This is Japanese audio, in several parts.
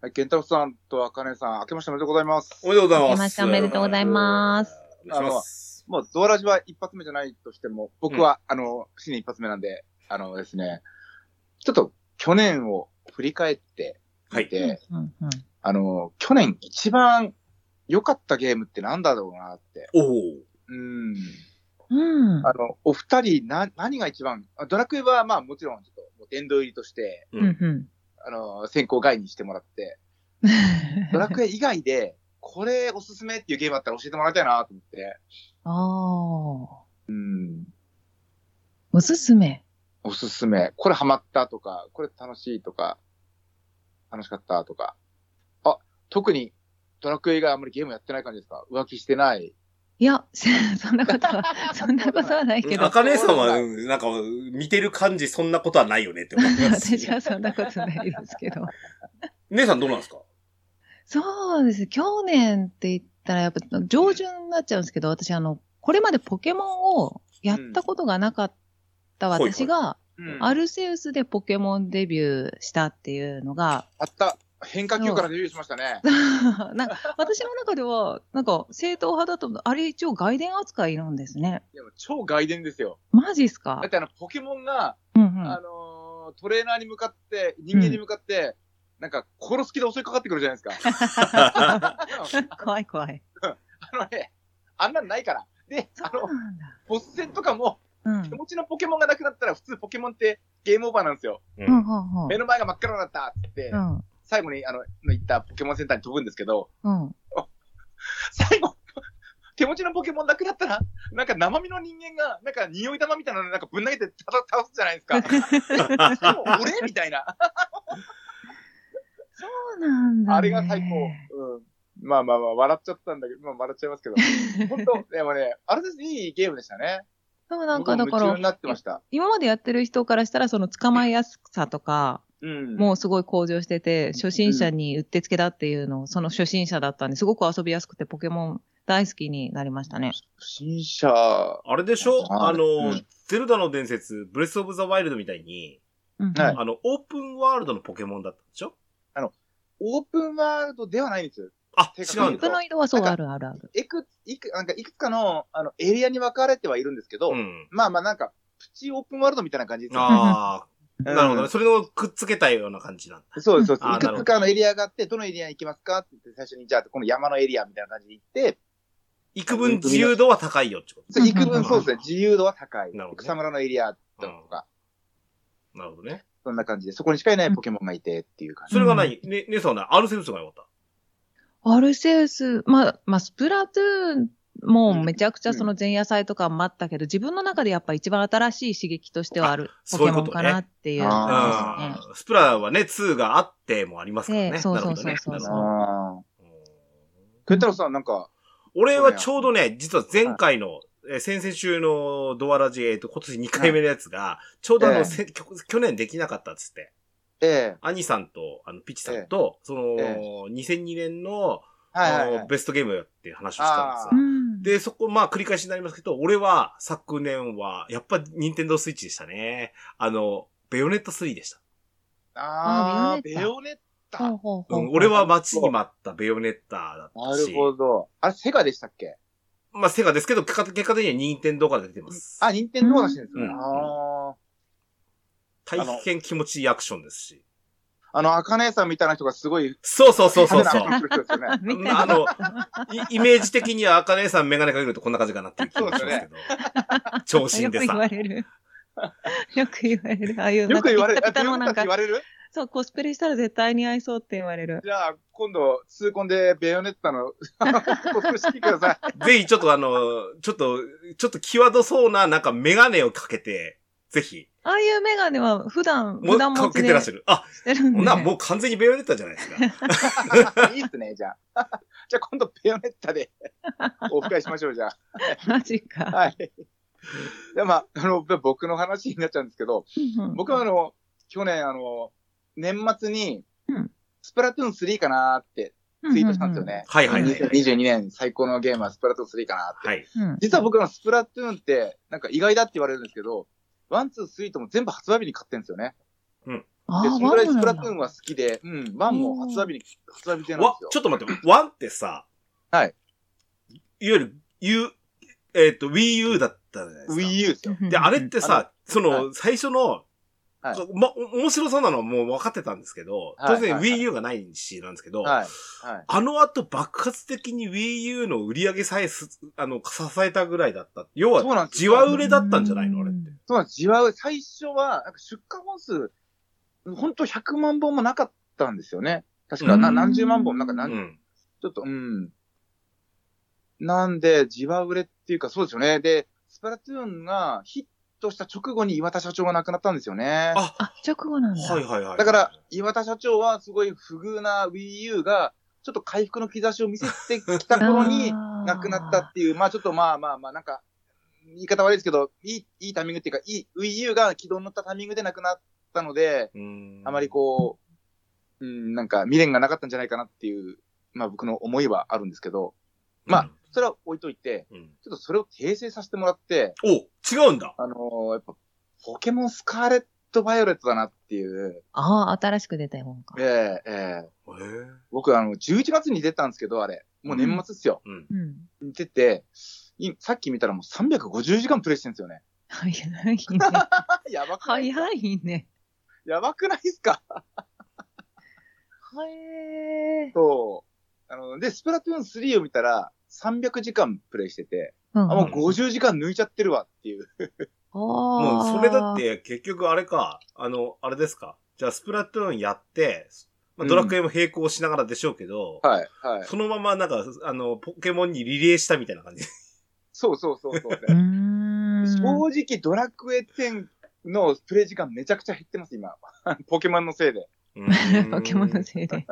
はい、健太郎さんとあかねさん、明けましておめでとうございます。おめでとうござい明まけましす。ておめでとうございます。お願いします。もう、ドアラジは一発目じゃないとしても、僕は、あの、新年一発目なんで、あのですね、ちょっと去年を振り返ってはみて、い。うんうんあの、去年一番良かったゲームってなんだろうなって。おお。うん。うん。あの、お二人、な、何が一番、あドラクエは、まあ、もちろん、ちょっと、もう殿堂入りとして、う。うんんあの、先行外にしてもらって、うん。ドラクエ以外で、これおすすめっていうゲームあったら教えてもらいたいなと思って。ああ。うん。おすすめ。おすすめ。これハマったとか、これ楽しいとか、楽しかったとか。あ、特にドラクエ以外あんまりゲームやってない感じですか浮気してない。いや、 せそんなことは、そんなことはないけどあ。かねさんは、うんなんか、見てる感じ、そんなことはないよねって思います。私 はそんなことないですけど。姉さんどうなんですかそうです。去年って言ったら、やっぱ上旬になっちゃうんですけど、私、あの、これまでポケモンをやったことがなかった私が、うんアルセウスでポケモンデビューしたっていうのが、 あった。変化球からデビューしましたね。なんか私の中では、なんか正統派だと思う、あれ一応外伝扱いなんですね。でも超外伝ですよ。マジっすかだってあの、ポケモンが、うんうあん。のートレーナーに向かって、人間に向かって、なんか、殺す気で襲いかかってくるじゃないです か。あの怖い怖い。あのね、あんなんないから。で、そあのう、なんだ。ボス戦とかも、うん。手持ちのポケモンがなくなったら、普通ポケモンってゲームオーバーなんですよ。ううんん、ほうほう目の前が真っ暗になったってって、うん。最後にあの、行ったポケモンセンターに飛ぶんですけど、うん。最後、手持ちのポケモンなくなったら、なんか生身の人間が、なんか匂い玉みたいなのなんかぶん投げてたた倒すじゃないですか。しかも俺みたいな。そうなんだ、ね。あれが最高。うん。まあまあまあ、笑っちゃったんだけど、まあ笑っちゃいますけど。本当でもね、あれです、いいゲームでしたね。そうなんかだ僕もか夢中になら、ってました。今までやってる人からしたら、その捕まえやすさとか、うん。もうすごい向上してて、初心者にうってつけだっていうのを、その初心者だったんですごく遊びやすくて、ポケモン大好きになりましたね。新車、あれでしょああのうん、ゼルダの伝説、ブレスオブザワイルドみたいに、うんはいあの、オープンワールドのポケモンだったんでしょオープンワールドではないんですよ。あ、て違かうんそだ。の移動はそう、なんかあるあるある。いく、いく、なんかいくつかの、あの、エリアに分かれてはいるんですけど、うん。まあまあなんか、プチオープンワールドみたいな感じですよね。ああ、なるほどね。それをくっつけたような感じなんだ。うんそうです、そうであーす。いくつかのエリアがあって、どのエリアに行きますかって言って、最初に、じゃあ、この山のエリアみたいな感じで行って、幾分自由度は高いよってこそれ行くうんうんう分、んそうですね、自由度は高い。なるほどね草むらのエリアとか、と。なるほどね。そんな感じで、そこにしかいないポケモンがいてっていう感じ。それが何ね、姉さんはね、アルセウスがよかっアルセウス、まあ、まあ、スプラトゥーンもうんめちゃくちゃその前夜祭とかもあったけど、自分の中でやっぱ一番新しい刺激としてはあるそポういケうこモとンねかなっていうた。感じあですね。うんスプラはね、2があってもありますからえね。えそうなるほどそうそうね。そうなるほどああ。うんくんたろうさん、なんか、俺はちょうどね、実は前回の、えー先々週のドアラジ、えっと、今年2回目のやつが、ちょうどあえの、えせ去去年できなかったっつって、ええアニさんと、あの、ピチさんと、その、え2002年はの、いはいあはのい。ベストゲームをやって話をしたあんうですよ。で、ん。そこ、まあ、繰り返しになりますけど、俺は、昨年は、やっぱ、ニンテンドースイッチでしたね。あの、ベヨネッタ3でした。ああ、あベベヨネッタ。ほうほううほう、。ん、俺は待ちに待ったベヨネッタだっなたしる、ほど。あれ、セガでしたっけまあ、セガですけど、結果結果的にはニンテンドーから出てます。あ、任天堂が出してるんですね。うんああ。大変気持ちいいアクションですし。あの、あかねさんみたいな人がすごい、そうそうそうそう派そ手うな。アクションする人ですよねみたいあな。の、いイメージ的には赤姉さんメガネかけるとこんな感じかなっていう気がしますけど。長身よくで言さわ。れる。 よく言われる。ああいう、よく言われる。なあんかピッタピタベのヨネなッタっんてか言、われるそう、コスプレしたら絶対に合いそうって言われる。じゃあ、今度、痛恨でベヨネッタの、 あのお風呂敷ください。ぜひちょっとあの、ちょっと、ちょっと際どそうななんかメガネをかけて、ぜひ、ああいうメガネは普段、も普う段か持けちてらでっししゃる。あ、てるんで。な、もう完全にベヨネッタじゃないですか。 いいっすね、じゃあ。 じゃあ、今度、ベヨネッタで、 オフ会しましょう、じゃあ。マジか。はい。で、まあ、あの、僕の話になっちゃうんですけど、僕はあうんの、去年、あの、年末にうん、スプラトゥーン3かなーってうん、ツイートしたんですよね。はいはいはいはい。 22年最高のゲームはスプラトゥーン3かなって。はい。うん。うん実は僕のスプラトゥーンって、なんか意外だって言われるんですけど、ワン、ツー、スリーとも全部発売日に買ってるんですよね。うん。あであ、そのぐワらいンスもプなラんトゥーだ。ンは好きで、うん、ワンも初浴びに、初浴びてなんでわすよ。、ちょっと待って、ワンってさ、はいいわゆる、U、えっ、と、Wii U だったじゃないですか。 Wii U ですよ。で、あれってあさ、そはの、最初の、はいま、お面白そうなのはもう分かってたんですけど、はい当然はいはい Wii U がないしなんですけど、はい。はい。あの後爆発的に Wii U の売り上げさえす、あの、支えたぐらいだった。要そうなんは、ですじよわ売れだったんじゃないのあれって。そうなんです。違う。最初は、なんか出荷本数、本当100万本もなかったんですよね。確か、なうん何十万本、なんかう何、ん。ちょっと、うん。なんで、じわ売れっていうか、そうですよね。で、スプラトゥーンがヒットした直後に岩田社長が亡くなったんですよね。あ、あ、直後なんだ。はいはいはい。だから、、岩田社長はすごい不遇な Wii U が、ちょっと回復の兆しを見せてきた頃に、亡亡くなったっていう、まあちょっとまあまあまあ、なんか、言い方悪いですけど、いい、いいタイミングっていうか、いい、Wii U が軌道に乗ったタイミングで亡くなったので、うんあまりこう、うん、なんか未練がなかったんじゃないかなっていう、まあ僕の思いはあるんですけど、まあ、それは置いといて、うん。ちょっとそれを訂正させてもらって、お、違うんだ。あのーやっぱ、ポケモンスカーレット・バイオレットだなっていう、ああ、新しく出たもんかええ。えええー僕あの、11月に出たんですけど、あれ、もう年末っすよ。うん。うん。出て、いさっき見たらもう350時間プレイしてるんですよね。 早いね。やばくない早いね。やばくないですか はえー。そう。あの、で、スプラトゥーン3を見たら、300時間プレイしてて、あ、あ、もう50時間抜いちゃってるわっていう。 もう、もそれだっ。て、結局あれか、あの、あれですか。じゃあ、スプラトゥーンやって、まうあ、んドラクエも並行しながらでしょうけど、はい、はい。そのままなんか、あの、ポケモンにリレーしたみたいな 感じ。そうそうそうそう。うーん。正直、ドラクエ10のプレイ時間めちゃくちゃ減ってます、今。 ポケモンのせいで。化け物せ いで。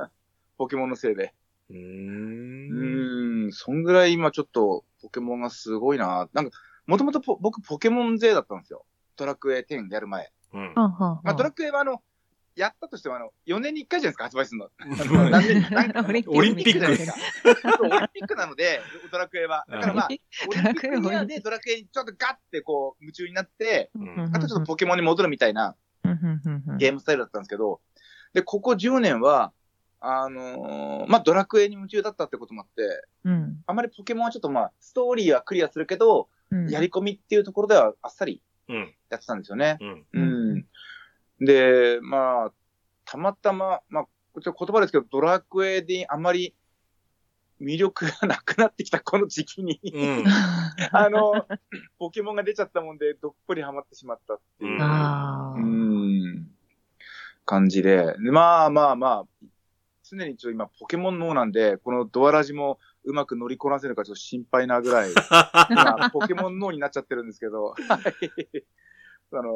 ポケモンのせいで。う。うんーん、そんぐらい今ちょっと、ポケモンがすごいななんか、もともとポ僕、ポケモン勢だったんですよ。ドラクエ10やる前。うん。はんはんはんまあ、ドラクエはあの、やったとしてもあの、4年に1回じゃないですか、発売するの。うん何年に何回オリンピックオリンピックじゃないですか。そうオリンピックなので、ドラクエは。だからまあ、オリンピックニアでドラクエにちょっとガッてこう、夢中になって、うんあとちょっとポケモンに戻るみたいなゲームスタイルだったんですけど、で、ここ10年は、あのーまあ、ドラクエに夢中だったってこともあって、うんあまりポケモンはちょっとまあ、ストーリーはクリアするけど、うん。やり込みっていうところではあっさりうん。やってたんですよね。うん。うん。で、まあ、たまたま、まあ、こっちは言葉ですけど、ドラクエであまり魅力がなくなってきたこの時期に、うん。あの、ポケモンが出ちゃったもんで、どっぷりハマってしまったっていうう、 あうあ。ん、感じで。でまあまあまあ、常にちょっと今ポケモン脳なんで、このドアラジもうまく乗りこなせるかちょっと心配なぐらい、今ポケモン脳になっちゃってるんですけど、 はい。あの、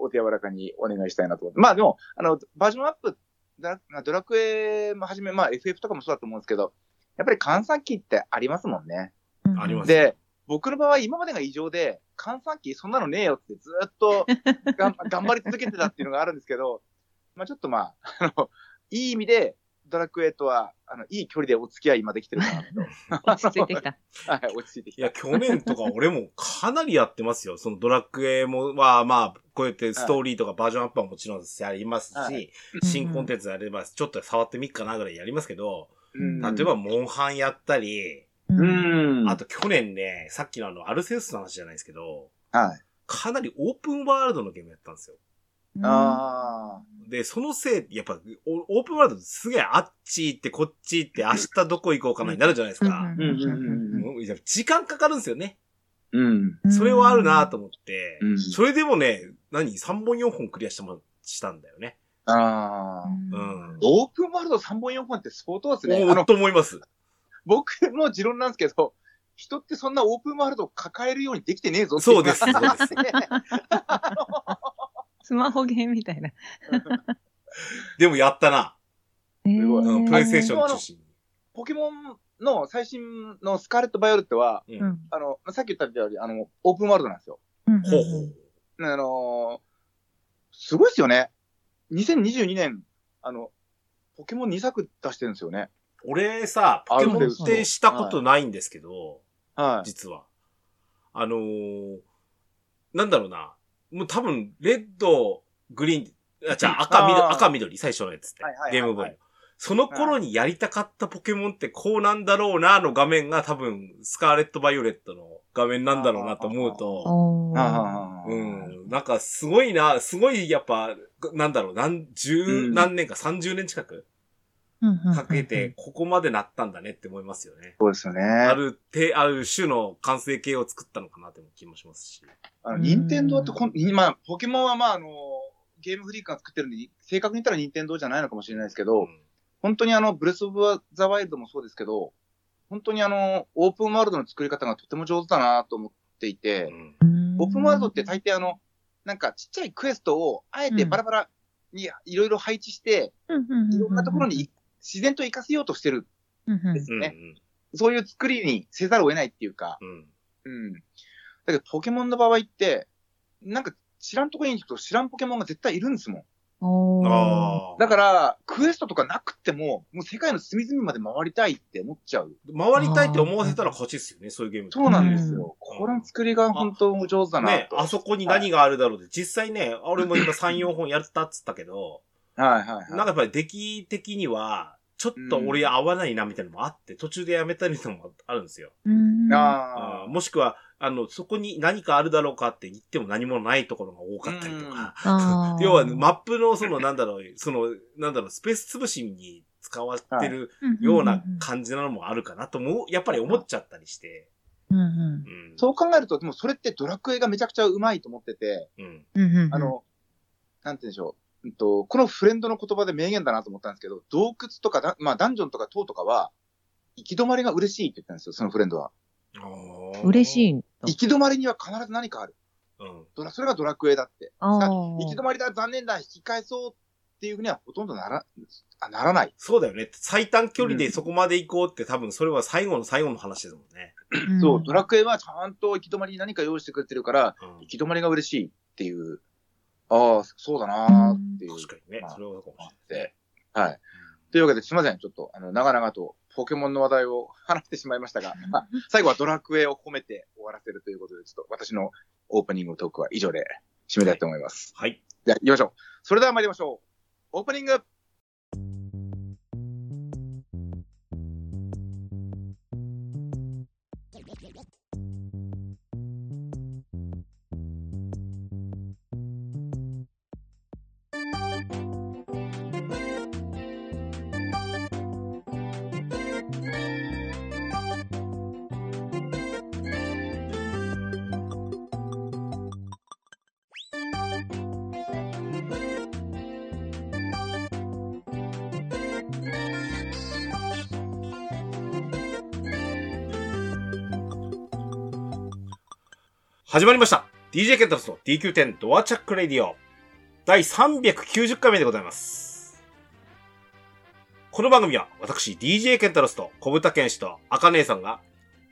お手柔らかにお願いしたいなと思って。まあでも、あの、バージョンアップ、ドラドラクエもはじめ、まあ FF とかもそうだと思うんですけど、やっぱり換算機ってありますもんね。あります。で、僕の場合、今までが異常で、換算機そんなのねえよってずっとがん 頑張り続けてたっていうのがあるんですけど、まあちょっとまあ、あの、いい意味で、ドラクエとは、あの、いい距離でお付き合い今できてるか落ち着いてきた。な。 はい、落ち着いていきや、た。去年とか俺もかなりやってますよ。そのドラクエも、まあまあ、こうやってストーリーとかバージョンアップはもちろんやりますし、はい新コンテンツやれば、ちょっと触ってみっかなぐらいやりますけど、うん例えば、モンハンやったり、ううん。ん。あと去年ね、さっきのあの、アルセウスの話じゃないですけど、はい。かなりオープンワールドのゲームやったんですよ。あで、そのせい、やっぱ、おオープンワールドすげえあっち行ってこっち 行って明日どこ行こうかなになるじゃないですか。うんうんもういや時間かかるんですよね。うん。うん。それはあるなと思って、うんそれでもね、何 ?3 本4本クリアしてもしたんだよね。ああ。うん。オープンワールド3本4本って相当ですね。おあおの、と思います。僕の持論なんですけど、人ってそんなオープンワールドを抱えるようにできてねえぞっていそうです、そうです。スマホゲームみたいな。でもやったな。すごいうん、プレイステーションあ中の心に。ポケモンの最新のスカーレット・バイオレットは、う。うんん。あの、さっき言ったより、あの、オープンワールドなんですよ。うんほうほう。あのーすごいですよね。2022年、あの、ポケモン2作出してるんですよね。俺さ、ポケモンってしたことないんですけど、はい。実は。あのー、なんだろうな。もう多分、レッド、グリーン、あ、じゃあ赤、緑、あー赤、緑、最初のやつってはいはいはいは。いゲームボーイの。その頃にやりたかったポケモンってこうなんだろうなの画面が多分、スカーレット・バイオレットの画面なんだろうなと思うと、おあーあう。ん。なんかすごいな、すごいやっぱ、なんだろう、何、う十ん何年か30年近くかけて、、ここまでなったんだねって思いますよね。そうですよね。あある、て、ある種の完成形を作ったのかなっても気もしますし。の、任天堂ってこん、今、ポケモンはまあ、あの、ゲームフリークが作ってるんで、正確に言ったら任天堂じゃないのかもしれないですけど、ん本当にあの、ブレスオブザワイルドもそうですけど、本当にあの、オープンワールドの作り方がとても上手だなと思っていて、うんオープンワールドって大大抵あの、なんかちっちゃいクエストを、あえてバラバラにいろいろ配置して、いろんなところにい自然と活かせようとしてるんですうんね。そういう作りにせざるを得ないっていうか、うんうんうん。だけどポケモンの場合って、なんか知らんとこに行くと知らんポケモンが絶対いるんですもん。おーああ。だから、クエストとかなくっても、もう世界の隅々まで回りたいって思っちゃう。回りたいって思わせたら勝ちですよね、そういうゲームってそうなんですよ。うこの作りが本当上手だなねと。、あそこに何があるだろうって、実際ね、俺も今3、4本やったっつったけど、はいはいはい。なんかやっぱり出来的には、ちょっと俺合わないなみたいなのもあって、途中でやめたりのもあるんですよ。うんああーーもしくは、あの、そこに何かあるだろうかって言っても何もないところが多かったりとか。あー要は、マップのその、なんだろう、その、なんだろう、スペース潰しに使われてるような感じなのもあるかなと思う、やっぱり思っちゃったりして。うんうんうん。そう考えると、でもそれってドラクエがめちゃくちゃうまいと思ってて、うん。うんうんあ、の、なんて言うんでしょう。うんと、このフレンドの言葉で名言だなと思ったんですけど、洞窟とかだ、まあダンジョンとか塔とかは、行き止まりが嬉しいって言ったんですよ、そのフレンドは。嬉しい。いんだ。行き止まりには必ず何かある。うん。ドラそれがドラクエだって。あー行き止まりだ、残念だ、引き返そうっていうふうにはほとんどなら、あならない。そうだよね。最短距離でそこまで行こうって、多分それは最後の最後の話ですもんね。んそう、ドラクエはちゃんと行き止まりに何か用意してくれてるから、うん行き止まりが嬉しいっていう、ああ、そうだなーっていう。確かにね。まあそれはそうかもしれないねで。はい。というわけで、すみません。ちょっと、あの、長々とポケモンの話題を話してしまいました が、まあ最後はドラクエを褒めて終わらせるということで、ちょっと私のオープニングトークは以上で締めたいと思います。はい。じゃあ、行きましょう。それでは参りましょう。オープニング始まりました。DJ ケンタロスの DQ10 ドアチャックレディオ。第390回目でございます。この番組は私、DJ ケンタロスと小豚健士と赤姉さんが、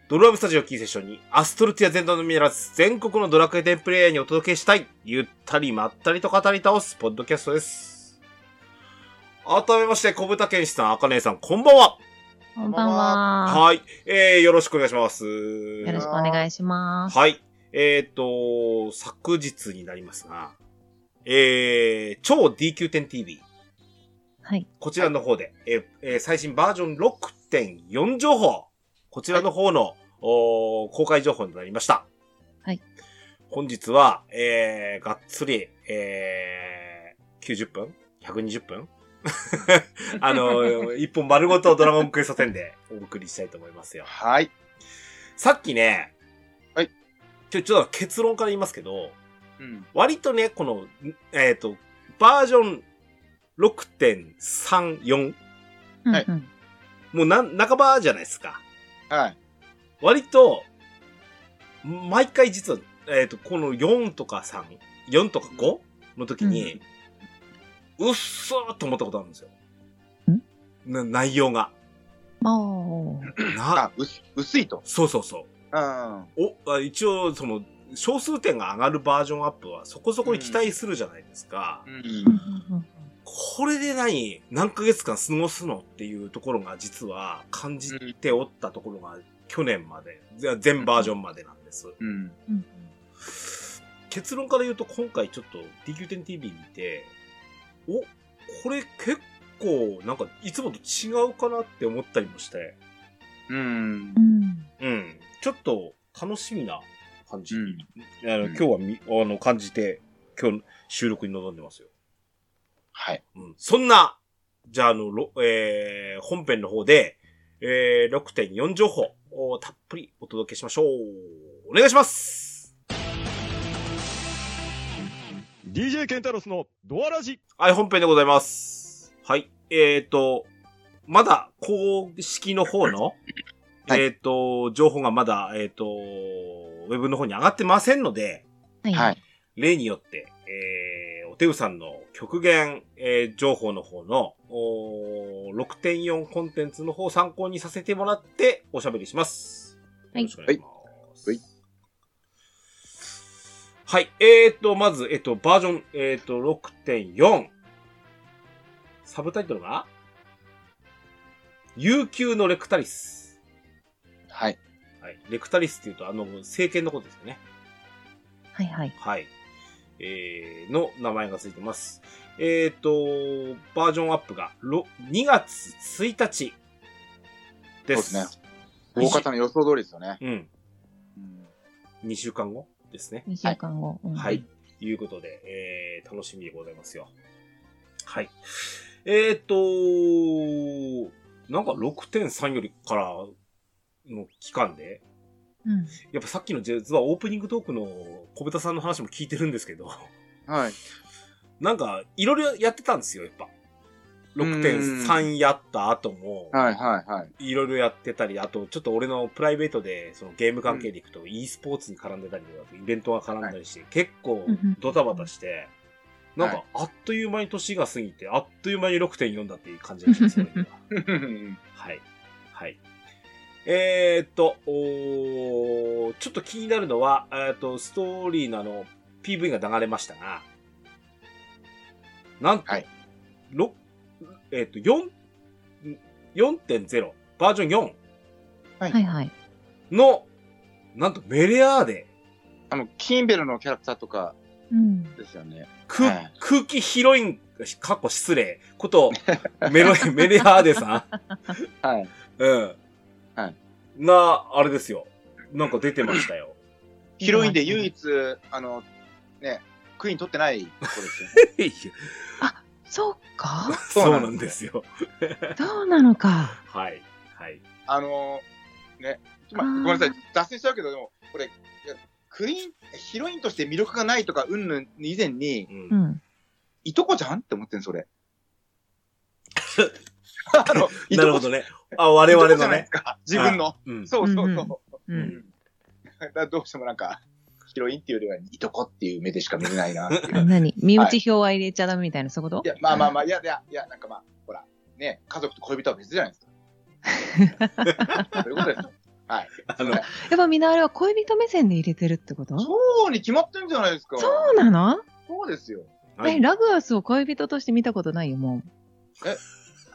ドラムスタジオキーセッションにアストルティア全土のみならず全国のドラクエ10プレイヤーにお届けしたい、ゆったりまったりと語り倒すポッドキャストです。改めまして、小豚健士さん、赤姉さん、こんばんは。こんばんは。はい。えー、よろしくお願いします。よよろしくお願いします。はい。えっ、と、昨日になりますが、えー、超 DQ10TV、はい。こちらの方で、えーえー最新バージョン6.4情報、こちらの方の、おー公開情報になりました。はい。本日は、えー、がっつり、えー、90分 ?120 分 あの、一本丸ごとドラゴンクエスト10で お送りしたいと思いますよ。はい。さっきね、はい。ちょ、ちょっと結論から言いますけど、うん。割とね、この、んえっ、と、バージョン6.34、はいうんうんもうな、半ばじゃないですか。はい。割と、毎回実は、えっ、と、この4とか3、4とか 5? の時に、うっそーっと思ったことあるんですよ。んな、内 容が。まあおーな、あ、薄薄いと。そうそうそう。うん。お、あ一応、その、小数点が上がるバージョンアップはそこそこに期待するじゃないですか。うん。これで何、何ヶ月間過ごすのっていうところが実は感じておったところが去年まで、ぜ全バージョンまでなんです。うん。うん結論から言うと今回ちょっと DQ10TV 見て、お、これ結構、なんか、いつもと違うかなって思ったりもして、うんう。ん。うん。ちょっと、楽しみな感じ、うんあのうん今日はみ、あの、感じて、今日の収録に臨んでますよ。はい。うん。そんな、じゃあ、あの、ろえー、本編の方で、えー、6.4情報をたっぷりお届けしましょう。お願いします DJ ケンタロスのドアラジはい、本編でございます。はい。えっ、ー、と、まだ公式の方の、はいえっ、と、情報がまだ、えっ、と、ウェブの方に上がってませんので、はい。はい。例によって、えー、おてうさんの極限、えー情報の方の、おー6.4コンテンツの方を参考にさせてもらっておしゃべりします。はいよろしくお願いします。はいはい。えーと、まず、えっ、と、バージョン、えっ、と、6.4。サブタイトルが、悠久のレクタリス。はい。はい。レクタリスっていうと、あの、政権のことですよね。はいはい。はい。えー、の名前がついてます。えっ、と、バージョンアップがろ2月1日です。そうです大方の予想通りですよね。うん。うん2週間後ですね。 2週間後。うんはい。。いうことで、えー、楽しみでございますよ。はい。えっ、と、なんか6.3よりからの期間で、うん。やっぱさっきのジェズはオープニングトークの小豚さんの話も聞いてるんですけど、はい。なんか、いろいろやってたんですよ、やっぱ。6.3やった後も、はいはいはい。いろいろやってたり、あと、ちょっと俺のプライベートで、そのゲーム関係でいくと、e スポーツに絡んでたりとか、イベントが絡んだりして、結構ドタバタして、うんなんか、あっという間に年が過ぎて、あっという間に6.4だっていう感じがします、 俺にははい。はい。えー、っと、おーちょっと気になるのは、えーっと、ストーリーのあの、PV が流れましたが、なんと、はいろえーっと、4、ん4.0、バージョンはいはい。 4の、なんとメレアーデ、あの、キンベルのキャラクターとかうん。ですよね。空はい空気ヒロイン、かっこ失礼、こと、メ ロ、メレアーデさんはい。うん。はい。な、あれですよ。なんか出てました よ。ヒロインで唯一、あの、ね、クイーン取ってない子です よね。そうかそうなんですよ。そうなのか。はい。はい。あのーね、まあーごめんなさい、脱線しちゃうけど、でも、これ、いやクイーン、ヒロインとして魅力がないとか、うんぬん以前にう、ん。 うん。いとこじゃんって思ってんのそ れ。あの、いなるとほこどね。あ、我いと々こじゃのないでねす。か、自分の。うん。そうそううんそう。う。うんだからどうしてもなんか、ヒロインっていうよりは、いとこっていう目でしか見れないなっていう。何身内票は入れちゃダメみたいな、そういうこいや、まあまあまあ、いやいや、いや、なんかまあ、ほら、ね、家族と恋人は別じゃないですか。そういうことですよ。はい。あの、とやっぱみんなあれは恋人目線で入れてるってことそそうに決まってるんじゃないですか。うなのそうですよ。はえ、い。ラグアスを恋人として見たことないよ、もう。え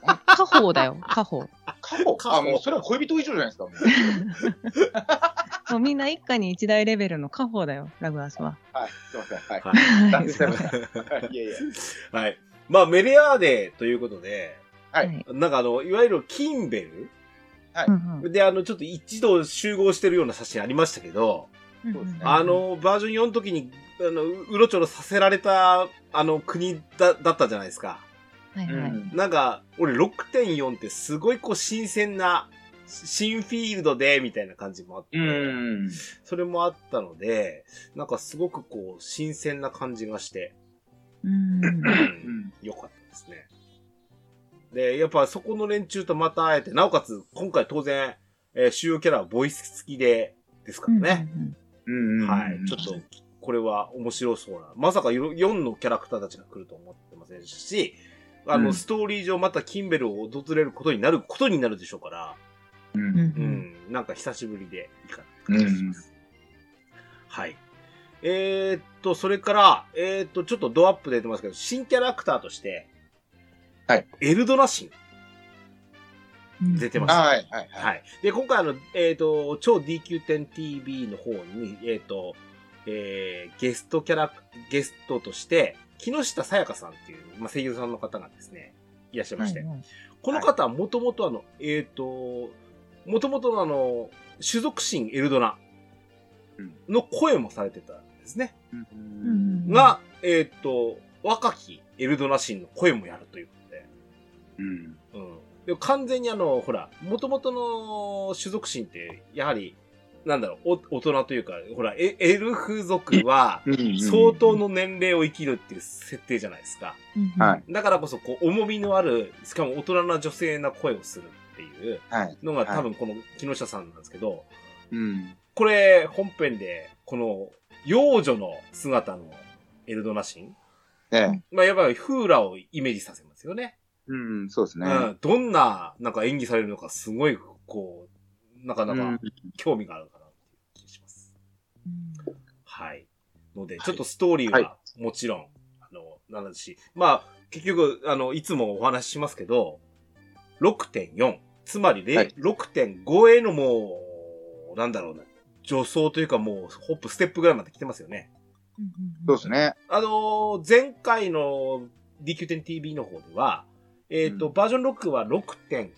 家宝だよ、家宝。過去過去あ、もうそれは恋人以上じゃないですか。もうもうみんな一家に一台レベルの家宝だよ、ラグアスは。はい、すいません。はい。はい脱線しちゃいまはした。いやいや。はい。まあ、メレアーデということで、はいい。なんかあの、いわゆるキンベうんうんルで、あの、ちょっと一度集合してるような写真ありましたけど、そうですねあ、の、バージョン4の時に、あの、ううろちょろさせられた、あの、国だ、だったじゃないですか。はいはうい。んなんか、俺6.4ってすごいこう新鮮な、新フィールドで、みたいな感じもあって、うん。それもあったので、なんかすごくこう、新鮮な感じがして、うんうん良かったですね。で、やっぱそこの連中とまた会えて、なおかつ今回当然、えー主要キャラはボイス付きで、ですからね。。うん。はい。ちょっと、これは面白そうな。まさか4のキャラクターたちが来ると思ってませんし、あうの、んストーリー上またキンベルを訪れることになることになるでしょうから、う。うんうんうんん、なんか久しぶりでいいかなって感じがします。はい。えー、っと、それから、えー、っと、ちょっとドアップで出てますけど、新キャラクターとして、はい。エルドラ神。うん出てまあすはい、はい、。はいい。で、今回あの、えっ、と、超 DQ10TV の方に、えっ、と、えー、ゲストキャラ、ゲストとして、木下さやかさんっていう、まあ、声優さんの方がですね、いらっしゃいまはしいて、はいこの方はもともとあの、えっ、と、もともとのあの、種族神エルドナの声もされてたんですね。うんうんが、えっ、と、若きエルドナ神の声もやるということで。うん。うん。で完全にあの、ほら、もともとの種族神って、やはり、なんだろう、お大人というか、ほら、エエルフ族は、うん相当。の年齢を生きるっていう設定じゃないですか。うんうんはい。だからこそ、こう、重みのある、しかも大人な女性な声をするっていうはい。のが多分この木下さんなんですけど、うん。これ、本編で、この、幼女の姿のエルドナ神ええ。まあ、やっぱりフーラをイメージさせますよね。うん、そうですね。うん。どんな、なんか演技されるのか、すごい、こう、なかなか興味があるかなっていう気がします。はい。ので、はいちょっとストーリーはいは、もちろん、あの、なんだし、まあ、結局、あの、いつもお話ししますけど、6.4、つまり、ねはい6.5へのもう、なんだろうな、助走というかもう、ホップ、ステップぐらいまで来てますよね。うんうんそうですね。あのー前回の DQ10TV の方では、えっ、と、うんバージョン6は6.5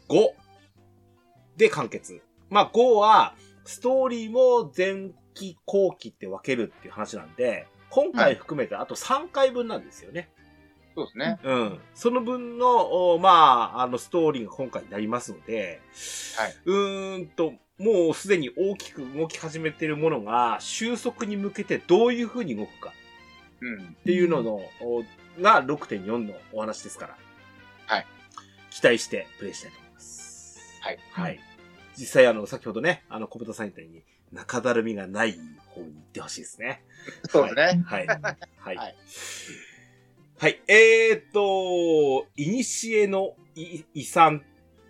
で完結。まあ、5は、ストーリーも前期後期って分けるっていう話なんで、今回含めてあと3回分なんですよね。そうですね。うん。その分の、おまあ、あの、ストーリーが今回になりますので、はい。うーんと、もうすでに大きく動き始めているものが、収束に向けてどういう風に動くか。うん。っていうのの、おが6.4のお話ですから。はい。期待してプレイしたいと思います。はい。はい。実際、あの、先ほどね、あの、小豚さんみたいに、中だるみがない方に行ってほしいですね。そうですね。はい。はい。ははいい。はい、えーっと、いにしえのい遺産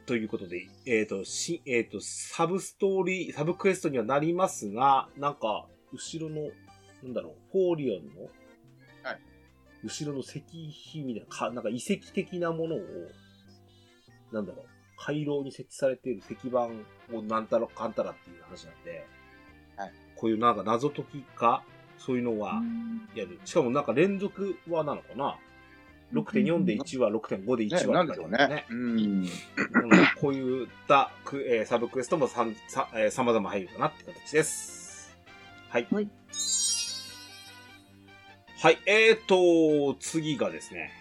ということで、えーっと、し、えーっと、サブストーリー、サブクエストにはなりますが、なんか、後ろの、なんだろう、フォーリオンの、はい。後ろの石碑みたいな、かなんか遺跡的なものを、なんだろう、回廊に設置されている石板をなんたらかんたらっていう話なんで、はい。こういうなんか謎解きか、そういうのは、うんやる。しかもなんか連続はなのかなうん ?6.4 で1話、6.5でね1な話んとでしかょうもね。うん。うんこういったク、えーサブクエストもさんさ、えー、様々入るかなって形です。はい。はい。はい、えーと、次がですね。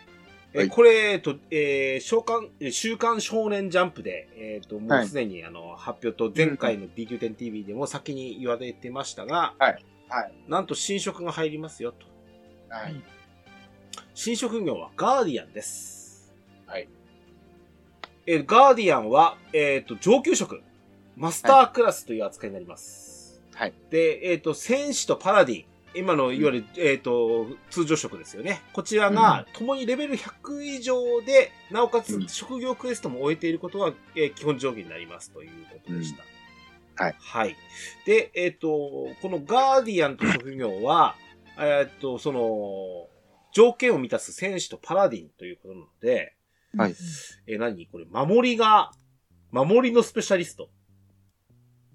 えーはいこれ、えーと、えー召喚えー週刊少年ジャンプで、えーと、もはういすでに、あの、発表と前回の DQ10TV でも先に言われてましたが、はいはいなんと新色が入りますよ、と。はい。新職業はガーディアンです。はい。えーガーディアンは、えっ、と、上級職、マスタークラスという扱いになります。はい。で、えっ、と、戦士とパラディ、今の、いわゆる、えっ、と、通常職ですよね。こちらが、共にレベル100以上で、なおかつうん、職業クエストも終えていることが、えー基本上限になりますということでした。うんはい。はい。で、えっ、と、このガーディアンという職業は、えっと、その、条件を満たす戦士とパラディンということなので、はいえー何これ、守りが、守りのスペシャリスト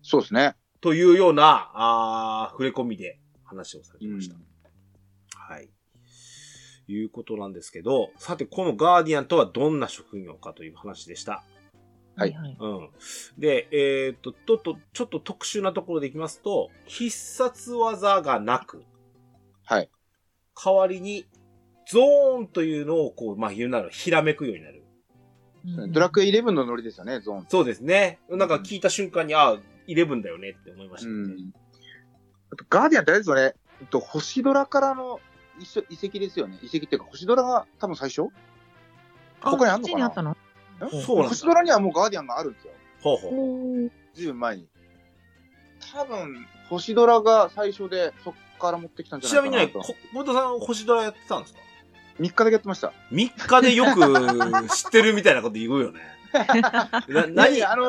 そうですね。というような、あー触れ込みで話をされてました。はい。いうことなんですけど、さて、このガーディアンとはどんな職業かという話でした。はいはい。うん。で、えーっと、ちょっと、ちょっと特殊なところでいきますと、必殺技がなく、はい。代わりに、ゾーンというのを、こう、まあ、言うなら、ひらめくようになる。ドラクエ11のノリですよね、ゾーン。そうですね。なんか聞いた瞬間に、ああ、11だよねって思いましたね。うん。あと、ガーディアンってあれですよね。えっと星ドラからの一緒遺跡ですよね。遺跡っていうか、星ドラが多分最初あ他にあんこっのちかにあなったのそうなんだ星ドラにはもうガーディアンがあるんですよ。ほうほう。ずいぶん前に。多分、星ドラが最初で、そっから持ってきたんじちゃななみいにかなね、と。こ小田さん、星ドラやってたんですか3日だけやってました。 ?3 日でよく知ってるみたいなこと言うよ ね。な、何いやいやあの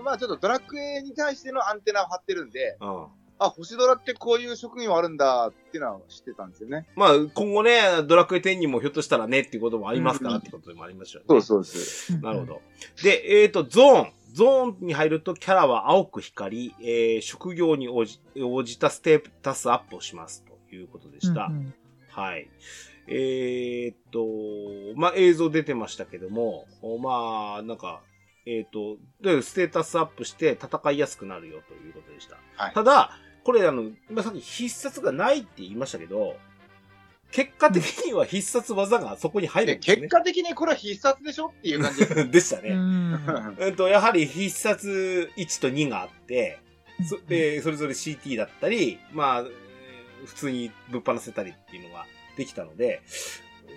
ー、まあちょっとドラクエに対してのアンテナを張ってるんで、うん。あ、星ドラってこういう職業あるんだっていうのは知ってたんですよね。まあ、今後ね、ドラクエ10にもひょっとしたらねっていうこともありますからってことでもありましたよね。そうです。なるほど。で、えっ、と、ゾーン。ゾーンに入るとキャラは青く光り、えー職業に応じ応じたステータスアップをしますということでした。うんうんはい。えーっと、まあ、映像出てましたけども、まあ、なんか、えーっと、でステータスアップして戦いやすくなるよということでした。はいただ、これあの、今さっき必殺がないって言いましたけど、結果的には必殺技がそこに入るでんです結ね。果的にこれは必殺でしょっていう感じです。 でしたね。うん。うんと、やはり必殺1と2があって、そうんでそれぞれ CT だったり、まあ、えー普通にぶっ放せたりっていうのができたので、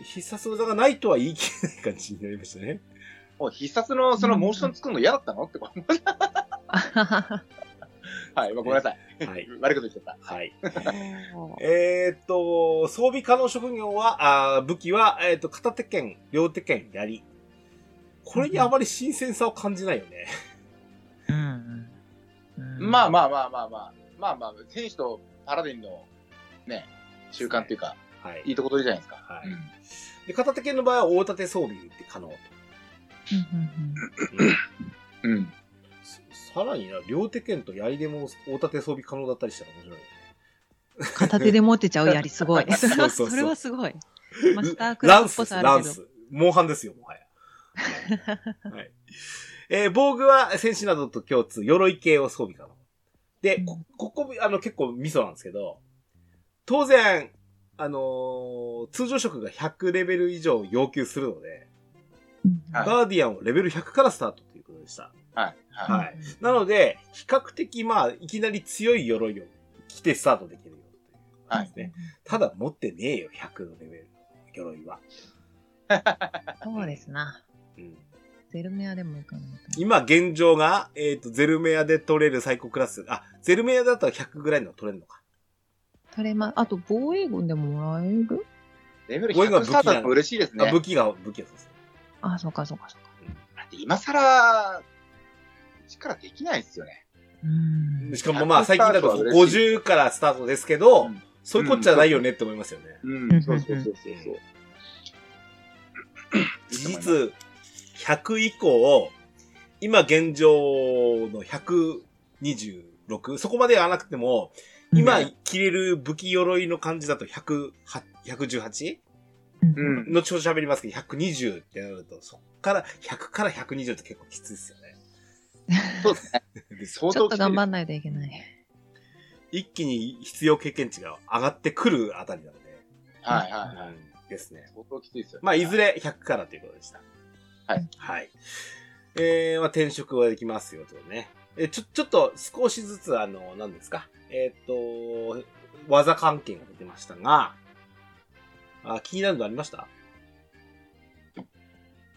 必殺技がないとは言い切れない感じになりましたね。 もう必殺のそのモーション作るの嫌だったのってこと。あはははい、まあごめんなさい。はい。悪いこと言っちゃった。はい。はえーっと、装備可能職業は、あー武器は、えーっと、片手剣、両手剣、槍。これにあまり新鮮さを感じないよね。うんうんまあまあまあまあまあ、まあまあ、天使とパラディンのね、習慣っていうか、はい。いいとこ取りじゃないですか。はうい。んで、片手剣の場合は大盾装備って可能と。うんうんうんうん。さらにな、両手剣と槍でも大盾装備可能だったりしたら面白いね。片手で持ってちゃうやりすごい。 そそうれそうはそう それはすごい。マスタークラランスっスでぽす、さラあンるけど。ス。モンハンですよ、も はや。はい。はいえー防具は戦士などと共通、鎧系を装備可能。で、こ、ここ、あの、結構ミソなんですけど、当然、あのー通常職が100レベル以上要求するので、はいガーディアンをレベル100からスタートということでした。はい。は。はいなので、比較的、まあ、いきなり強い鎧を着てスタートできるよ。はいねただ持ってねえよ、100のレベルの鎧は。 そうですな。うんゼルメアでもいかないと。今現状が、えっ、と、ゼルメアで取れる最高クラス。あ、ゼルメアだったら100ぐらいの取れるのか。取れま、あと防衛軍でもらえるい。レベルこういうの100が武器スターなのトだと嬉しいですあね。武器が、武器がそうです。あ、そうかそうかそうか。だって今更、一からできないですよね。うんしかもまあ100最近だとスタートは嬉し50からスタートですけど、うんそういうこっちゃないよねって思いますよね。うん、そうそうそうそうそう。事実、100以降、今現状の126、そこまではなくても、今うん着れる武器鎧の感じだと100 118? うんうん。後ほど喋りますけど、120ってなると、そっから、100から120って結構きついですよね。そうですね。です相ち当ょっと頑張んないといけない。一気に必要経験値が上がってくるあたりなので、はいはい。うんですね。相当きついですよ、ね。まあ、いずれ100からということでした。はい。はい。えー、まあ、転職はできますよ、とね。え、ちょ、ちょっと少しずつ、あの、何ですか。えーっと、技関係が出てましたが、あ、気になるのありました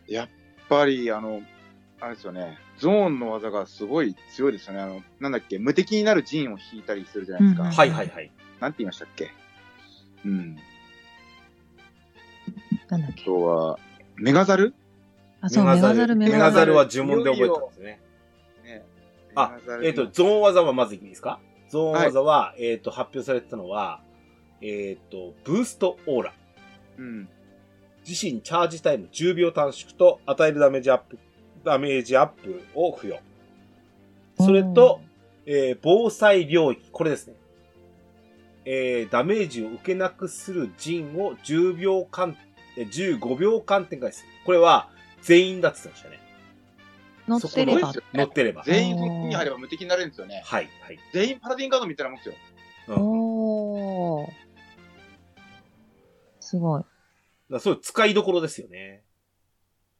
やっぱり、あの、あれですよね、ゾーンの技がすごい強いですよね。あの、なんだっけ、無敵になる陣を引いたりするじゃないですか。うんはいはいはい。なんて言いましたっけうん。なんだっあけ。とは、メガザルあ、そう、メガザル、メメガガザザル。ルは呪文で覚えたんですね。ねあメガザルえっ、と、ゾーン技はまずいいですかゾーン技は、えっ、と、発表されてたのは、えっ、と、ブーストオーラ。うん。自身チャージタイム10秒短縮と与えるダメージアップ、ダメージアップを付与。それと、えー防災領域。これですね。えーダメージを受けなくする陣を10秒間、えー15秒間展開する。これは全員だって言ってましたね。乗ってればそこ。の乗ってれば。全員こっちに入れば無敵になれるんですよね。はい、はい。全員パラディンカードみたいなもんですよ。うんおー。すごい。だからそういう使いどころですよね。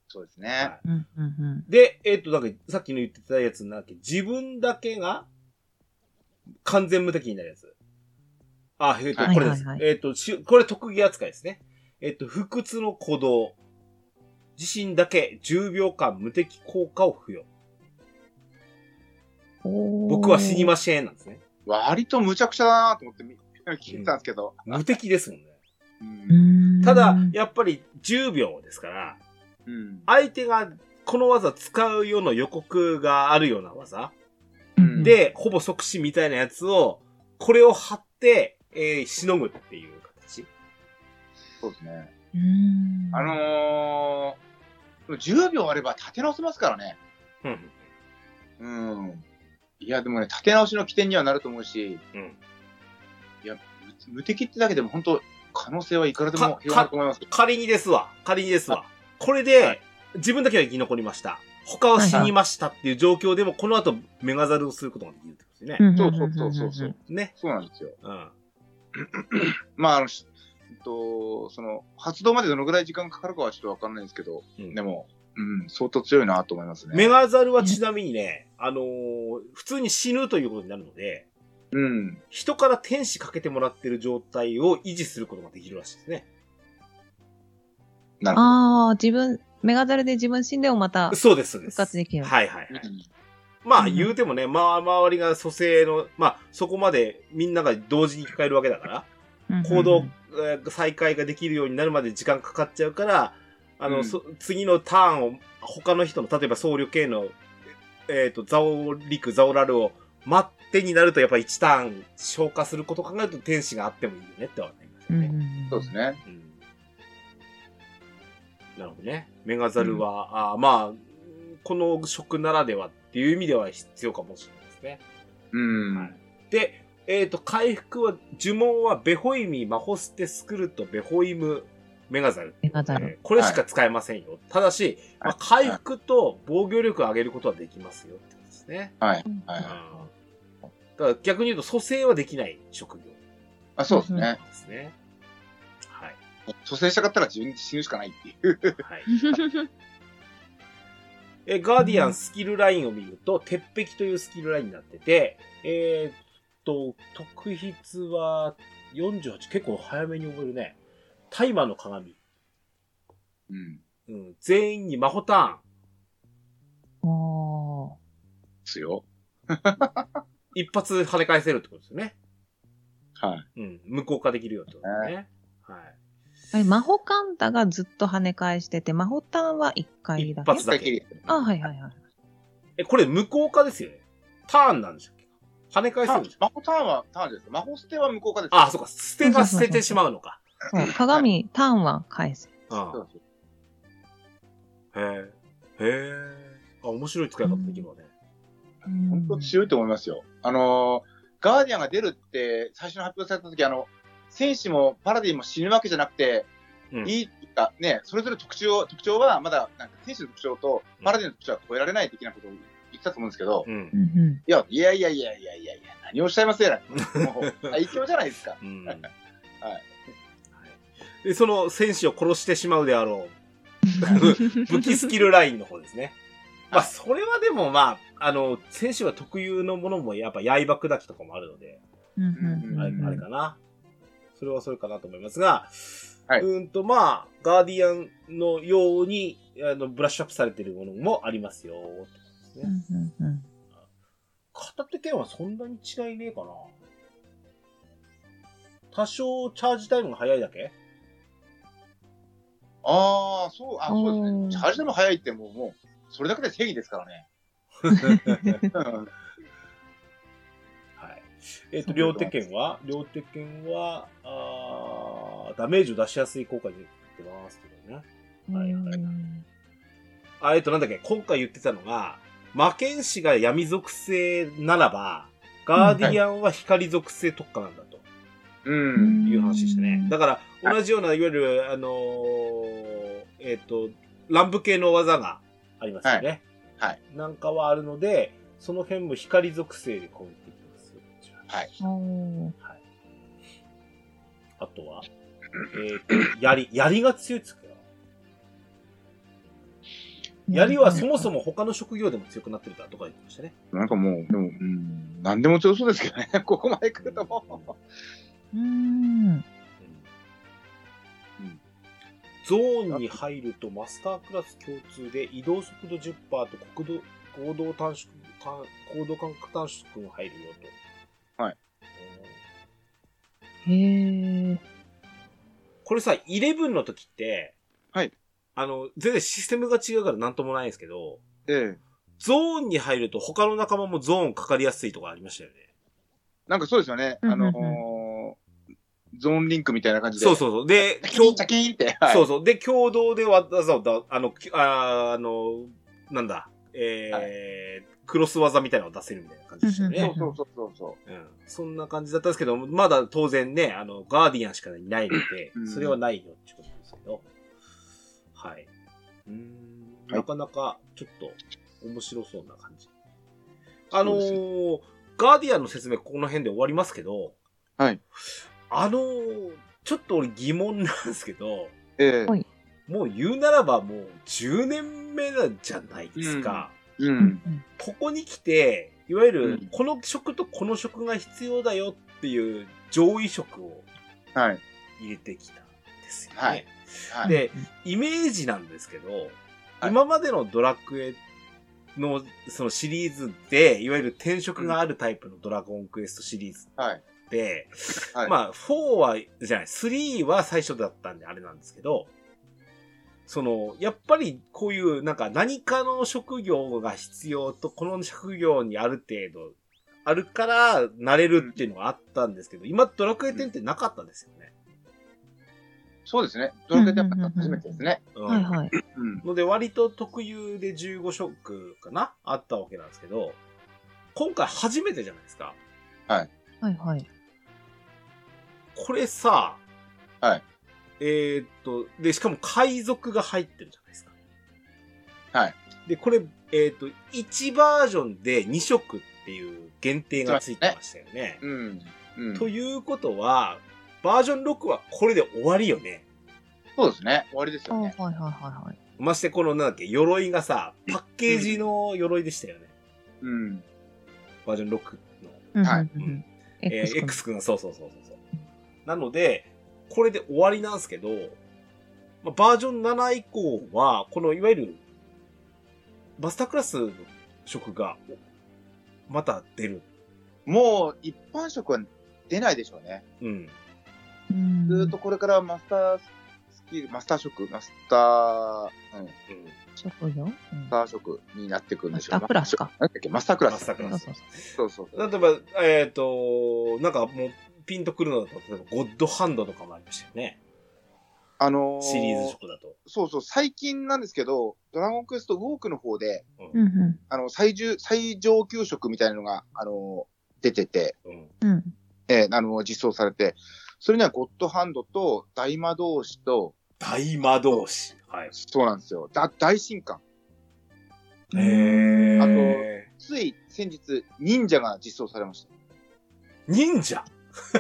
そうですはね。いうんうんうん。で、えっ、と、なんか、さっきの言ってたやつなんだっけ、自分だけが、完全無敵になるやつ。あ、えっ、はと、いこれです。はいえっ、とし、これ特技扱いですね。えっ、と、不屈の鼓動。自身だけ10秒間無敵効果を付与。おー僕は死にましぇんなんですね。割と無茶苦茶だなと思ってみ聞いたんですけど。無敵ですもんね。う。うんーんただ、やっぱり10秒ですから、うん。相手がこの技使うような予告があるような技。うんで、ほぼ即死みたいなやつを、これを貼って、えー、しのぐっていう形。そうですね。うーんあのー、10秒あれば立て直せますからね。うん。うん。いや、でもね、立て直しの起点にはなると思うし、うん。いや、無無敵ってだけでも本当、可能性はいくらでもか広がると思いますけど。仮にですわ。仮にですわ。これで、はい自分だけは生き残りました。他は死にましたっていう状況でも、この後、メガザルをすることができるってことですね。そうそうそうそうそう。ね。そうなんですよ。うん。まあ、あの、しうんと、その、発動までどのぐらい時間かかるかはちょっとわかんないですけど、うんでも、うん、相当強いなと思いますメね。ガザルはちなみにね、あのー普通に死ぬということになるので、うん。人から天使かけてもらってる状態を維持することができるらしいですね。なるほど。ああ、自分、メガザルで自分死んでもまたそうです、そうで復す。活できる。はいはいはい。うんまあうん言うてもね、まあ周りが蘇生の、まあそこまでみんなが同時に抱えるわけだから、うんうんうん行動、えー再開ができるようになるまで時間かかっちゃうから、あの、うんそ次のターンを他の人の、例えば僧侶系の、えっ、と、ザオリク、ザオラルを待ってになると、やっぱ1ターン消化することを考えると天使があってもいいよねってわかりますうよんね。うんそうですね。うんなるほどね。メガザルは、あーまあ、この職ならではっていう意味では必要かもしれないですね。うん。はいで、えっ、と、回復は、呪文は、ベホイミ、マホステ、スクルト、ベホイム、メガザル。メガザル。えーこれしか使えませんよ。ただし、まあ、回復と防御力を上げることはできますよってことですね。はい。うんはい。だから逆に言うと、蘇生はできない職業あ、そうですね。ですね。はい。蘇生したかったら自分で死ぬしかないっていう。はい。えーガーディアンスキルラインを見ると、鉄壁というスキルラインになってて、えーっと、特筆は48、結構早めに覚えるね。タイマーの鏡。うん。うん、全員にマホタおーですよ。ーン。一発跳ね返せるってことですよね。はい。うん、無効化できるよってことですね。はい。あれ、マホカンタがずっと跳ね返してて、マホタンは一回だけ。一発一回きり。あ、はいはいはい。え、これ無効化ですよね。ターンなんでしたっけ跳ね返せターるんンでしょ魔法ターンはターンじゃないですか。魔法捨ては無効化です。ああ、そうか。捨てが捨ててしまうのか。そう鏡、ターンは返す。うんそ。うそう。へえ。へえ。あ、面白い使い方できるわね。本当強いと思いますよ。あのー、ガーディアンが出るって最初に発表された時、あの、戦士もパラディンも死ぬわけじゃなくて、うんいいか、ね、それぞれ特徴を、特徴はまだ、なんか、選手の特徴と、パラディンの特徴は超えられない的なことを言ってたと思うんですけど、うんう。んいや、いやいやいやいやいやいや、何をおっしゃいますやら、も う、最強じゃないですか。うんはいでその戦士を殺してしまうであろう 武器スキルラインの方ですね。まあ、それはでもまあ、あの、戦士は特有のものもやっぱ刃砕きとかもあるので、うんうんうんあれあれかな。それはそれかなと思いますが、はいうーんとまあ、ガーディアンのようにあのブラッシュアップされているものもありますよってことですうね。んうんうん片手剣はそんなに違いねえかな。多少チャージタイムが早いだ けああ、そう、あ、そうですうんね。チャージでも早いって、もう、もう、それだけで正義ですからね。うんはい。えっ、そと、ういう両こと手剣は両手剣は、あーダメージを出しやすい効果になってますけどね。はいはいあ、えっ、と、なんだっけ、今回言ってたのが、魔剣士が闇属性ならば、ガーディアンは光属性特化なんだとうん。いう話でしたね。だから、はい同じような、いわゆる、あのーえっ、と、乱舞系の技がありますよね。はいはなんかはあるので、その辺も光属性で攻撃できますよ。はい。おーあとは、えっ、と、槍、槍が強いっつうかな。槍はそもそも他の職業でも強くなってるからとか言ってましたね。なんかもう、でも、うん、なんでも強そうですけどね。 ここまで来るともう。うんうんゾーンに入るとマスタークラス共通で移動速度10%と国土行動短縮短行動間隔短縮が入るよと。はいへうえ。ん。これさ、11の時って、はい。あの、全然システムが違うからなんともないんですけど、ええ。ゾーンに入ると他の仲間もゾーンかかりやすいとかありましたよね。なんかそうですよね。うんあうんうんのー、ゾーンリンクみたいな感じで。そうそうそう。で、チャキー今日ン、チャキーンって。はいそうそう。で、共同でわざわざ、あの、きあーあの、なんだ、えークロス技みたいなのを出せるみたいな感じでしたよね。そうそうそうそうそうんそんな感じだったんですけど、まだ当然ね、あの、ガーディアンしかいないのでう、んそれはないよってことですけど、はい。うーん、はいなかなかちょっと面白そうな感じ。あのそうですーガーディアンの説明この辺で終わりますけど、はい。あのーちょっと俺疑問なんですけど、う。ええはいもう言うならばもう10年目なんじゃないですか。うん。ここに来て、いわゆうるん、この職とこの職が必要だよっていう上位職をはい。入れてきたんですよね。はいはい。で、イメージなんですけど、はい今までのドラクエのそのシリーズで、いわゆる転職があるタイプのドラゴンクエストシリーズはい。って、はいまあ、4は、じゃない、3は最初だったんであれなんですけど、その、やっぱりこういう、なんか何かの職業が必要と、この職業にある程度、あるから、なれるっていうのがあったんですけど、今、ドラクエ10ってなかったですよね。そうですね。ドラクエってやっぱ初めてですね。うんはいはい。うん。ので、割と特有で15ショックかなあったわけなんですけど、今回初めてじゃないですか。はいはい。これさ、はい。えーっと、で、しかも海賊が入ってるじゃないですか。はい。で、これ、えーっと、1バージョンで2色っていう限定がついてましたよね。うん。うん。ということは、バージョン6はこれで終わりよね。そうですね。終わりですあよはいね。はいはいはい。ましてこのなんだっけ、鎧がさ、パッケージの鎧でしたよね。うん。バージョン6の。うんはいうんうんうんえ X ー、君 X 君、 そうそうそうそうそう。なので、これで終わりなんですけど、まあ、バージョン7以降は、このいわゆる、マスタークラスの職が、おまた出る。もう、一般職は出ないでしょうね。うん。うんずーっとこれからマスタースキル、マスター職、マスター、うん、マ職業うんスター職になってくるんでしょうマスタークラスか。なんだっけ、マスタークマラスス。タークラスそう。そうそう。例えば、えっ、と、なんかもう、ピンとくるのだと、例えば、ゴッドハンドとかもありましたよね。あのー、シリーズ職だと。そうそう、最近なんですけど、ドラゴンクエストウォークの方で、うんうあの、最重、最上級職みたいなのが、あのー、出てて、うん。んうん。えーあのー、実装されて、それにはゴッドハンドと大魔導士と、大魔導士。はい。そうなんですよ、だ大神官。へーあつい先日、忍者が実装されまし忍者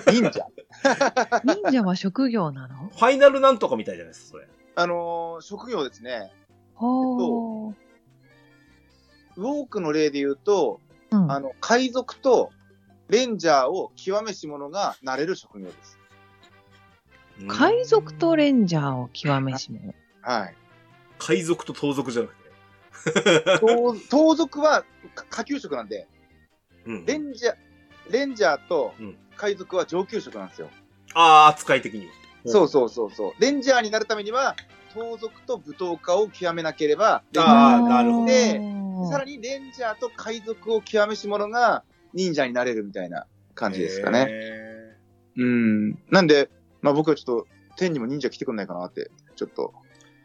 た。忍者。 忍者は職業なフのァイナルなんとかみたいじゃないですか、それ。あのー職業ですね、ほー。ウォークの例で言うと、うんあの、海賊とレンジャーを極めし者がなれる職業です。海賊とレンジャーを極めしめる。はい。海賊と盗賊じゃなくて。盗 盗賊はか下級職なんで、うんレンジャー、レンジャーとうん海賊は上級職なんですよ。ああ、扱い的に。そうそうそうそう。レンジャーになるためには、盗賊と武闘家を極めなければ、レンジャあーーなるほどでほさらにレンジャーと海賊を極めし者が忍者になれるみたいな感じですかね。ね。うん。なんで、まあ僕はちょっと、天にも忍者来てくんないかなって、ちょっと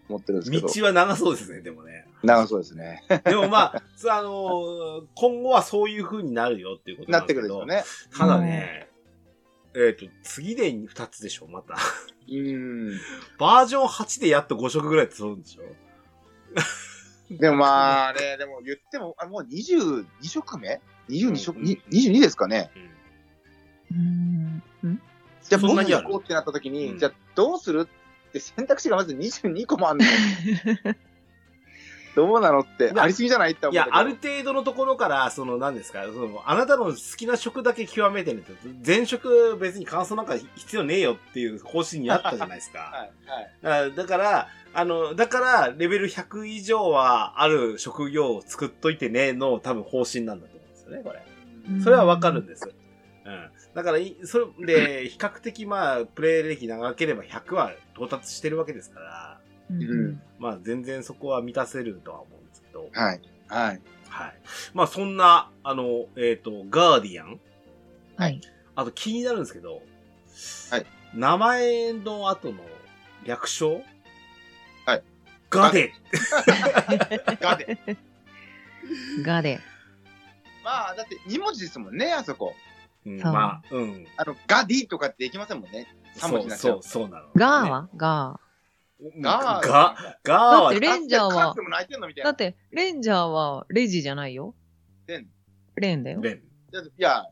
思ってるんですけど。道は長そうですね、でもね。 長そうですね。でもまあ、そうあのー今後はそういう風になるよっていうことななっんてでくするでしょけど。うね。ただね、えっ、と、次で2つでしょ、また。 うん。バージョン8でやっと5色ぐらい取るんでしょでもまあね、でも言っても、あもう22色目 ?22 色、うんに22ですかね。うん。うん。うんじゃあそんな僕ににあ行るこうってなった時に、うんじゃあどうするって選択肢がまず22個も あんの。どうなのってい、やありすぎじゃないって思いったやけ、どある程度のところから、その、何ですか、その、あなたの好きな食だけ極めてねと、全食別に感想なんか必要ねえよっていう方針にあったじゃないです か。はい、はい。あだから、あの、だから、レベル100以上はある職業を作っといてねの、多分方針なんだと思うんですよね、これ。それはわかるんです。うん。だからい、それで、比較的まあ、プレイ歴長ければ100は到達してるわけですから、うんうんまあ、全然そこは満たせるとは思うんですけど。はい。はい。はい。まあそんな、あの、えっ、と、ガーディアン。はい。あと気になるんですけど、はい。名前の後の略称はい。ガデ。ガデ。がで。まあ、だって2文字ですもんね、あそこ。うん、そうまあ、うん。あの、ガディとかってできませんもんね。3そ文字うになっちゃそうう、。そうなの、ね。ガーはガガー。ガガーだっはて、レンジャーはあカツも泣いてんのみたー。いだなっ。て、レンジャーはレジじゃないよ。レンレンだよ。レン。だっていや、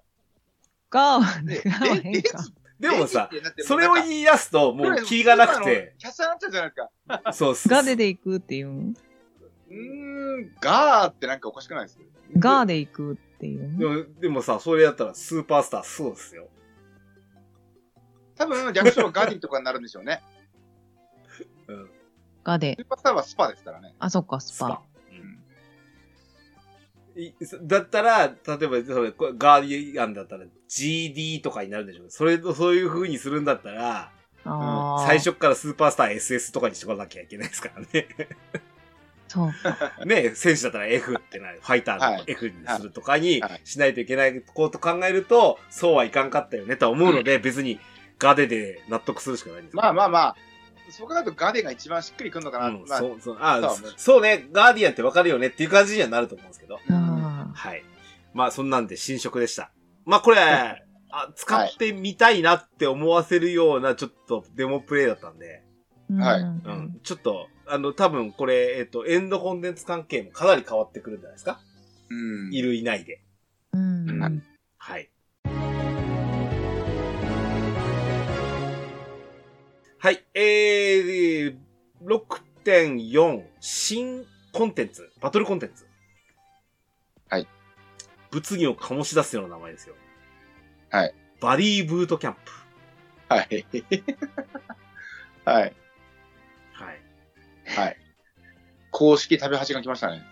ガーは、ねガーは変か。でもさ、、レンジってそれをだって言い出すと、もなんうか気がなくて。。キャスターになっちゃうじゃないですか。そうすガでで行くっていうん。うーん、ガーってなんかおかしくないですガーで行くっていでう。も、でもさ、それやったらスーパースター、そうですよ。多分、略称はガディとかになるんでしょうね。うん。ガでス。ーパースターはスパですからね。あ、そっか、ススパパ。。うんいだったら、例えば、それこれガーディアンだったら GD とかになるんでしょそれと、そういう風にするんだったら、ああ。最。初からスーパースター SS とかにしてこなきゃいけないですからね。そう。ね、選手だったら F ってなる、ファイターはのい F にするとかにはいしないといけないこと考えると、そうはいかんかったよねとは思うので、別にガデで納得するしかないんですまあまあ、あまあ、そう考えるとガディが一番しっくりくるのかな。うん、まあそう、そう、あそうそうそうね、ガーディアンってわかるよねっていう感じにはなると思うんですけど。うんあはい。まあ、そんなんで新色でした。まあ、これ、あ使ってみたいなって思わせるような、ちょっとデモプレイだったんで、あ。はいうんうん、ちょっと、あの、多分これ、えっと、エンドコンテンツ関係もかなり変わってくるんじゃないですか、うんいるいないで。うん。うんはい。はい、えー、6.4、新コンテンツ、バトルコンテンツ。はい。物議を醸し出すような名前ですよ。はい。バリーブートキャンプ。はい。 はい。はい。はい。公式食べ始が来ましたね。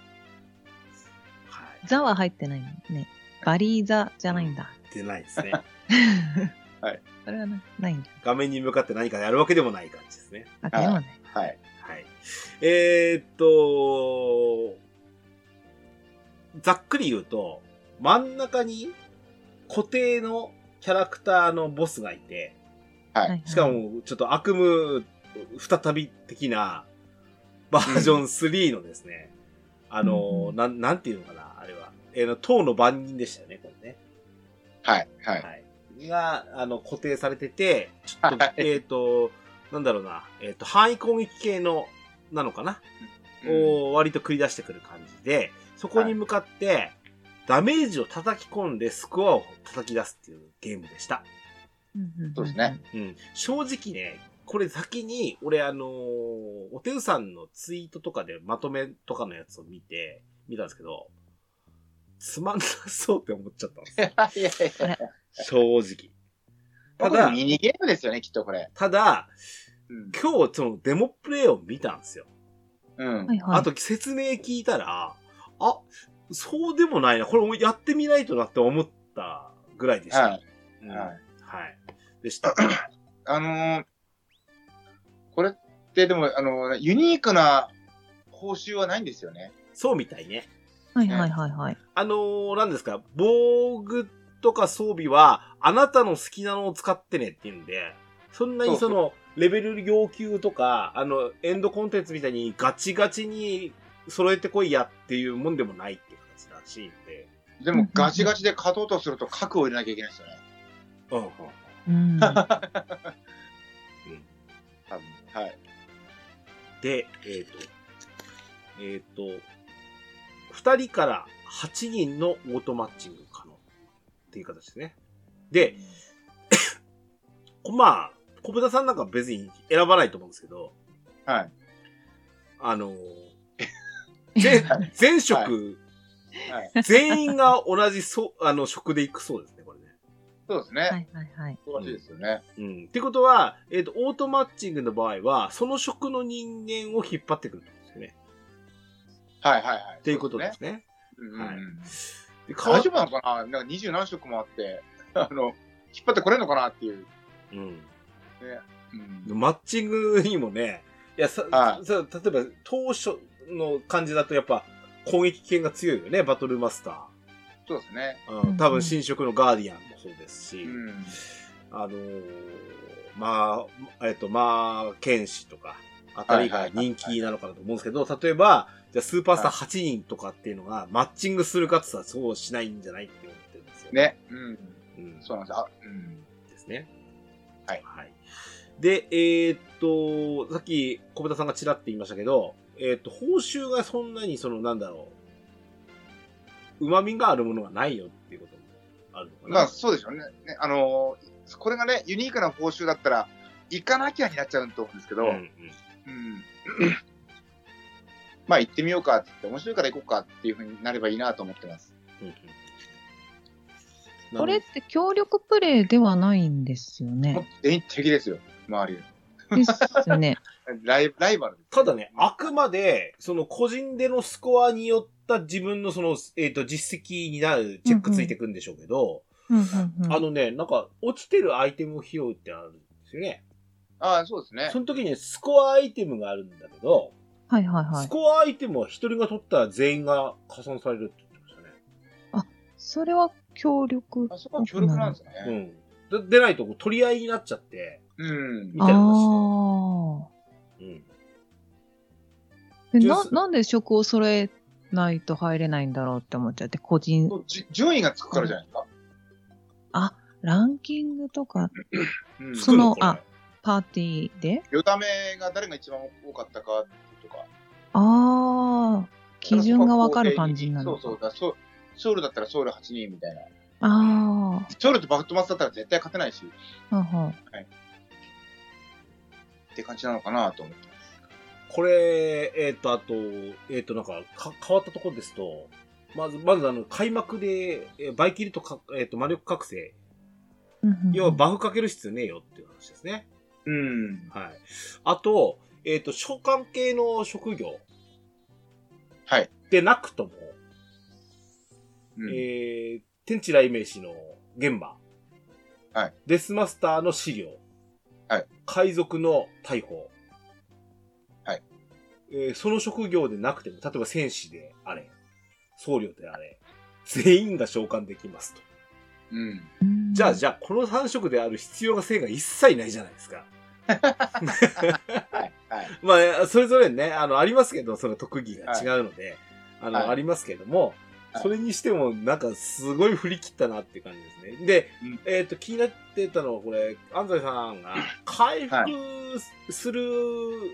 はい。ザは入ってないのね。バリーザじゃないんだ。出ないです ね。はい。 それはなないんだ。画面に向かって何かやるわけでもない感じですね。あ、ではね。はい。はい。えー、っと、ざっくり言うと、真ん中に固定のキャラクターのボスがいて、はいはいしか。もちょっと悪夢再び的なバージョン3のですね、あの、うんなん、なんていうのかな、あれは。えー、党の番人でしたよね、これね。はい。はい。はい。が、あの、固定されてて、ちょっと、はいえっ、と、なんだろうな、えっ、と、範囲攻撃系の、なのかな、うんを割と繰り出してくる感じで、そこに向かって、ダメージを叩き込んでスコアを叩き出すっていうゲームでした。そうですね。うん。正直ね、これ先に、俺あのーおてうさんのツイートとかでまとめとかのやつを見て、見たんですけど、つまんなそうって思っちゃったんですいよやいやいや 正直。たただだ、ミニゲームですよね、きっとこれ。ただ、うん。今日そのデモプレイを見たんですよ。うんは。いはい。あと説明聞いたら、あ、そうでもないな。これやってみないとなって思ったぐらいでした。はいうんははいい。でした。 あのー、これってでも、あのー、ユニークな報酬はないんですよね。そうみたいね。はいはいはいはい。あのー、何ですか、防具とか装備は、あなたの好きなのを使ってねっていうんで、そんなにその、レベル要求とか、あの、エンドコンテンツみたいにガチガチに揃えてこいやっていうもんでもないっていう形らしいんで。でうんうんもうん、ガチガチで勝とうとすると核を入れなきゃいけないですよね。うんうん。 うん。は多分。はい。で、えっ、と、えっ、と、2人から8人のオートマッチング可能っていう形ですね。で、 まあ、小豚さんなんか別に選ばないと思うんですけど、はい。あ のー、全、全職、はい。全員が同じそ、 あの、職で行くそうですね、これね。そうですいはね。いはい。そうらしいですよね。うん。ってことは、えっ、と、オートマッチングの場合は、その職の人間を引っ張ってくるってことですよね。はいはいはい。っていうことですね。そうですね。うんうんうんでかわ大丈夫なのかななんか二十何色もあって、 あの、引っ張ってこれんのかなっていう。うん。うんマッチングにもね、いや、さ、はいさ例えば当初の感じだとやっぱ攻撃系が強いよね、バトルマスタそうですね。ー。うん、多分新色のガーディアンもそうですし、うん。あのーまあ、えっと、まあ、剣士とか、あたりが人気なのかなと思うんですけど、例えば、じゃあスーパースター8人とかっていうのが、マッチングするかって言ったらそうしないんじゃないって思ってるんですよ。。ね。うん。うん。そうなんです。あ、うん。ですね。はいで、えーっと、さっき小豚さんがちらって言いましたけど、えーっと、報酬がそんなに、その、なんだろう、旨味があるものはないよっていうこともあるのかな。まあ、そうでしょうね。ねあのーこれがね、ユニークな報酬だったら、行かなきゃになっちゃうと思うん ですけど、うんううんん、まあ、行ってみようかって言って、面白いから行こうかっていうふうになればいいなと思ってます。うんうん これって協力プレイではないんですよもうね。全員敵ですよ、周り。ですよね。ライライバルですただね、あくまで、その個人でのスコアによった自分のその、えっ、と、実績になるチェックついてくんでしょうけど、 うんうんうんあのね、なんか、落ちてるアイテム費用ってあるんですよね。ああ、そうですねそ。の時にスコアアイテムがあるんだけど、はいはいはスい。コアアイテムは一人が取ったら全員が加算されるって言ってましそれは協力。あそこは協力なんですたね。ね。うん。ででないと、取り合いになっちゃって、うんみ。あたいな話あで。うん。ー。でジューなス、なんで職を揃えないと入れないんだろうって思っちゃって、個人、じ順位がつくからじゃないですか。ランキングとか、うん。その作るこれパーティーでよためが誰が一番多かったかとか。ああ、基準がわかる感じになるそう。そうだソ。ソウルだったらソウル8人みたいな。あソウルとバフトマスだったら絶対勝てないし、あ、はんはんって感じなのかなと思って。これ、えっ、と、あと、えっ、と、なんかか、変わったところですと、まず、まず、あの、開幕で、えーバイキリとか、えっ、と、魔力覚醒。うんうんうん要は、バフかける必要ねえよっていう話ですね。うん。はい。あと、えっ、と、召喚系の職業はい。でなくとも、うんえー、天地雷鳴士の現場。はい。デスマスターの資料。はい。海賊の大砲。はい。えー、その職業でなくても、例えば戦士であれ、僧侶であれ、全員が召喚できますと。うん。うんじゃあ、じゃあ、この3色である必要が性が一切ないじゃないですか。はい。はい。まあ、それぞれね、あの、ありますけど、その特技が違うので、あの、はいありますけども、はいそれにしても、なんか、すごい振り切ったなっていう感じですね。で、うんえっ、と、気になってたのは、これ、安西さんが、回復する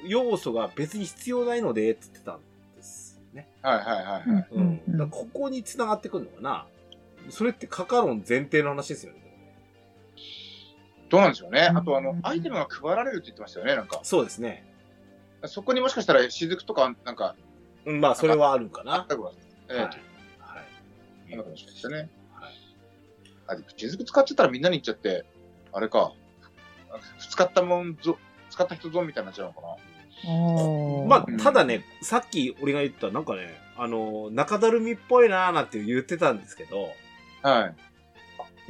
要素が別に必要ないので、って言ってたんですよね。はい。はい。はういんはい。ううんん。だうからんここに繋がってくるのかなそれって、カカロン前提の話ですよね。どうなんでしょうね。うんあと、あの、アイテムが配られるって言ってましたよね、なんか。そうですね。そこにもしかしたら雫とか、なんか、うんまあ、それはあるんかあっな。たかもええはい。あのかもしれないですよね。はいあ、でも雫使っちゃったらみんなに言っちゃって、あれか。あ使ったもんぞ、使った人ぞみたいになっちゃうのかな。おーまうんあ、ただね、さっき俺が言った、なんかね、あの、中だるみっぽいなーなんて言ってたんですけど、はい。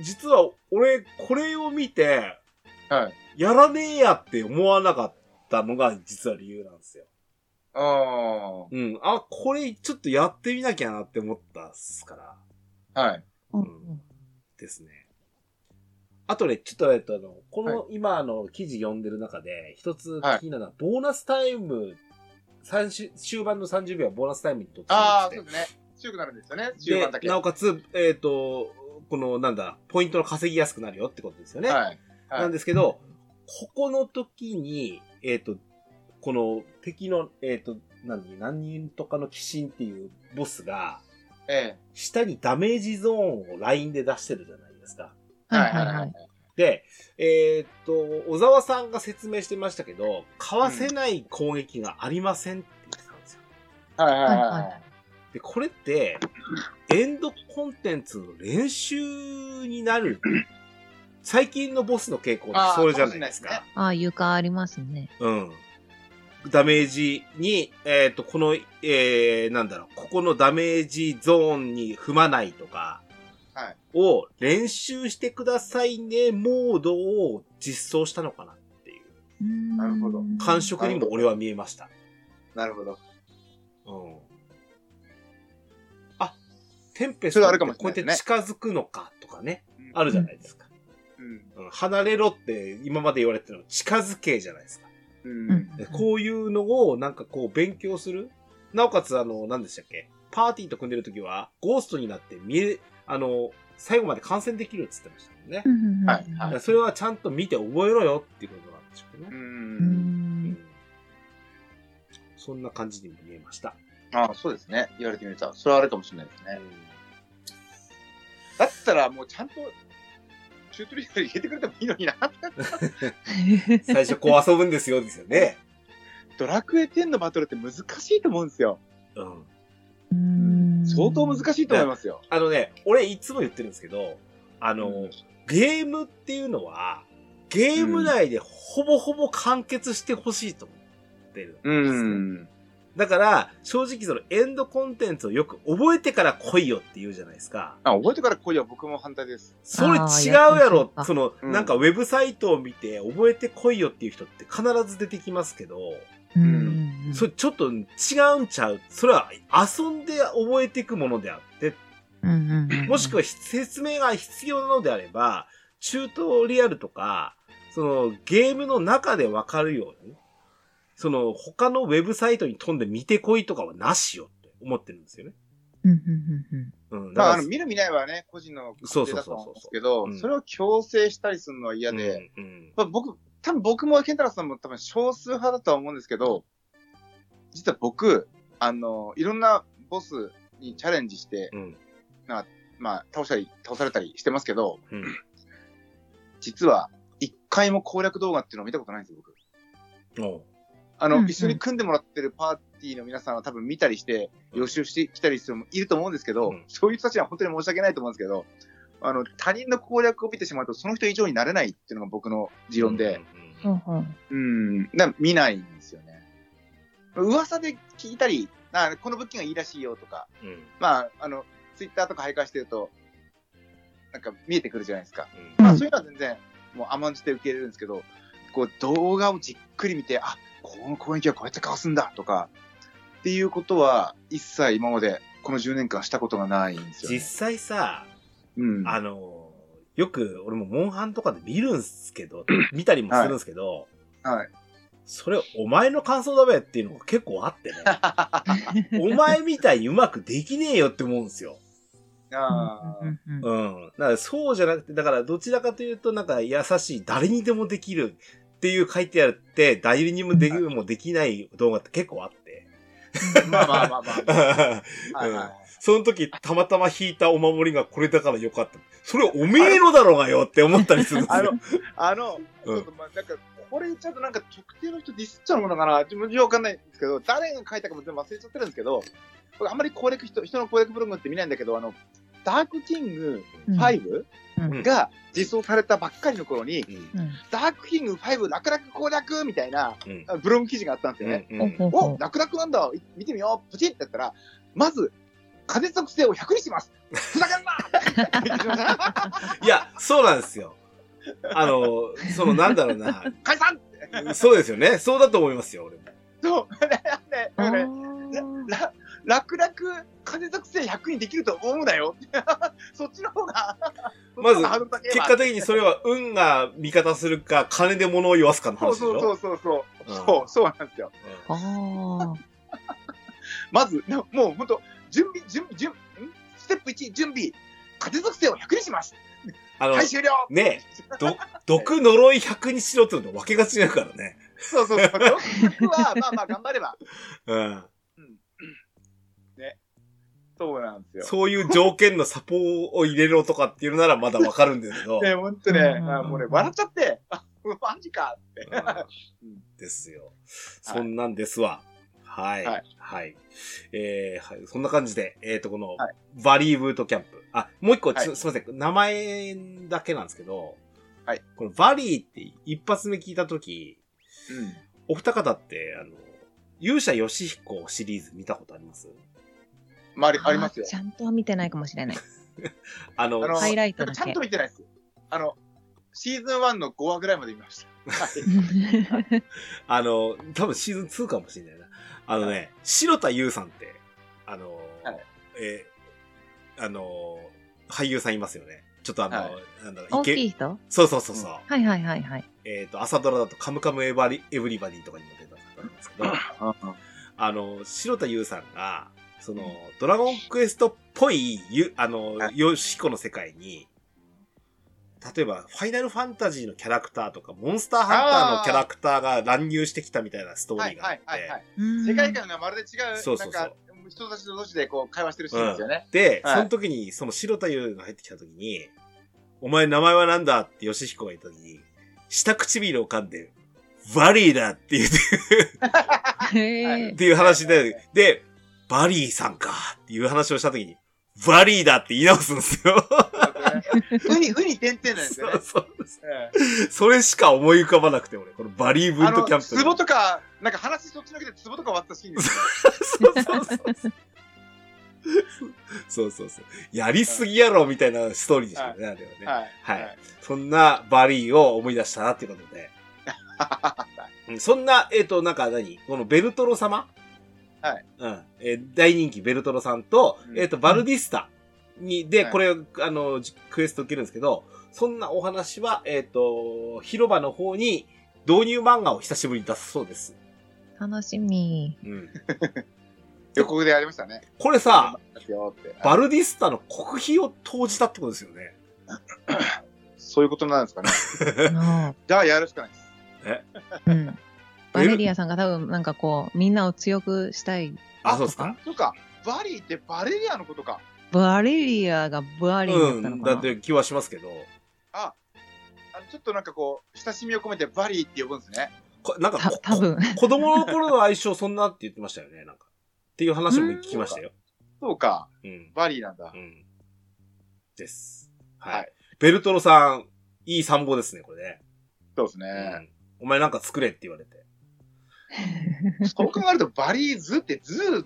実は俺、これを見て、はい。やらねえやって思わなかったのが実は理由なんですよ。あうん。あ、これちょっとやってみなきゃなって思ったっすから、あ。はい。うんうんですね。あとね、ちょっとえっと、あの、この、今あの記事読んでる中で、一つ気になるのは、ボーナスタイム、三週終盤の30秒はボーナスタイムにとってああ、そうですね。強くなるんですよね、中盤だで、け。なはおかつ、えっ、と、この、なんだ、ポイントの稼ぎやすくなるよってことですよね。い。はい。なんですけど、ここの時に、えっ、と、この敵の、えっ、と、何、何人とかの鬼神っていうボスが、え下にダメージゾーンをラインで出してるじゃないですか。え。はいはいはい。。で、えっ、と、小沢さんが説明してましたけど、かわせない攻撃がありませんって言ってたんですよ。はいはいはいは。はいで、これって、エンドコンテンツの練習になる、最近のボスの傾向ってあーそれじゃないですかか。ああ、床ありますね。うん。ダメージに、えっ、と、この、えー、なんだろう、ここのダメージゾーンに踏まないとか、はいを練習してくださいね、モードを実装したのかなっていう、なるほど感触にも俺は見えました。なるほど。うん。あ、テンペスそれトあってるこかうもしれなやいっでてすね近づくのかとかね、あるじゃないですか。うん。うん離れろって今まで言われてたのは近づけじゃないですか。うん。でこういうのをなんかこう勉強するなおかつ、あの、何でしたっけパーティーと組んでる時は、ゴーストになって見え、あの、最後まで観戦できるって言ってましたもんね。うんはいはだかいらそれはちゃんと見て覚えろよっていうことなんでしょうけどう。ね。うんんそんな感じにも見えました。ああ、そうですね。言われてみれば。それはあるかもしれないですね。だったら、もうちゃんと、チュートリアル入れてくれてもいいのにな。最初こう遊ぶんですよ、ですよね。ドラクエ10のバトルって難しいと思うんですよ。うん。 うん相当難しいと思いますよ。あのね、俺いつも言ってるんですけど、あの、うんゲームっていうのは、ゲーム内でほぼほぼ完結してほしいと思ってるんですね、うん。だから、正直そのエンドコンテンツをよく覚えてから来いよって言うじゃないですか。あ、覚えてから来いよ。僕も反対です。それあー違うややろってみそうかその、うんなんかウェブサイトを見て覚えて来いよっていう人って必ず出てきますけど、うんそれちょっと違うんちゃうそれは遊んで覚えていくものであって、うんうんもしくは説明が必要なのであれば、チュートリアルとか、そのゲームの中でわかるように、その他のウェブサイトに飛んで見てこいとかはなしよって思ってるんですよね。うんうんうんうんうん。まあ、あらの、見る見ないはね、個人のそう勝そ手うだそとうそう思うんですけどうん、それを強制したりするのは嫌で、うんうんまあ、僕、多分僕も健太郎さんも多分少数派だとは思うんですけど、実は僕、あの、いろんなボスにチャレンジして、うんまあ、倒したり、倒されたりしてますけど、うん実は、一回も攻略動画っていうのを見たことないんですよ、僕。おうあうの、んうん一緒に組んでもらってるパーティーの皆さんは多分見たりして、予習してきたりする人もいると思うんですけど、うんそういう人たちには本当に申し訳ないと思うんですけど、あの、他人の攻略を見てしまうと、その人以上になれないっていうのが僕の持論で、うんうんうんほうほううん、な見ないんですよね。噂で聞いたり、あこの物件がいいらしいよとか、うんまあ、あの、ツイッターとか徘徊してると、なんか見えてくるじゃないですか。うんまうあ、んそういうのは全然、もう甘んじて受け入れるんですけど、こう、動画をじっくり見て、あ、この攻撃はこうやってかわすんだとか、っていうことは、一切今まで、この10年間したことがないんですよ、実ね。際さ、うん。あの、よく俺もモンハンとかで見るんすけど、見たりもするんですけど、はい。それお前の感想だべっていうのが結構あってね、 お前みたいにうまくできねえよって思うんですよ。あうんうんうんうん。だからそうじゃなくて、だからどちらかというとなんか優しい、誰にでもできるっていう書いてあるって、誰にもできるもできない動画って結構あって。 ーまあまあまあまあ。はいはいはいその時、たまたま引いたお守りがこれだからよかった。それおめえのだろうがよって思ったりするんですあよの。、あの、ちうんょっとまあ、なんか、これちゃんとなんか特定の人ディスっちゃうのかな自分じゃわかんないんですけど、誰が書いたかも全部忘れちゃってるんですけど、僕あんまり攻略人、人の攻略ブログって見ないんだけど、あの、ダークキングうん5うんが実装されたばっかりの頃に、うんうんダークキング5楽々攻略みたいなうんあブログ記事があったんですよね。うほうんほうほお、楽々なんだい見てみようポチってやったら、まず、風属性を100にしますふざけんな いや、そうなんですよ。あの、そのなんだろうな。解散そうですよね。そうだと思いますよ、俺も。そう、だからね、うら楽々風属性100にできると思うなよ そっちの方がまそずっちの方がハードル高えわ結果的にそれは運が味方するか、金で物を言わすかのそう話でしそうょそうそうそううんそうそうなんですよあーまずなもう本当準備準備準備んステップ1準備風属性を100にしますあのは、い終了ねど、毒呪い100にしろってのと分けが違うからね。そうそうそう僕はまあまあ頑張ればうん。そうなんですよそういう条件のサポーを入れろとかっていうならまだ分かるんです けど。ね本当ねうんあもうね笑っちゃってあマジかってうんですよ。そんなんですわ。はい。ははいい。えーはい、そんな感じで、えっ、と、このは、バリーブートキャンプ。あ、もう一個、ちょはすいません。名前だけなんですけど、はい。このバリーって一発目聞いたとき、うんお二方って、あの、勇者ヨシヒコシリーズ見たことありますまあありありますよあーちゃんとは見てないかもしれない。あの、あのハイライでトもだちゃんけと。見てないですあのシーズン1の5話ぐらいまで見ましたはいあの、多分シーズン2かもしれないな。あのね、白田優さんって、あの、はいえーあの、俳優さんいますよね。ちょっとあの、はいなんだろう、大きいい人そうそうそうそう。はいはいはいはい。えっ、と、朝ドラだとカムカムエヴァリエヴリバディとかにも出た方なんですけど、あの、白田優さんが、その、ドラゴンクエストっぽい、ゆ、あの、はよしこの世界に、例えば、ファイナルファンタジーのキャラクターとか、モンスターハンターのキャラクターが乱入してきたみたいなストーはリいーがあはっいはいはて、い。うん世界観がまるで違う、そうそうそうなんか、人たちと同士でこう会話してるシーンですよね。で、はいその時に、その白田優が入ってきた時に、お前名前はなんだってヨシヒコが言った時に、下唇を噛んで、バリーだって言って、へっえ。ていう話はいはいはで、で、バリーさんかっていう話をした時に、バリーだって言い直すんですよ。 うに、うに点々なんですそよねう。そううんそれしか思い浮かばなくて、俺、このバリーブあートの、キャンプ。壺とか、なんか話そっちのけで壺とか割ったシーンですよ。そうそうそう。そうそうそう。やりすぎやろみたいなストーリーでしたよね、あれはね。 はい。はい。そんなバリーを思い出したなっていうことで。うんそんな、えっ、と、なんか何このベルトロ様はい。うん。えー大人気ベルトロさんと、うんえっ、と、バルディスタに、で、はいこれ、あの、じクエスト受けるんですけど、そんなお話は、えっ、と、広場の方に導入漫画を久しぶりに出すそうです。楽しみ。うん。予告でやりま したね。これさ、よってバルディスタの国費を投じたってことですよね。そういうことなんですかね。うんじゃあやるしかないです。うんバレリアさんが多分なんかこう、みんなを強くしたい。あ、そうですかそうか、バリーってバレリアのことか。バレリアがバうリーだったのん。かな、だって気はしますけど。あのちょっとなんかこう、親しみを込めてバリーって呼ぶんですね。こなんかたこ、多分子供の頃の相性そんなって言ってましたよね、なんか。っていう話も聞きましたよ。そうか、うん。バリーなんだう。ん。です。はい。はいベルトロさん、いい参謀ですね、これね。そうですうね。ん。お前なんか作れって言われて。そう考えると、バリーズってズー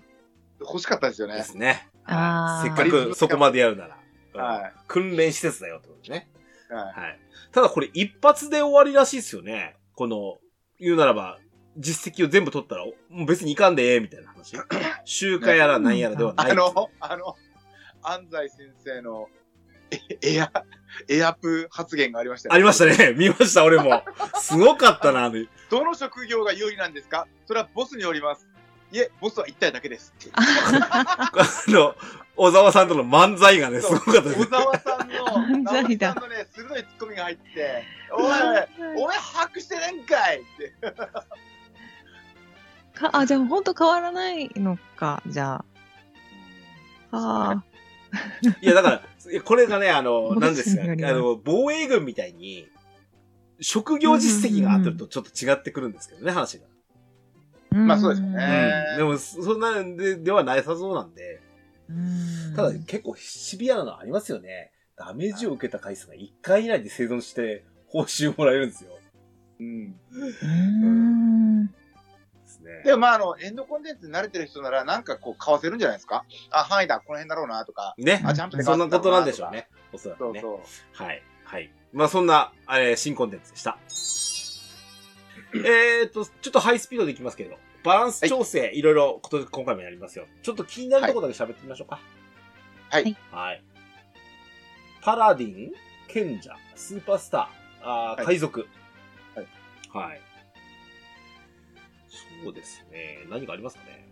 欲しかったですよでね。すね。あーせっかくそこまでやるなら。うんは訓練施設だよってことですね。い。はい。はい。ただこれ一発で終わりらしいですよね。この、言うならば、実績を全部取ったら、おもう別にいかんでええ、みたいな話。集会やら何やらではない。あの、あの、安西先生のエエア、エアプ発言がありましたよありました。ね。 見ました、俺も。すごかったな、あのどの職業が有利なんですかそれはボスによります。いえ、ボスは一体だけです。あの、小沢さんとの漫才がね、すそうごかったです小。沢さ んの、犯直罪美ださんのね、鋭いツッコミが入って、おい、お前把握してねんかいって。かあ、じゃあ本当変わらないのか、じゃあ。あいや、だからいや、これがね、あの、ボスなんですか、あによりますの、防衛軍みたいに、職業実績が当たるとちょっと違ってくるんですけどね、話が。あ。まあそうですようねへーん。でも、そんなんで、ではないさそうなんで、うんただ結構シビアなのありますよね。ダメージを受けた回数が1回以内で生存して報酬もらえるんですよ。うんうんですね。でもまあ、あの、エンドコンテンツに慣れてる人なら、なんかこう、買わせるんじゃないですかあ、範囲だ、この辺だろうな、とか。ね。あ、ジャンプでそ買んわなせたろことうなんなでしとょかう。ね。おそらそくうね。そう。はい。はい。まあそんな、えー新コンテンツでした。えっと、ちょっとハイスピードでいきますけど、バランス調整、い、ろいろこと今回もやりますよ。ちょっと気になるところだけ喋ってみましょうか。はいはい。はい。パラディン、賢者、スーパースター、あーはい海賊。はい。はい。そうですね。何がありますかね。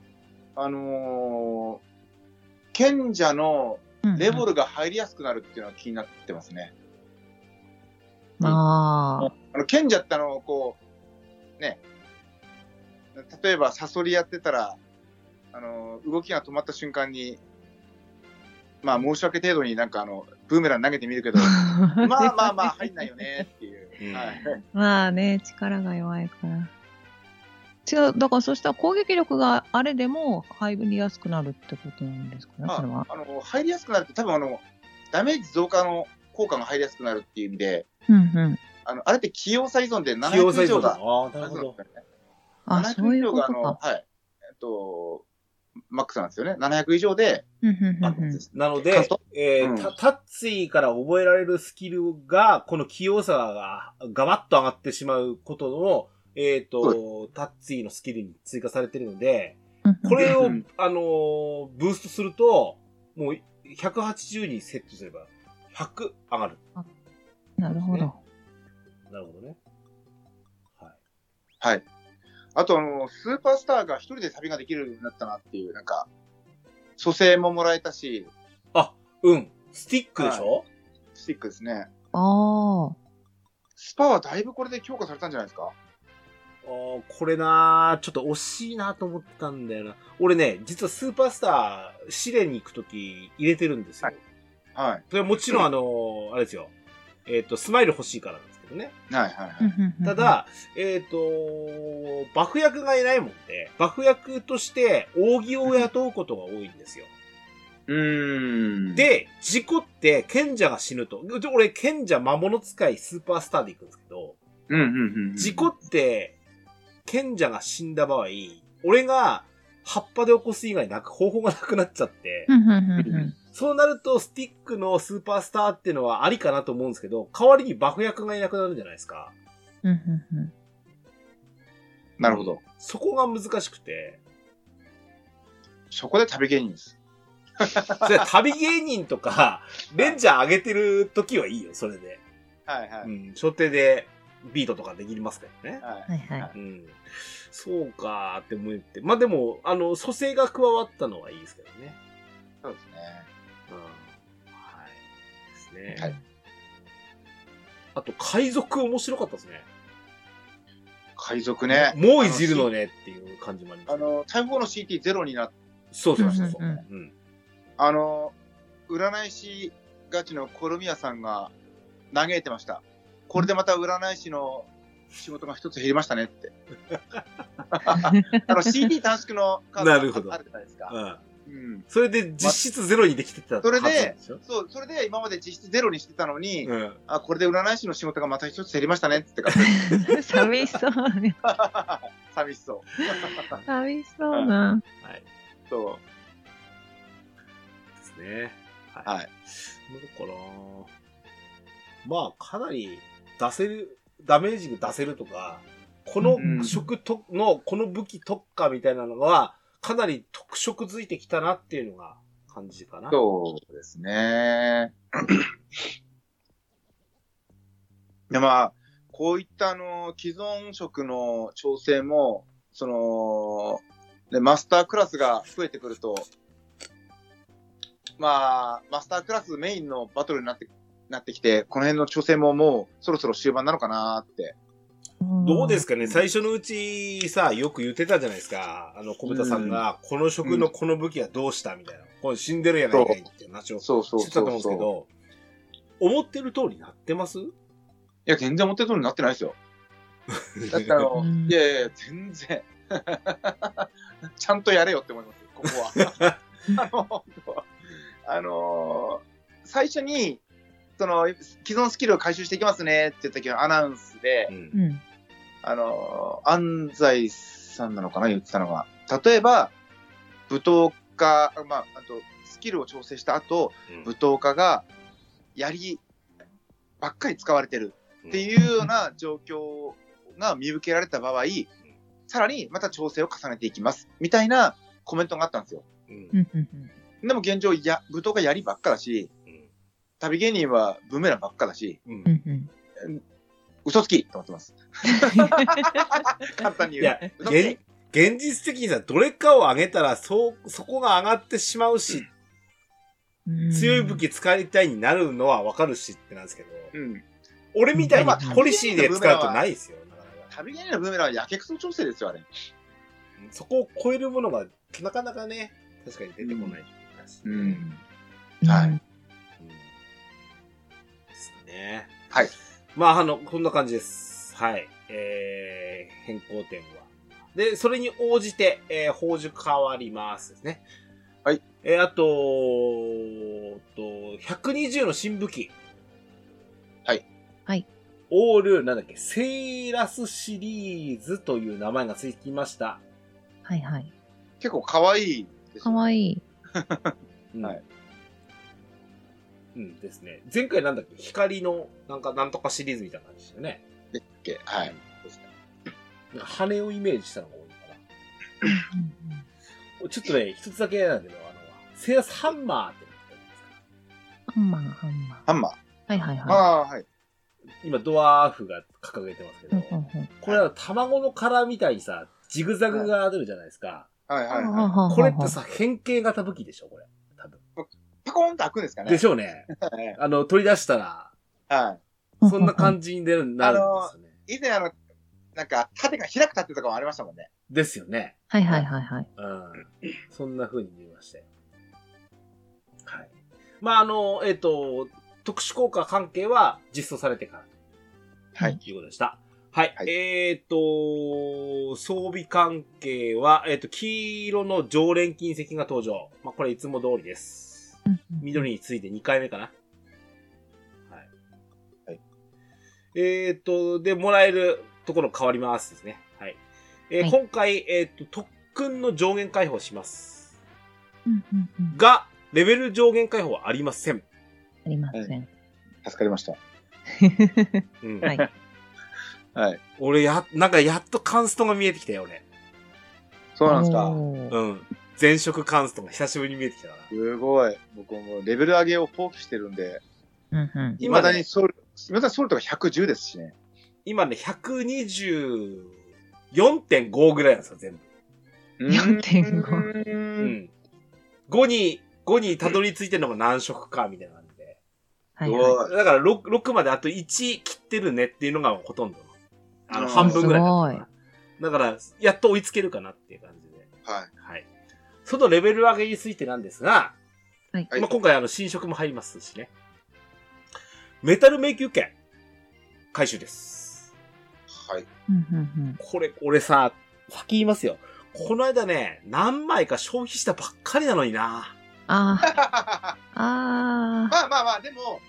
あのー、賢者のレボルが入りやすくなるっていうのは気になってますね。まあ、あの賢者ってあの、こう、ね、例えばサソリやってたら、あのー動きが止まった瞬間に、まあ申し訳程度になんかあの、ブーメラン投げてみる けど、まあまあまあ入んないよねっていう。うんはい。まあね、力が弱いから。違う、だからそしたら攻撃力があれでも入りやすくなるってことなんですかね、まこれはあ。、あの、入りやすくなるって多分あの、ダメージ増加の効果が入りやすくなるっていう意味で、うんうん。あの、あれって器用さ依存で器700用サイ以ズ上だ。が。ああ、なるほど。あ、 700そう以いう上こがあとの、か。はい。えっと、マックスなんですよね。700以上で、うんうんマうックスんうでんす。なの感で想、えーうんたタッツィから覚えられるスキルが、この器用さがガバッと上がってしまうことの、えっ、と、タッツィのスキルに追加されてるので、うんうん。これをうん、あのーブーストすると、もう180にセットすれば、100上がる。なるほど。なるほどね。はい。はい。あとあの、スーパースターが一人で旅ができるようになったなっていう、なんか、蘇生ももらえたし、あ、うん。スティックでしょ、スティックですね。ああ。スパはだいぶこれで強化されたんじゃないですかあーこれなーちょっと惜しいなと思ったんだよな。俺ね、実はスーパースター、試練に行くとき入れてるんですよ。はいはい。それはもちろんあのーあれですよ。えっ、と、スマイル欲しいからなんですけどね。はいはいはうんい。うんうんた、だ、えっ、と、バフ役がいないもんで、バフ役として扇を雇うことが多いんですよ。うーん。、で、事故って賢者が死ぬと。で俺、賢者魔物使いスーパースターで行くんですけど、うんうんうんうん。事故って賢者が死んだ場合、俺が葉っぱで起こす以外なく方法がなくなっちゃってう、んうんうんうんそうなるとスティックのスーパースターっていうのはありかなと思うんですけど、代わりにバフ役がいなくなるんじゃないですか。うんうんうんなるほど。そこが難しくて、そこで旅芸人です。それは旅芸人とか、レンジャー上げてる時はいいよ、それで。はいはうい。ん、初手でビートとかできますからね。ははいはい。うん。そうかーって思って。まあでも、あの、蘇生が加わったのはいいですけどね。そうですね。うん。はい。ですね。はいあと、海賊面白かったですね。海賊ね。もういじるのねっていう感じもありまあす、ね。の、台風の CT ゼロになっそうそうそうそう。うんうんうんあの、占い師ガチのコロミヤさんが嘆いてました。これでまた占い師の仕事が一つ減りましたねって。 あの CD 短縮のカードなるほどがあるじゃないですか。うん。うん。それで実質ゼロにできてたはずそなれんでですよ。そう、それで今まで実質ゼロにしてたのに、うん。あ、これで占い師の仕事がまた一つ減りましたねって感じ。 寂しそうね。寂しそう。寂しそうな。はい。そう。ですね。。はいどうかなまあ、かなり出せる、ダメージが出せるとか、このうん食と、の、この武器特化みたいなのは、かなり特色づいてきたなっていうのが感じかな。そうです ね。でまあ、こういったあの既存職の調整も、その、でマスタークラスが増えてくると、まあ、マスタークラスメインのバトルになって、なってきて、この辺の調整ももうそろそろ終盤なのかなって。どうですすかね最初のうちさ、よく言ってたじゃないですか。あの、小豚さんが、この食のこの武器はどうしたみたいな。これ死んでるやないかいって話をしそうそうてたそと思うんうですけそう。ど、思ってる通りなってますいや、全然思ってる通りになってないですよ。だってあの、うんいやいやいや、全然。 ちゃんとやれよって思います、ここは。 あの、あの最初に、その、既存スキルを回収していきますねって言った時のアナウンスで、うんう。ん。あの安西さんなのかな、言ってたのが。例えば、舞踏家、まあ、あと、スキルを調整した後、うん舞踏家が、槍ばっかり使われてる。っていうような状況が見受けられた場合、さらにまた調整を重ねていきます、みたいなコメントがあったんですよ。うんうんうんうんでも現状、いや、舞踏が槍ばっかだし、旅芸人はブーメランばっかだし、うんうんうん。嘘つきと思って ます。簡単にい言やう。、嘘つき現現実的にさ、どれかを上げたら、そう、そこが上がってしまうし、うん強い武。器使いたいになるのはわかるしってなんですけど、うん。俺みたいまあにポリシーで使うとないですよ、なかなか。旅芸人のブーメランはやけくそ調整ですよ、あれ。そこを超えるものが、なかなかね、確かに出てこないですね。うんははいい。うんですね。はい。まあ、あの、こんな感じです。はい。えー、変更点は。で、それに応じて、えー、宝珠変わりますですね。はい。えー、あと、と、120の新武器。はい。はい。オール、なんだっけ、セイラスシリーズという名前がつきました。はいはい。結構可愛いですかわい。いい。うんはい。うんですね。前回なんだっけ光の、なんか、なんとかシリーズみたいな感じでしたよね。でっけはい。なんか羽をイメージしたのが多いのかな。ちょっとね、一つだけなんだけど、あの、セイラスハンマーってハンマー、ハンマー。ハンマー。はいはいはい。ああー、はい。今、ドワーフが掲げてますけうど、んうんうんこれは卵の殻みたいにさ、ジグザグがあるじゃないですか。はいはいはい。ここれってさ、変形型武器でしょこれ。多分。パコーンと開くんですかね。でしょうね。ねあの、取り出したら、はそんな感じになるんですよね。い。以前あの、なんか、縦が開く盾とかもありましたもんね。ですよね。はいはいはいはい。うん。そんな風に見えましたよ。はい。まあ、あの、えっ、と、特殊効果関係は実装されてからはい。ということでした。はい。はいえっ、と、装備関係は、えっ、と、黄色の常連金石が登場。まあ、これいつも通りです。緑について2回目かな。はい。はいえっ、と、で、もらえるところ変わりますですね。はい。えーはい今回、えっ、と、特訓の上限解放します。うんうんうんが、レベル上限解放はありません。ありません。助かりました。うん。はい はい。俺や、なんかやっとカンストが見えてきたよ、俺。そうなんですか。か。うん。前職カンストが久しぶりに見えてきたから。すごい。僕もうレベル上げを放棄してるんで、うんうんい今ねまだにソウル、いまだにソウルとか110です しね。今ね、124.5ぐらいなんですよ、全部。 4.5う。うんん。5に、5にたどり着いてるのが何色か、みたいな感じで。はいすはごいだから6、6まであと1切ってるねっていうのがほとんどの。あうの、ん半分ぐらいだったすから。だから、やっと追いつけるかなっていう感じで。はい。はい。そのレベル上げについてなんですが、はいまあ、今回あの新色も入りますしね。メタル迷宮券、回収です。はい。いうんうんこれ、俺さ、先言いますよ。この間ね、何枚か消費したばっかりなのにな。うん まああ、ああ、あまあまあ、でも、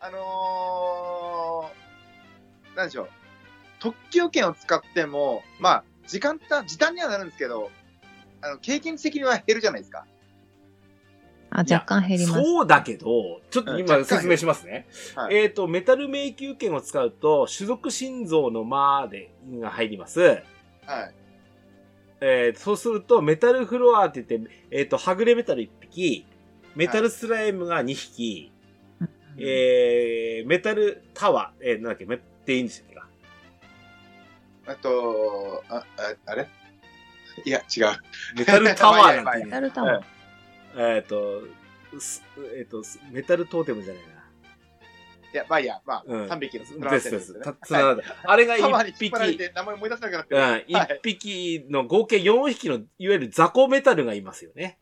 あのー、なんでしょう。特急券を使っても、まあ、時間た、時短にはなるんですけど、あの、経験値的には減るじゃないですか。あ若干減ります。そうだけど、ちょっとう今ん若干説明しますね。はいえっ、と、メタル迷宮券を使うと、種族心臓の間で、が入ります。はい。えーそうすると、メタルフロアって言って、えっ、と、はぐれメタル1匹、メタルスライムが2匹、えーメタルタワー、えーなんだっけ、めっていいんでしたっけ か。あと、あ、ああれいや、違う。メタルタワーなんていうメねタルタワー。えっと、すえっ、と、すメタルトーテムじゃないな。いや、バイヤー、まあ、うん3匹のそうです、そうです。たつなはがいったあれがタワーに1引っ張られ匹、て名前思い出せなくなってうん、る。 1匹の合計4匹の、いわゆる雑魚メタルがいますよね。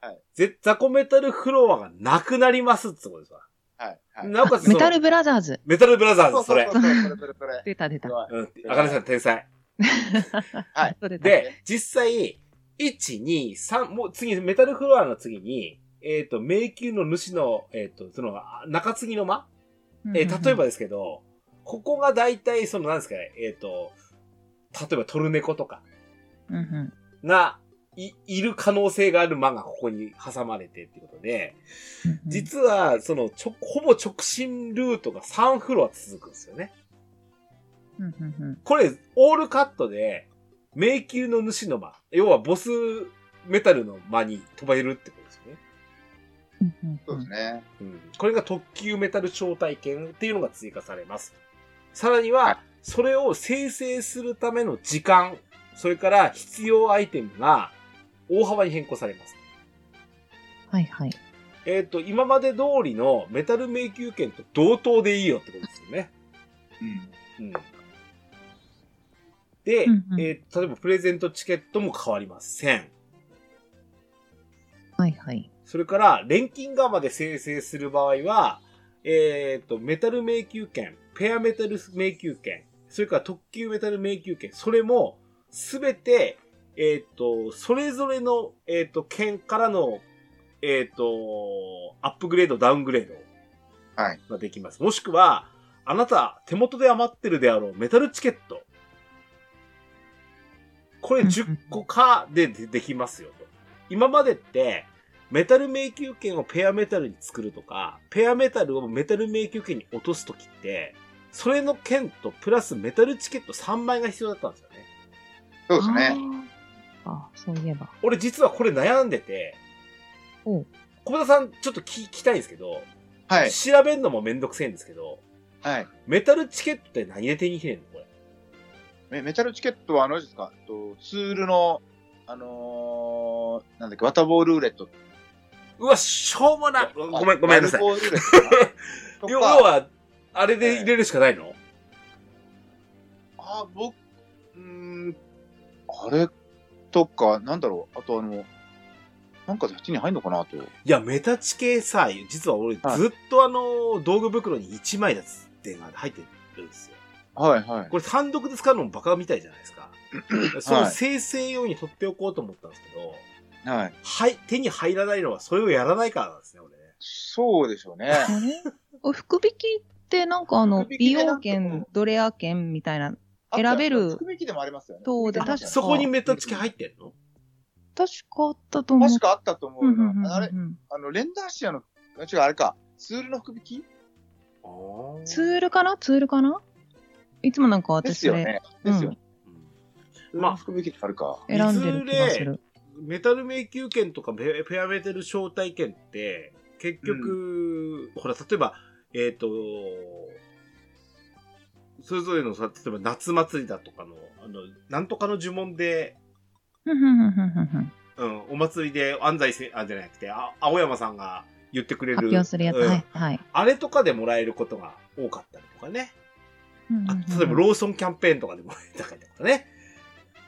はいぜ雑魚メタルフロアがなくなりますってことですわ。はい。はい。なおかつその、メタルブラザーズ。メタルブラザーそうズ、それ。そうそうそうそれそれそれ。出た出た。うん。あかねさん天才。はいそう出たで、実際、1、2、3、もう次、メタルフロアの次に、えっ、と、迷宮の主の、えっ、と、その、あ中継ぎの間、えー例え、ばですけど、ここが大体、その、なんですかね、えっ、と、例えばトルネコとかうんうんが、い、いる可能性がある間がここに挟まれてっていうことで、うんうん、実は、その、ちょ、ほぼ直進ルートが3フロア続くんですよね。うんうんうんこれ、オールカットで、迷宮の主の間、要はボスメタルの間に飛ばれるってことですよね。うんうんそうですね。うん。これが特級メタル招待券っていうのが追加されます。さらには、それを生成するための時間、それから必要アイテムが大幅に変更されます。はいはい。えっ、と、今まで通りのメタル迷宮券と同等でいいよってことですよね。うん。うん。で、うんうんえー例えばプレゼントチケットも変わりません。はいはい。それから、錬金ガマで生成する場合は、えっ、と、メタル迷宮券、ペアメタル迷宮券、それから特級メタル迷宮券、それも、すべて、えっ、と、それぞれの、えっ、と、券からの、えっ、と、アップグレード、ダウングレードはいができます。もしくは、あなた、手元で余ってるであろうメタルチケット。これ10個かででできますよと。今までって、メタル迷宮券をペアメタルに作るとか、ペアメタルをメタル迷宮券に落とすときって、それの券とプラスメタルチケット3枚が必要だったんですよね。そうですね。あー。あ、そういえば。俺実はこれ悩んでて、お小田さんちょっと聞聞きたいんですけど、はい。調べるのもめんどくせえんですけど、はい。メタルチケットって何で手に入れるのこれ。メメタルチケットはあのあれですか、えっとツールの、あのー、なんだっけ、ワタボールーレット。うわ、しょうもな。ごめん、ごめんなさいワ。ルボールーレットかな要とかは、あれで入れるしかないのあ、僕、うーん、あれとか、なんだろう、あとあの、なんかそっちに入んのかなと。いや、メタチ系さ、実は俺、はいずっとあの、道具袋に1枚だつっていうのが入ってるんですよ。はいはい。これ単独で使うのもバカみたいじゃな いですか。その生成用に取っておこうと思ったんですけど、はい。はい、手に入らないのはそれをやらないからなんですね、俺ね。そうでしょうね。あれお福引きってなんかあの、福引美きね容なん券か、ドレア券みたいな、選べる含み機でもありますよね。そうであ確かそこにメタチ系入ってんの確かあったと思う。確かあったと思うんううんうんうんうな。んあれ、あの、レンダーシアの、あ違う、あれか、ツールの福引きあツールかなツールかないつもなんかで私すそよれね。ですよね。うんまあツールの福引きってあるか。選んでる気がする。メタル迷宮券とかフェフェアメタル招待券って、結局、ほら、例えば、えっ、と、それぞれのさ、例えば夏祭りだとかの、あの、なんとかの呪文で、ふんふんふんふんふんふんうん、お祭りで安西せ、あ、じゃなくて、あ青山さんが言ってくれる。発表するやつ。うんはい。はい。あれとかでもらえることが多かったりとかね。あ例えば、ーローソンキャンペーンとかでもらえたりとかね。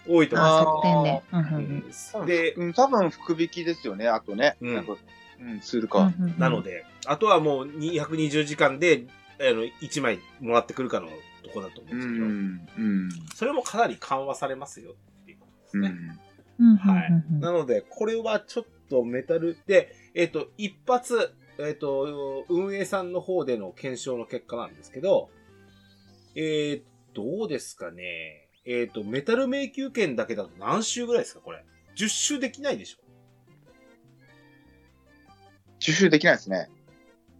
多いとプ思うんですあーそうけどあ、1点で。うんううんんで、ううんん、多分福引きですよね、あとね。うんなんかうん、ツールうか。んうんうんなので、あとはもう220時間で、あの、1枚もらってくるかのとこだと思ううんですけん、ど、うん、それもかなり緩和されますよっていうことですうね。ん。うんうんうんはいうんなので、これはちょっとメタルで、えっ、と、一発、えっ、と、運営さんの方での検証の結果なんですけど、えー、どうですかね。えっ、と、メタル迷宮券だけだと何周ぐらいですか、これ。10周できないでしょ受注できないですね。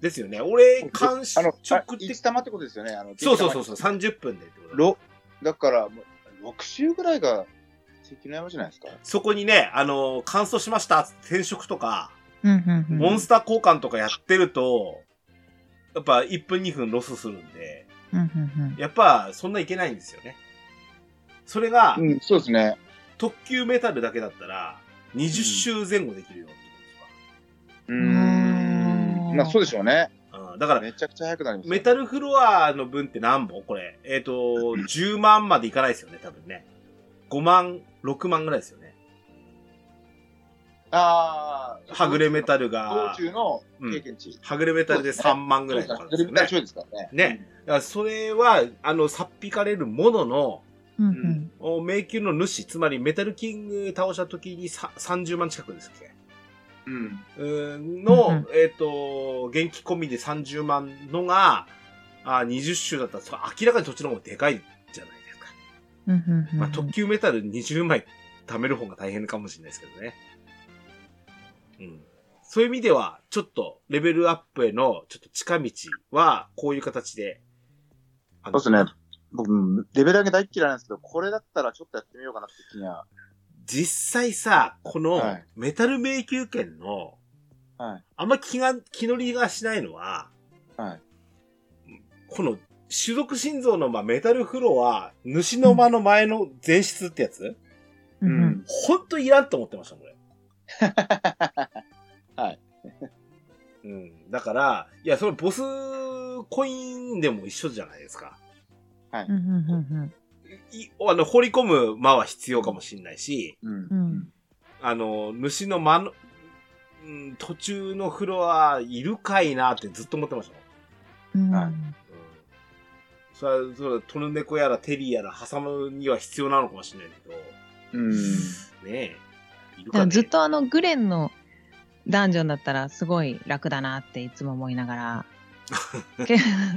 ですよね。俺、監視あの、直あ的一。玉ってことですよね。あのそうそうそうう。そう、30分でってことだろだから、もう6週ぐらいが関の山じゃないですか。そこにね、あのー、乾燥しました、転職とか、うんうんうんモンスター交換とかやってると、やっぱ1分2分ロスするんで、うんうんやっぱそんないけないんですよね。それが、うん、そうですね。特急メタルだけだったら、20周前後できるよってうー。うんんまあ、そうでしょうね。ことですか。うん、だか ら、めちゃくちゃ早くなります。メタルフロアの分って何本これ。えっ、と、10万までいかないですよね、多分ね。5万、6万ぐらいですよね。ああ。はぐれメタル。ル道が、中のうん経験値。はぐれメタルで3万ぐそうらでいすねはぐかかるんですれよメねタル強いですからね。ねだからそれは、あの、さっぴかれるものの、うんううんんお迷宮の主、つまりメタルキング倒した時にさ30万近くですっけうん。うん。うーんうのん、えっ、と、元気込みで30万のが、あ20周だったら、それ明らかにそっちの方がでかいじゃないですか。うんうんうんまあ、特急メタル20枚貯める方が大変かもしれないですけどね。うん。そういう意味では、ちょっとレベルアップへのちょっと近道は、こういう形で。あそのうですね。僕、レベル上げ大っ嫌いなんですけど、これだったらちょっとやってみようかなって気には。実際さ、このはいメタル迷宮券の、はいあんま気が、気乗りがしないのは、はいこの種族心臓のまあメタルフロア、主の間の前の前室ってやつ、うんうん。ほんといらんと思ってました、これ。 はい。うん。だから、いや、それボスコインでも一緒じゃないですか。うんうんうんい、あの、掘り込む間は必要かもしれないし、うんう。んあの、虫の間の、うん、途中のフロアいるかいなってずっと思ってましたもん。うんはいうん。それは、それはトルネコやらテリーやら挟むには必要なのかもしれないけど、うん。ねえ、いるか、だからね、ずっとあのグレンのダンジョンだったらすごい楽だなっていつも思い ながらけ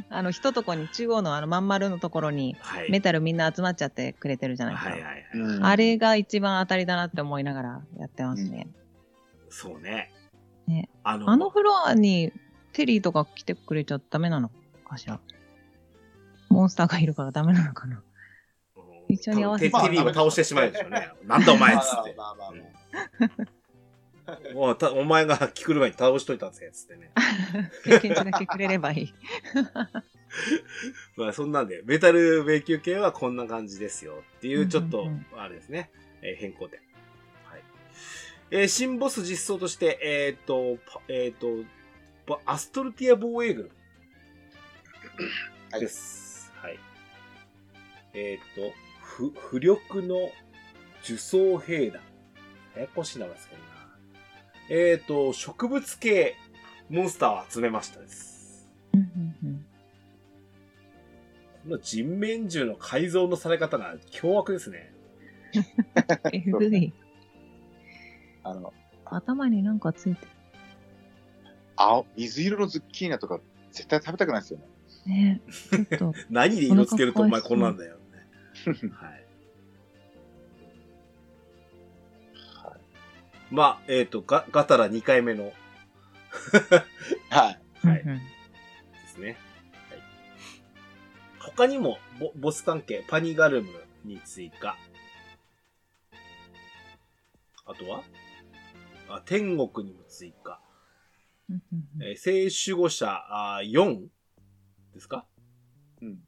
あのひととこに中央のあのまん丸のところにはい、メタルみんな集まっちゃってくれてるじゃないですはか、いはいはい。うんあれが一番当たりだなって思いながらやってますね、そうね。ねあの、あのフロアにテリーとか来てくれちゃダメなのかしらモンスターがいるからダメなのかなうん一緒に合わせて多分テテリーを倒してしまうんですよね。なんだお前っつって。まあまあまあまあおたお前が来る前に倒しといたぜっつってね。 経験値だけくれればいいまあそんなんで、メタル迷宮系はこんな感じですよっていう、ちょっうんとうんうん、あれですね、えー変更点。はい。えー新ボス実装として、えっ、と、パえっ、とば、アストルティア防衛軍はいです。はい。えっ、と、不、不力の呪装兵団。ややこしい名前ですけどな。えっ、と、植物系モンスターを集めましたです。うんうんうんこの人面獣の改造のされ方が凶悪ですね。えぐい。あの、頭になんかついて青、水色のズッキーナとか絶対食べたくないですよね。るね。ちょっと、何で色つけるとおお前こ腹壊しそうんなんだよ、ね。はい。まあ、えっ、と、ガガタラ2回目のではい。はいうんうんすね。はい、他にもボ、ボス関係、パニガルムに追加。あとはあ天国にも追加。うんうんうんえー聖守護者あー4ですかうん。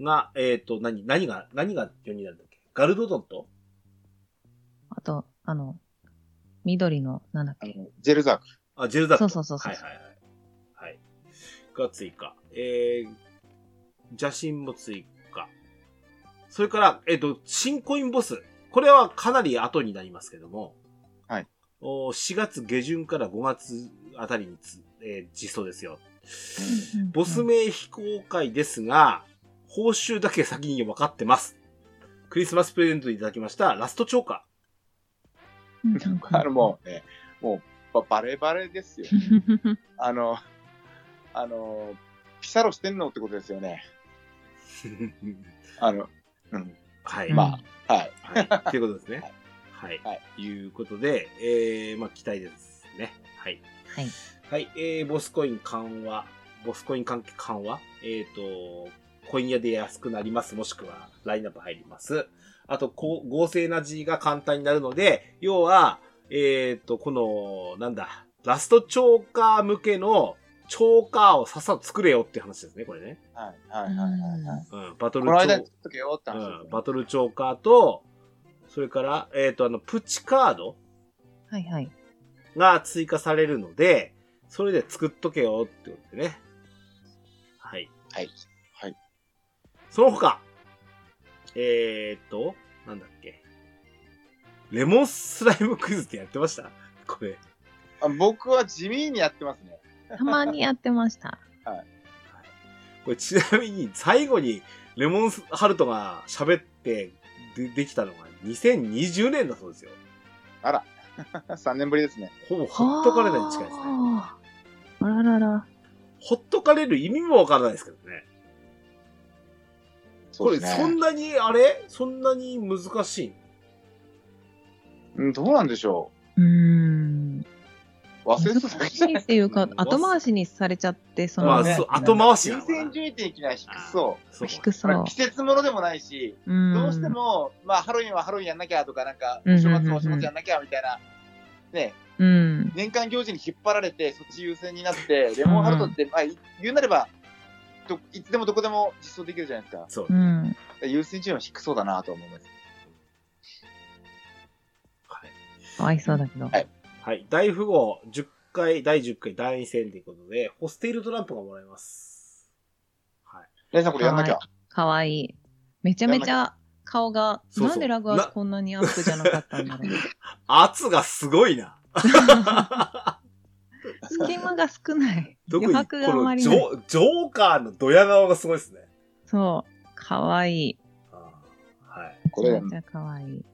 が、えっ、と、何、何が、何が4になるんだっけガルドドンとあと、あの、緑の、なんだっあけ。の、ジェルザーク。あ、ジェルダット。そうそうそうそうはいはいはい。はい。が追加。えー、邪神も追加。それから、えっ、と、新コインボス。これはかなり後になりますけども。はい。お4月下旬から5月あたりにつ、えー実装ですよ。ボスうん名非公開ですが、報酬だけ先に分かってます。クリスマスプレゼントでいただきましたラストチョーカうんなんかあの、もうね、もう、ばバレバレですよ。 あの、あの、ピサロしてんのってことですよね。ー。あの、うん。 はい。うんまあはい。はい。ということで すね。はい。。はいうことで、えー、まあ、期待ですね。はい。はい。はい。えー、ボスコイン緩和。ボスコイン関係緩和。えーと、コイン屋で安くなります。もしくは、ラインナップ入ります。あと、こう合成な字が簡単になるので、要は、えーと、この、なんだ、ラストチョーカー向けの、チョーカーをさっさと作れよって話ですね、これね。はい。はい。はい。はい。うん、バトこルのチョ間ーに作っとけよって話ですようねん、バトルチョーカーと、それから、えっ、と、あの、プチカードはいはい。が追加されるので、それで作っとけよってことでね。はい。はい。その他、えっ、と、なんだっけ。レモンスライムクイズってやってましたこれ。あ僕は地味にやってますね。 たまにやってました。これちなみに最後にレモンスハルトが喋ってでできたのが2020年だそうですよ。あら、3年ぶりですね。ほぼほっとかれないに近いですね。あーあららら。ほっとかれる意味もわからないですけどね。そこうでれ、すねそんなに、あれそんなに難しいうんどうなんでしょうーん。う忘れ難てたしいっていうか、忘れ後回しにされちゃって、その、まあ、ねそう、後回しな優のかな先順位的には低そう。そう低こそれう。季節ものでもないし、どどうして、も、まあ、ハロウィンはハロウィンやんなきゃとか、なんか、うんお正月もお正月やんなきゃみたいな、ね、うん。年間行事に引っ張られて、そっち優先になって、レモンハルトって、まあ、い言うなれば、どいつでもどこでも実装できるじゃないですか。そうう。ん。優先順位は低そうだなと思います。はい。かわいそうだけど。はいはい。大富豪、10回、第10回、第2戦ということで、ホステイルトランプがもらえます。はい。レイさん、これやんなきゃ。かわいい。めちゃめちゃ顔が、そうそうなんでラグアスこんなにアップじゃなかったんだろう。圧がすごいな。 隙間が少ない。特に、余こ白があまのりジない。ョ、ジョーカーのドヤ顔がすごいですね。そう。かわいい。あーはい。こめちれゃめちゃかわいい。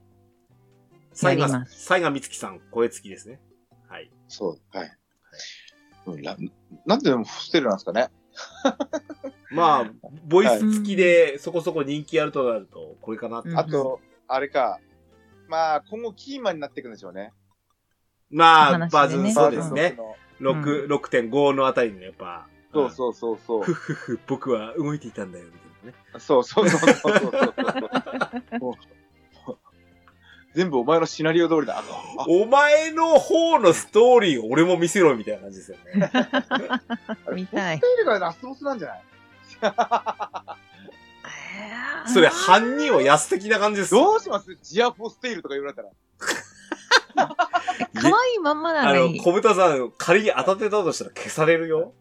サイやりガ、ますサイガみつきさん、声付きですね。はい。そう、はい。うんななんででもホステルなんですかね。まあ、ボイス付きで、そこそこ人気あるとなると、これかなってうんあと、あれか、まあ、今後キーマンになっていくんでしょうね。まおあ、話でねバズンそうですバージねョン。の六六点五のあたりのやっぱ、そうそうそうそう。ふふふ、 僕は動いていたんだよ、みたいなね。そうそうそうそうそうそうそう。もう全部お前のシナリオ通りだ。ああお前の方のストーリーを俺も見せろ、みたいな感じですよね。あれ見たいホステイルがラスボスなんじゃないえーそれ、犯人を安的な感じです。どうしますジアフォステイルとか言われたら。可愛いまんまなあのの、に。小豚さん、仮に当たってたとしたら消されるよ。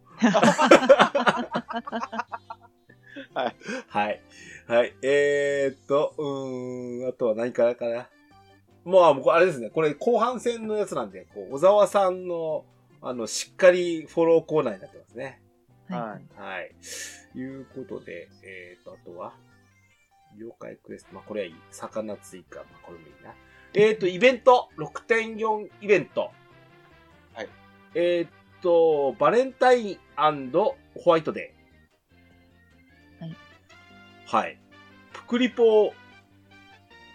はい。はい。はい。えー、っと、うーん、あとは何からかな。まあ、もうこれあれですね。これ後半戦のやつなんで、こう、小沢さんの、あの、しっかりフォローコーナーになってますね。はいはい。いうことで、えー、と、あとは、妖怪クエスト。まあ、これはいい。魚追加。まあ、これもいいな。えー、と、イベント !6.4 イベント。はい。えー、と、バレンタインホワイトデー。はい。はい。プクリポ、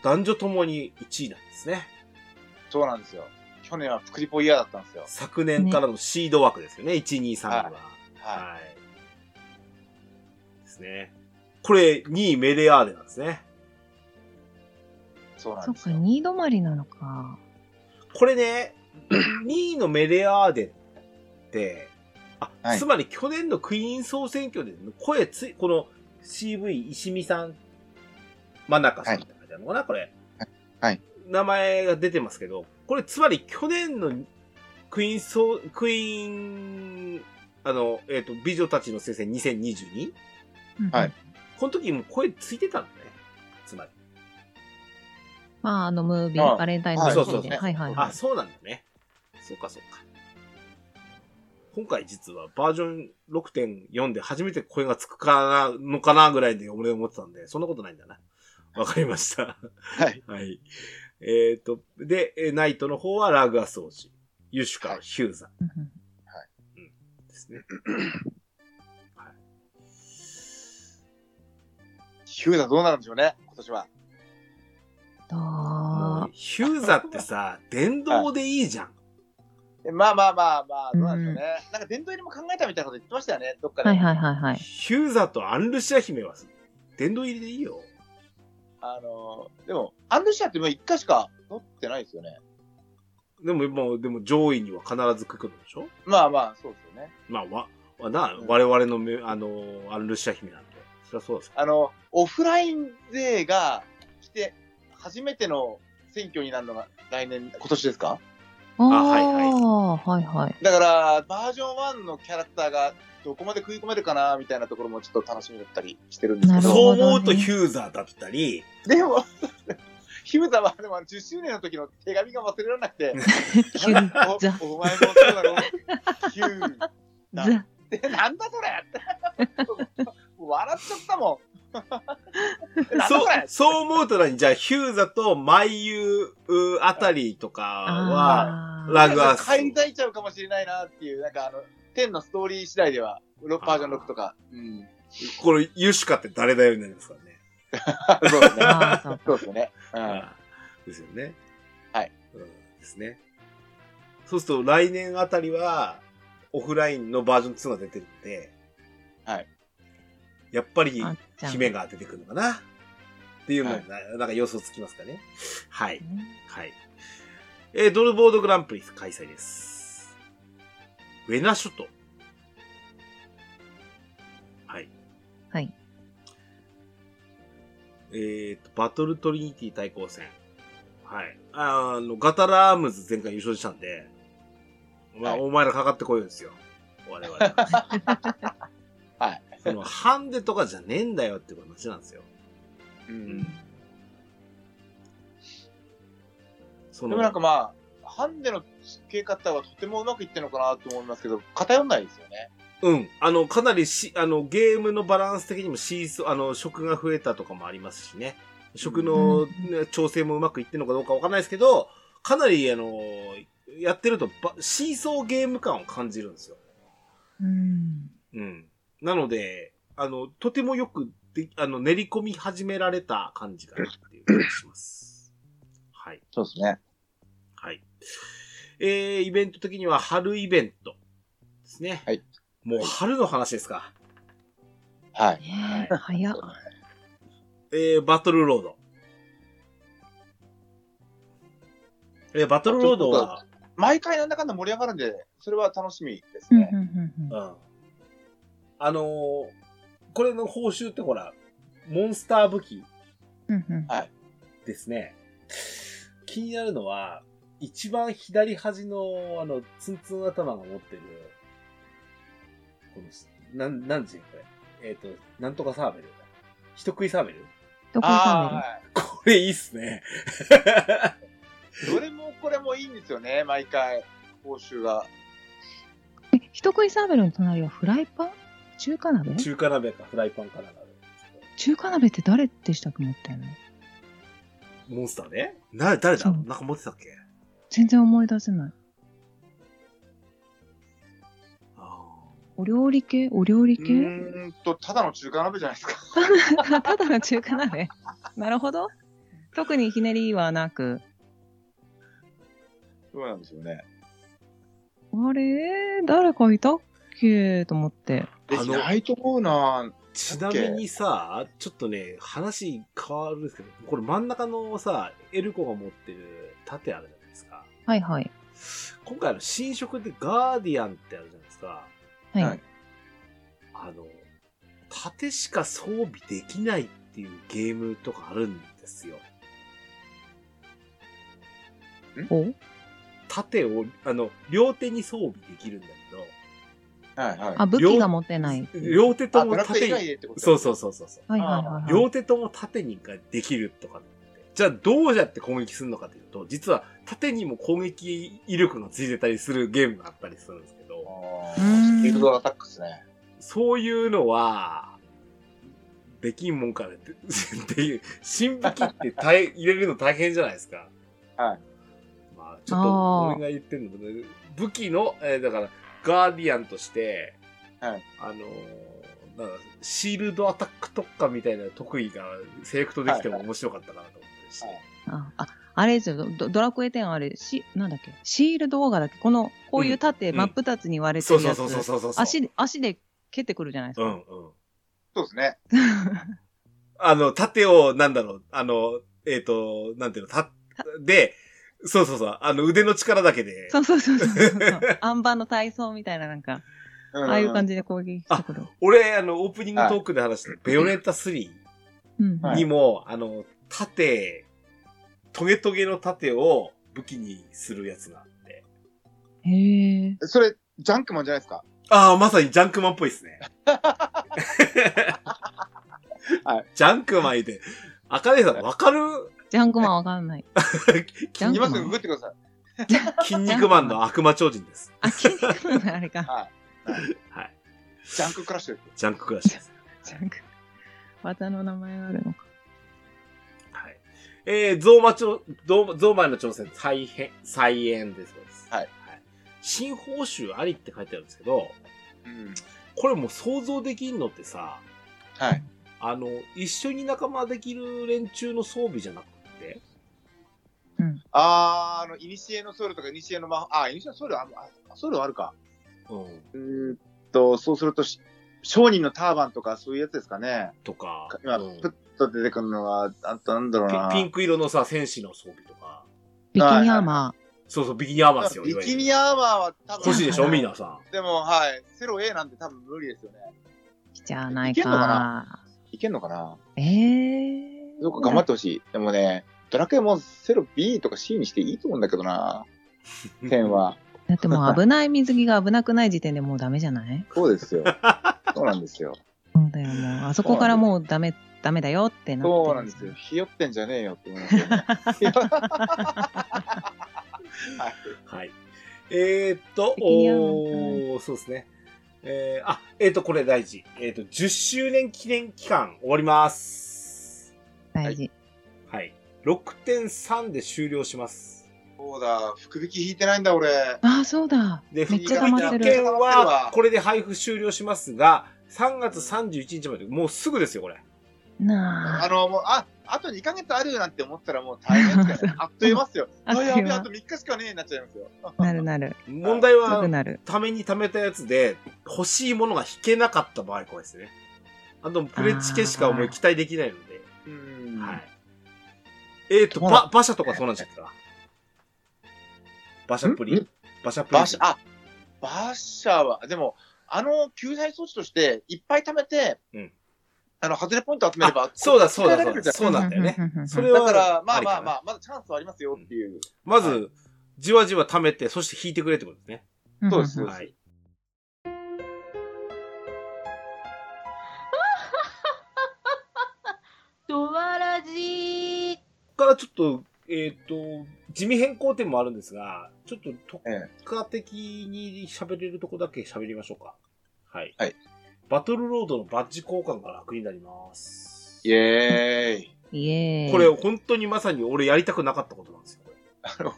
男女ともに1位なんですね。そうなんですよ。去年はプクリポイヤーだったんですよ。昨年からのシード枠ですよね。1、2、3位は。はははい。ですね。これ、2位メレアーデなんですね。い。そうなそんっですか、よ。二止まりなのか。これね、2位のメレアーデって、あ、はいつまり去年のクイーン総選挙で、声つい、この CV 石見さん、真中さんって書いてあるのかな、これ。はい。名前が出てますけど、これつまり去年のクイーン総、クイーン、あの、えっ、と、美女たちの聖戦 2022? うんはい。この時もう声ついてたのね。つまり。まあ、あの、ムービあー、あバレンタインのムはいービーで。そうそうそうはいはいはあ、い。そうなんだね。そうかそうか。今回実はバージョン6.4で初めて声がつくかな、のかなぐらいで俺思ってたんで、そんなことないんだな。わかりました。はい。はい。えっ、と、で、えーナイトの方はラグア掃除。ユシュカ、はいヒューザうんうんですね。ヒューザどうなるんでしょうね、今年は。どもううヒューザってさ、電動でいいじゃん。えまあまあまあまあ、どうなんでしょうね。なんか殿堂入りも考えたみたいなこと言ってましたよね、どっかで。はいはいはいはい。ヒューザとアンルシア姫は、電動入りでいいよ。あのーでも、アンドシアってもう1回しか乗ってないですよね。でも、もう、でも上位には必ずくくのでしょまあまあ、そうですよね。まあ、わ、わなうん、我々のめ、あのー、アンルシア姫なんで、そりゃそうですけどあの、オフライン勢が来て、初めての選挙になるのが来年、今年ですかああ、はいはいはいはい。だから、バージョン1のキャラクターがどこまで食い込めるかな、みたいなところもちょっと楽しみだったりしてるんですけなるど。ほどそう思うとヒューザーだったり、でも、ヒムザは、でもあの10周年の時の手紙が忘れられなくて、 ヒューザおお前もそうだろ、ヒューザザ。でなんだそれってもう笑っちゃったもん。なんだそそうれ、そう思うとなに、じゃあヒューザとマイユーあたりとかは、あーラグアス。返り咲いちゃうかもしれないなっていう、なんかあの、天のストーリー次第では、ロバージョン6とか。うん。これ、ユシカって誰だよになりますからね。そうですね。あーそう そうですよね。うん。 ですよね。はい。うん、ですね。そうすると来年あたりは、オフラインのバージョン2が出てるんで、はい。やっぱり、あっちゃん姫が出てくるのかなっていうのもはいな、なんか予想つきますかね。はい。ねはい。えードルボードグランプリ開催です。ウェナ諸島。はい。はい。えっ、と、バトルトリニティ対抗戦。はい。あの、ガタラームズ前回優勝したんで、まあ、はいお前らかかってこいよですよ。我々 は。はい。その、ハンデとかじゃねえんだよっていう話なんですよ。うん。でそもなんかまあ、ハンデの付け方はとてもうまくいってるのかなと思いますけど、偏んないですよね。うん。あの、かなりし、あの、ゲームのバランス的にもシーソー、あの、食が増えたとかもありますしね。食の、ね調整もうまくいってるのかどうかわかんないですけど、かなり、あの、やってるとば、シーソーゲーム感を感じるんですよ。うん。うん。なので、あの、とてもよくで、あの、練り込み始められた感じかなっていう気がします。はい。そうですね。はい。えー、イベント的には春イベントですね。はい。もう春の話ですか。はい。ねえ早っ。えー、バトルロード。えー、バトルロードは、毎回なんだかんだ盛り上がるんで、それは楽しみですうんうね。んうんうんうん。あのーこれの報酬ってほら、モンスター武器うんうん。ですね。気になるのは、一番左端の、あの、ツンツン頭が持ってる、この、なん、なんちゅうのこれ。えっ、と、なんとかサーベル。人食いサーベルどこにサーベあルこれいいっすね。ーはい。どれもこれもいいんですよね、毎回。報酬が。え人食いサーベルの隣はフライパン中華鍋中華鍋かフライパンかなんかあるんですけど中華鍋って誰でしたっけ持ってんのモンスターねな、誰だそうなんか持ってたっけ全然思い出せない。あお料理系お料理う系ーんと、ただの中華鍋じゃないですか。 ただの中華 鍋なるほど。特にひねりはなく。そうなんですよね。あれ誰かいたっけと思って。あえ、のいないと思うなーちなみにさ、ちょっとね、話変わるんですけど、これ真ん中のさ、エルコが持ってる盾あるじゃないですか。はいはい。今回あの新色でガーディアンってあるじゃないですか。はい。はいあの、盾しか装備できないっていうゲームとかあるんですよ。お盾を、あの、両手に装備できるんだはいはい。あ、武器が持てない。けど、両手とあ、もドラクエ盾以外に、でってこと。そうそううそうそうそう。はいはいはい、はい。両手とも縦にができるとかって。じゃあどうやって攻撃するのかというと、実は縦にも攻撃威力がついてたりするゲームがあったりするんですけど、あうーーんスピードドアタックですね。そういうのは、できんもんかねって、 っていう、新武器って大入れるの大変じゃないですか。はい。まあ、ちょっと、俺が言ってんのもね、武器の、えーだから、ガーディアンとして、はいあのーなんか、シールドアタック特化みたいな特技がセレクトできても面白かったかなと思ってるし、はいあ、ああれですよ、ドドラクエ10あれ、し、なんだっけ、シールドオーガだっけ、この、こういう盾、うん真っ二つに割れてそうるそうやつ、そうそうそうそう。足で、足で蹴ってくるじゃないですうか。んうん。そうですね。あの、盾を、なんだろう、あの、えっ、と、なんていうの、た、で、そうそうそう、あの、腕の力だけで、そうそうそうそうそう。アンバの体操みたいな、なんか、ああいう感じ。じで攻撃してくる。俺、あの、オープニングトークで話した、ベヨネッタ3うん、はいにも、あの、盾、トゲトゲの盾を武器にするやつがあって。へえ。それ、ジャンクマンじゃないですか。ああ、まさにジャンクマンっぽいですね。はい ジャンクマンいて、赤根さんわかる ジャンクマンわかんない。ジャンク今マすぐググっン。てください。筋肉マンの悪魔超人です。あ、筋肉マンのあれか。はい。ジャンククラッシュです。ジャンククラッシュです。ジャンク。技の名前があるのか。はい。えー、ゾウマ調、ゾウゾウマイの挑戦、再編、再演です。そうですはい。新報酬ありって書いてあるんですけど、うん。これもう想像できんのってさ、はい。あの、一緒に仲間できる連中の装備じゃなくて、あー、あの、イニシエのソウルとか、イニシエの魔法、あー、イニシエのソウルあ、あソウルあるか。うん、うーんと、そうするとし、商人のターバンとか、そういうやつですかね。とか、今、うんプッと出てくるのは、あとなんだろうピな。ピンク色のさ、戦士の装備とか、ビキニアーマそうそう、ビキニアーマーですよ、いビわゆるキニアーマーは多分。欲しいでしょ、はいみんなさん。でも、はい。セロ A なんて多分無理ですよね。ー。来ちゃわないいけんのかか。いけんのかなええ。どうか頑張ってほしい。でもね、ドラクエもセロ B とか C にしていいと思うんだけど な。点は。だってもう危ない水着が危なくない時点でもうダメじゃないそうですよ。そうなんですよ。そうだよ、もう。あそこからもうダメ、ダメだよってなってる。そうなんですよ。ひよってんじゃねえよって思いますよね。はいはい。えー、っと、ビキニアーマーおーそうですね。えー、あ、えー、っと、これ大事。えー、っと、10周年記念期間終わります。大事。はい。6.3で終了します。そうだ、福引き引いてないんだ俺。ああ、そうだ。で、め福っ引ちゃ溜まって券るは、これで配布終了しますが、3月31日まで、もうすぐですよ、これ。なああ。の、もう、あ、あと2ヶ月あるなんて思ったらもう大変です からね。あっという間っすよ。あっあ、という間やべえ、あと3日しかねえになっちゃいますよ。なるなる。問題すぐは、なる。ために貯めたやつで、欲しいものが引けなかった場合、これですね。あと、プレチケしかもう期待できないので。うーん。はい。えっ、ー、と、そうなんば、馬車とかそうなんじゃないか。馬車プリンん馬車プリン。馬車、あ、馬車は、でも、あの、救済措置として、いっぱい貯めて、うんあの、外れポイント集めれば、そうだ、そうだ、答えらそれうるじゃだ。んそうなんだよね。ねそれだは、から、まありまかなあまあ、まだチャンスはありますよっていう。まず、じわじわ貯めて、そして引いてくれってことですね。そうですは。はいドワラジー。ここからちょっと、えっ、と、地味変更点もあるんですが、ちょっとえ特化的に喋れるとこだけ喋りましょうか。はい。はい。バトルロードのバッジ交換が楽になります。イエーイ。イエーイ。これ本当にまさに俺やりたくなかったことなんですよ。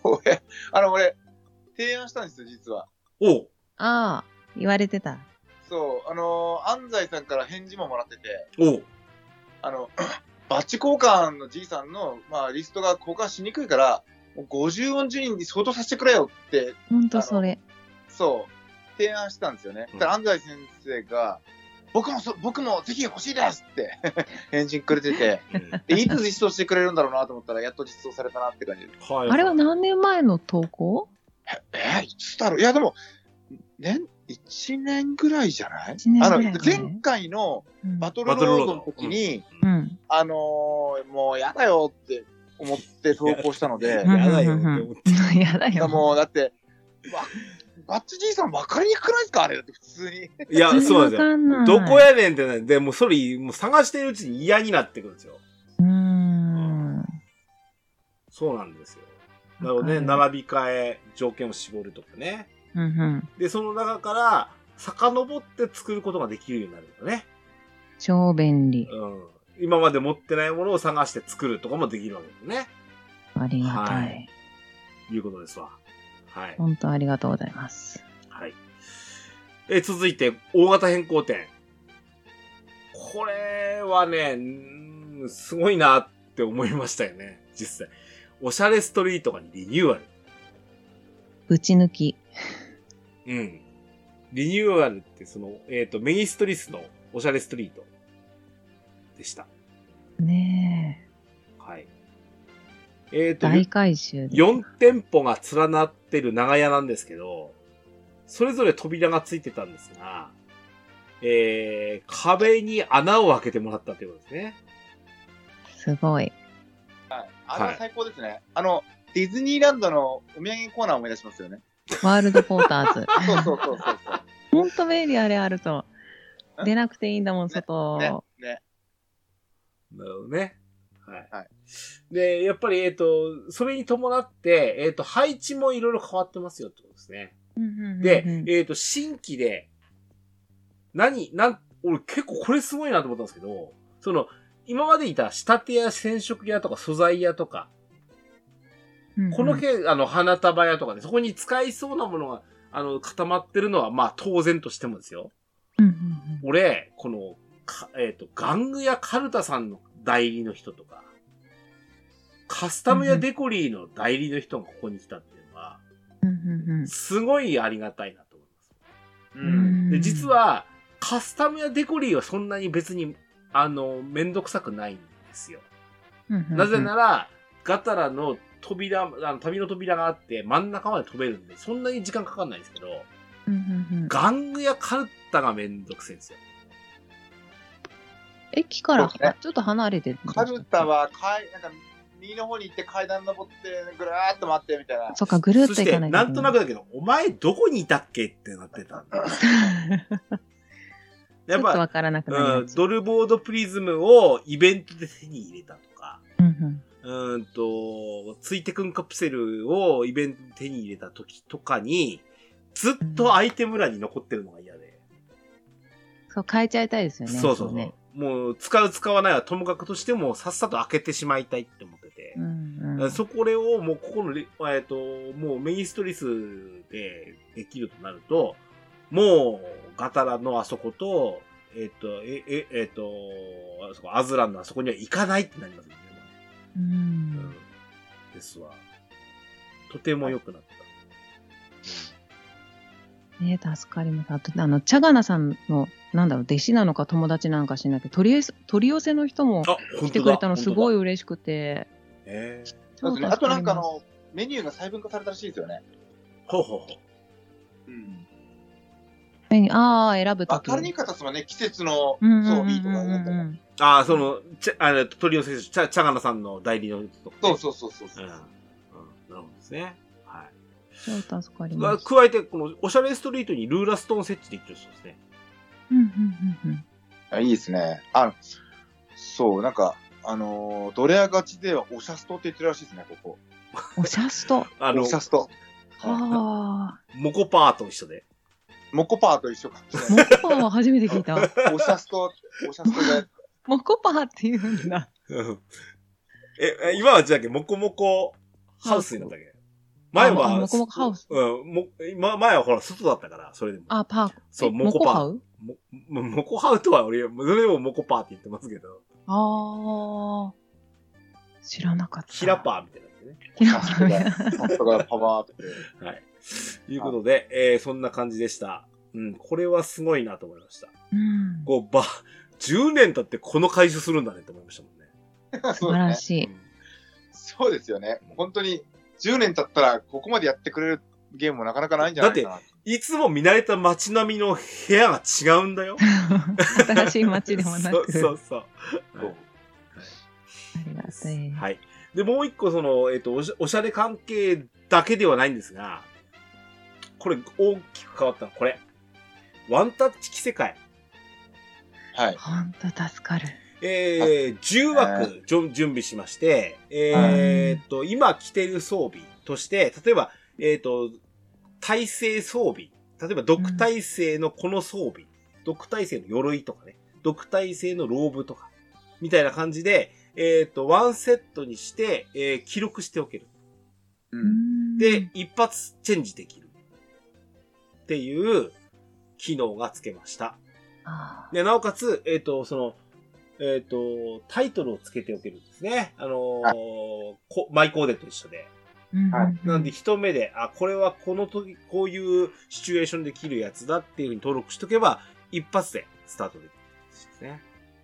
これあの、俺、あの、俺、提案したんですよ、実は。おうああ、言われてた。そう、あの、安西さんから返事ももらってて、おうあの、 バッチ交換のじいさんの、まあ、リストが交換しにくいから、もう50音順に相当させてくれよって、ほんとそれ。そう、提案したんですよね。うんたら安西先生が、僕もそ、僕もぜひ欲しいですって 返事くれてて、でいつ実装してくれるんだろうなと思ったら、やっと実装されたなって感じで。はい。あれは何年前の投稿えー、いつだろういや、でも、年、1年ぐらいじゃない一年ぐあらのいかな、前回のうんバトルロードの時に、うん。あのーもうやだよって思って投稿したのでや、だよって思って。やだよ。もうだって、わバッチじいさん分かりにくくないですかあれだって普通に。いや、そうなんですよ。よどこやねんってね、で、もうそれ、もう探してるうちに嫌になってくるんですよ。うーん。そうなんですよ。なのわで、かる並び替え、条件を絞るとかね。うんうん。で、その中から、遡って作ることができるようになるんだね。超便利。うん。今まで持ってないものを探して作るとかもできるわけですね。ありがたはいい。いうことですわ。はい。本当ありがとうございます。はい。え、続いて、大型変更点。これはね、うーんすごいなって思いましたよね。実際。おしゃれストリートがリニューアル。ぶち抜き。うん。リニューアルって、その、えっ、と、メギストリスのおしゃれストリートでした。ねえ。はい。えっ、と、大回収です。 4店舗が連なってる長屋なんですけど、それぞれ扉がついてたんですが、えー、壁に穴を開けてもらったということですね。すごい。あれは最高ですね。あの、ディズニーランドのお土産コーナーを思い出しますよね。ワールドポーターズ。 そうそうそうそうそう。ほんと便利あれあると。ん出なくていいんだもん、 ね外。、ね。なるほどね。はい。はいで、やっぱり、えっ、と、それに伴って、えっ、と、配置もいろいろ変わってますよってことですね。うんうんうんうんで、えっ、と、新規で、何、なん、俺結構これすごいなと思ったんですけど、その、今までいた仕立て屋、染色屋とか素材屋とか、うんうんこの辺、あの、花束屋とかね、そこに使いそうなものが、あの、固まってるのは、まあ、当然としてもですよ。うんうん俺、この、かえっ、と、玩具屋カルタさんの代理の人とか、カスタム屋デコリーの代理の人がここに来たっていうのは、うんうんうんすごいありがたいなと思います。ううんん。で、実、は、カスタムやデコリーはそんなに別に、あの、めんどくさくないんですよ。なぜなら、ら、ガタラの扉、あの、旅の扉があって、真ん中まで飛べるんで、そんなに時間かかんないんですけど、うんうんうんガングやカルタがめんどくせえんですよ。駅からそうですねちょっと離れてる。カルタ。は、かい、なんか、右の方に行って階段登って、ぐるーっと回ってみたいな。そっか、ぐるっそとし行かて、ないなんとなく。くだけど、お前どこにいたっけってなってたん だよち やょっっとぱ、わからなくなうるん、。ドルボードプリズムをイベントで手に入れたとか、うんうんうーんと、ついてくんカプセルをイベントで手に入れた時とかに、ずっとアイテム欄に残ってるのが嫌で。そう、変えちゃいたいですよね。そうそうそう。ね。もう、使う使わないはともかくとしても、さっさと開けてしまいたいって思っててう。んうんそこれを、もう、ここのレ、えっ、と、もうメインストリスでできるとなると、もう、ガタラのあそこと、えっ、と、え、え、えっ、と、あそこ、アズランのあそこには行かないってなりますよね。ううんん。ですわ。とても良くなった。ね助かります。あと、あの、チャガナさんの、なんだろう、弟子なのか友達なのか知らないけど、取り寄せ取り寄せの人もあ、本当だ来てくれたのすごい本嬉しくて。当だえーそうですね。あ超助とりなんかあますの、メニューが細分化されたらしいですよね。ほうほうほう。うん。何ああ、選ぶとき。明るい方すはね、季節の、うんうんうんうんうん。そう、いいとかだったら。ああ、その、ちゃ、あの、鳥の選手、ちゃ、ちゃがなさんの代理の人、そうそうそうそううそん。うん。う。なるほどですね。はい。そう助かりまあます。加えて、この、おしゃれストリートにルーラストーン設置できてるそうですね。うんうんうんうん。あいいですね。あの、そう、なんか、あのー、ドレアガチではおしゃストって言ってるらしいですね、ここ。おしゃすと。あのおし、ゃスト。ああ。モコパーと一緒で。モコパーと一緒か。モ コパンは初めて聞いた。おしゃスト、おしゃストで。モコパンって言うんだ。うんえ、え今はじゃあけ、モコモコハウスになったっけ前は、あモコモコハウスうん、も、今、前はほら、外だったから、それでも。あ、パーク。そうえモコパンハウも、もモコハウとは俺、それでもモコパーって言ってますけど、ああ。知らなかった。ヒラパーみたいなやつね。キおラしパゃストー。が、おしゃストがパワーアップで。はい。ということで、えー、そんな感じでした。うん、これはすごいなと思いました。うん。こう、ば、10年経ってこの回収するんだねって思いましたもんね。素晴らし い。そうですよね。本当に、10年経ったら、ここまでやってくれるゲームもなかなかないんじゃないかな。うんいつも見慣れた街並みの部屋が違うんだよ。新しい 街でもなく。そうそうそう。そうありがたい。はい。で、もう一個、その、えっ、とおしゃ、おしゃれ関係だけではないんですが、これ、大きく変わったの、これ。ワンタッチ奇世界。はい。ほんと助かる。えー、10枠じょ準備しまして、えーっと、今着てる装備として、例えば、えーっと、耐性装備。例えば、毒耐性のこの装備。毒耐性の鎧とかね。毒耐性のローブとか。みたいな感じで、えーっと、ワンセットにして、えー記録しておける。う。うんんで、、一発チェンジできる。っていう機能がつけました。あで、なおかつ、えっ、と、その、えっ、と、タイトルをつけておけるんですね。あのーはこマイコーデと一緒で。ーはいうんなんで、一目で、あ、これはこの時、こういうシチュエーションで切るやつだっていうふうに登録しとけば、一発でスタートできるんですね。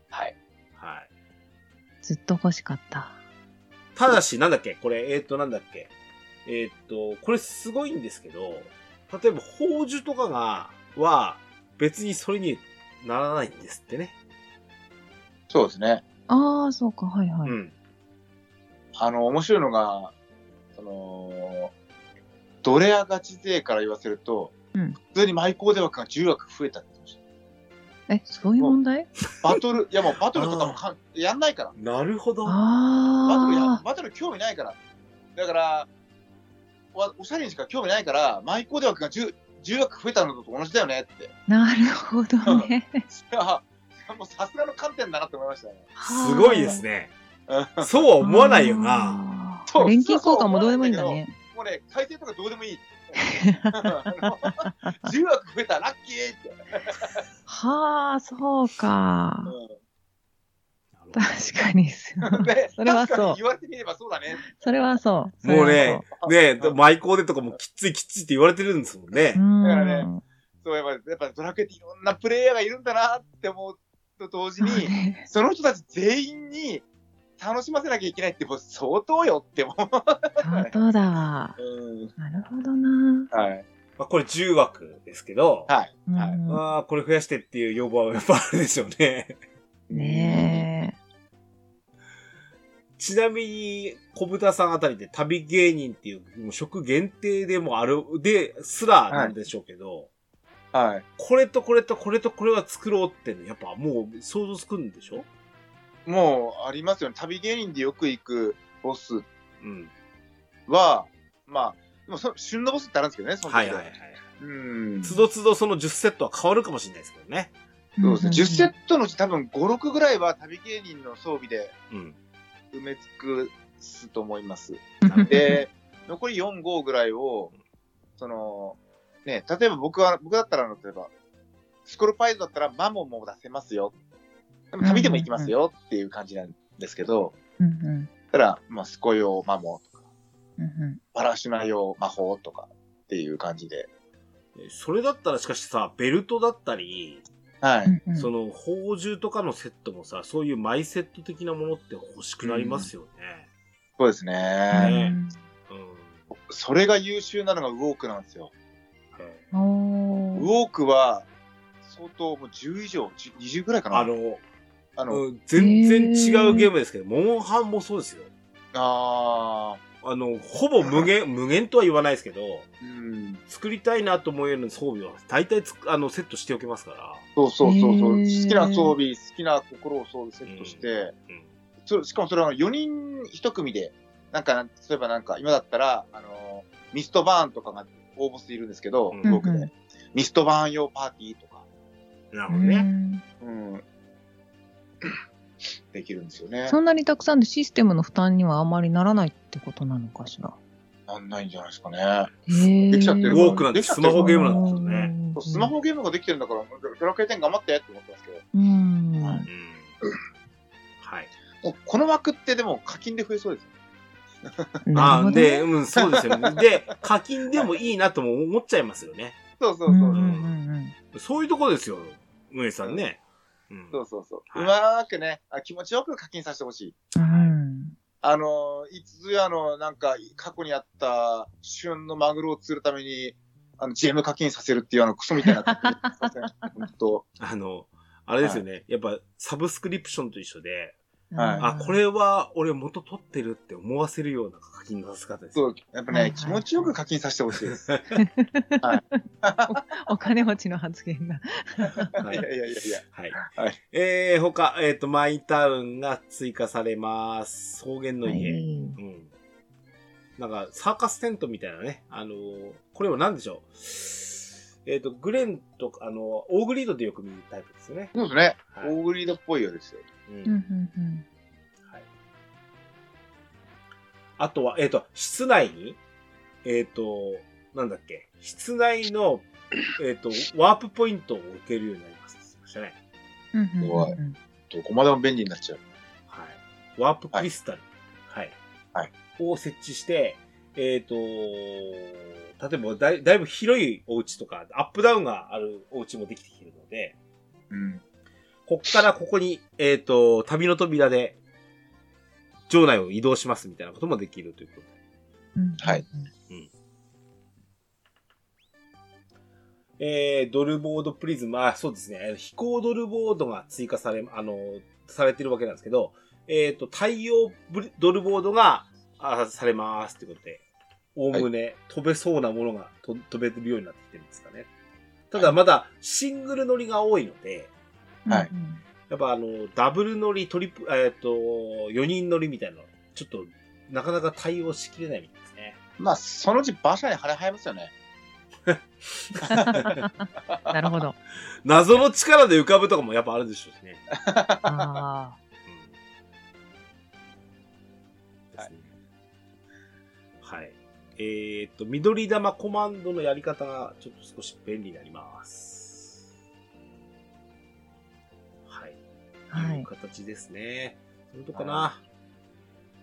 はい。はい。ずっと欲しかった。ただし、なんだっけこれ、えっ、と、なんだっけえっ、と、これすごいんですけど、例えば、宝珠とかが、は、別にそれにならないんですってね。そうですね。ああ、そうか、はいはい。うん。あの、面白いのが、その、ドレアガチ勢から言わせると、うん普通にマイコーデ枠が10枠増えたって言ってましえ、そういう問題た。バトル、いやもうバトルとか もかんやんないから。なるほど。バトルやあ、あ。バトル興味ないから。だから、わおしゃれにしか興味ないから、マイコーデ枠が 10, 10枠増えたのと同じだよねって。なるほどね。それはもうさすがの観点だなって思いましたね。すごいですね。うんそうは思わないよな。あーそう錬金交換もどうでもいいんだね。もうね、改正とかどうでもい いって。あの10枠増えたラッキーって。はあ、そうか。うん確かにす。ね それはそ確うかに言われてみればそうだね。それはそう。それもうはねそ、ねえ、マイコーデとかもきっついきっついって言われてるんですもんねう。う。ん。だからそういえば、やっぱドラクエっていろんなプレイヤーがいるんだなって思うと同時そうに、ねその人たち全員に楽しませなきゃいけないって、もう相当よって思本当だわ。う。うん。なるほどな。はい。まあ、これ10枠ですけど、はい。うんはいああ、これ増やしてっていう要望はやっぱあるでしょうね。 ねちなみに、小豚さんあたりで旅芸人っていう、もう職限定でもある、ですらなんでしょうけど、はい。これとこれとこれとこれは作ろうってのやっぱもう想像つくんでしょもう、ありますよね。旅芸人でよく行くボスうん。は、まあ、でもそ旬のボスってあるんですけどね、その時はいではいはい。うん。つどつどその10セットは変わるかもしれないですけどね。え。そうですね。10セッットのうち多分5、6ぐらいは旅芸人の装備でうん。埋め尽くすと思います。 なんで、残り4、5ぐらいを、その、ね、例えば僕は、僕だったら、例えば、スコルパイズだったらマモンも出せますよ。でも旅でも行きますよっていう感じなんですけど、うんうんたら、まあ、スコ用マモンとか、うんうんパラシュナ用魔法とかっていう感じで。それだったらしかしさ、ベルトだったり、はうい。んうんその、宝珠とかのセットもさ、そういうマイセット的なものって欲しくなりますよね。そうですうね。うんん。それが優秀なのがウォークなんですよ。おウーォークは、相当、もう10以上、10 20ぐらいかな。あ、の、あの、うん全然違うゲームですけど、モンハンもそうですよ。ああの、ほぼ無 限、無限とは言わないですけど、ーうん。作りたいなと思える装備は大体つあのセットしておきますかそうそうそうそう。へー好きな装備、好きな心を装備セットして、ら。うんそしかもそれは4人1組で、なんか、例えばなんか、今だったら、あの、ミストバーンとかが応募しているんですけど、うん僕で、ミストバーン用パーティーとか、なるほどね。うん。 できるんですよね。そんなにたくさんでシステムの負担にはあまりならないってことなのかしら。なんないんじゃないですかね。でできちゃってるウォークなんてできちゃっスてるマホゲームなんですよね。ねスマホゲームができてるんだから、ドラクエ10頑張ってって思ってますけど。うん。うんはい。もうこの枠ってでも課金で増えそうですよ。なるあほどーで、ね。うん、そうですよね。で、課金でもいいなとも思っちゃいますよね。そうそううんそうう。んうんそういうとこですよ、運営さんね。うん。そうそうそう。はいうまーくね、あ気持ちよく課金させてほしい。うんあのー、いつぞやの、なんか、過去にあった旬のマグロを釣るために、あの、GM 課金させるっていうあの、クソみたいな課金。すいま せん本当。あの、あれですよね。やっぱ、サブスクリプションと一緒で、うん。はいあ、これは俺元取ってるって思わせるような課金のさせ方です。そう、やっぱはいはね、い気持ちよく課金させてほしいです。お金持ちの発言だ。はいいやいやいやいや。はい。はいえー、他、えっ、と、マイタウンが追加されます。草原のは家。いうん。なんか、サーカステントみたいなね。あのーこれは何でしょう。えっ、と、グレンとか、あのーオーグリードでよく見るタイプですよね。そうですね。はい大食いだっぽいようですよ。うんうんうんはい、あとは、えっ、と、室内に、えっ、と、なんだっけ、室内の、えっ、と、ワープポイントを置けるようになります。そうしたね。うんうんうん怖いどこまでも便利になっちゃう。はい。ワープクリスタル。はい。はいを設置して、えっ、と、例えばだい、だいぶ広いお家とか、アップダウンがあるお家もできてきてるので、うん。こっからここに、えっ、と、旅の扉で、場内を移動しますみたいなこともできるということで。うんはい。えー、ドルボードプリズム、あ、そうですね、えー飛行ドルボードが追加され、あの、されてるわけなんですけど、えっ、と、対応ブリドルボードが、あされますということで、おおむね飛べそうなものがと飛べるようになってきてるんですかね。ただまだシングル乗りが多いので、はいうんやっぱあの、ダブル乗り、トリプ、えっ、と、4人乗りみたいなの、ちょっと、なかなか対応しきれないみたいですね。まあ、そのうち馬車に腹入りますよね。うんなるほど。謎の力で浮かぶとかもやっぱあるでしょうしね。あうんですねはい。えーっと、緑玉コマンドのやり方がちょっと少し便利になります。はい。あ。はいいう。形ですね。それとかな。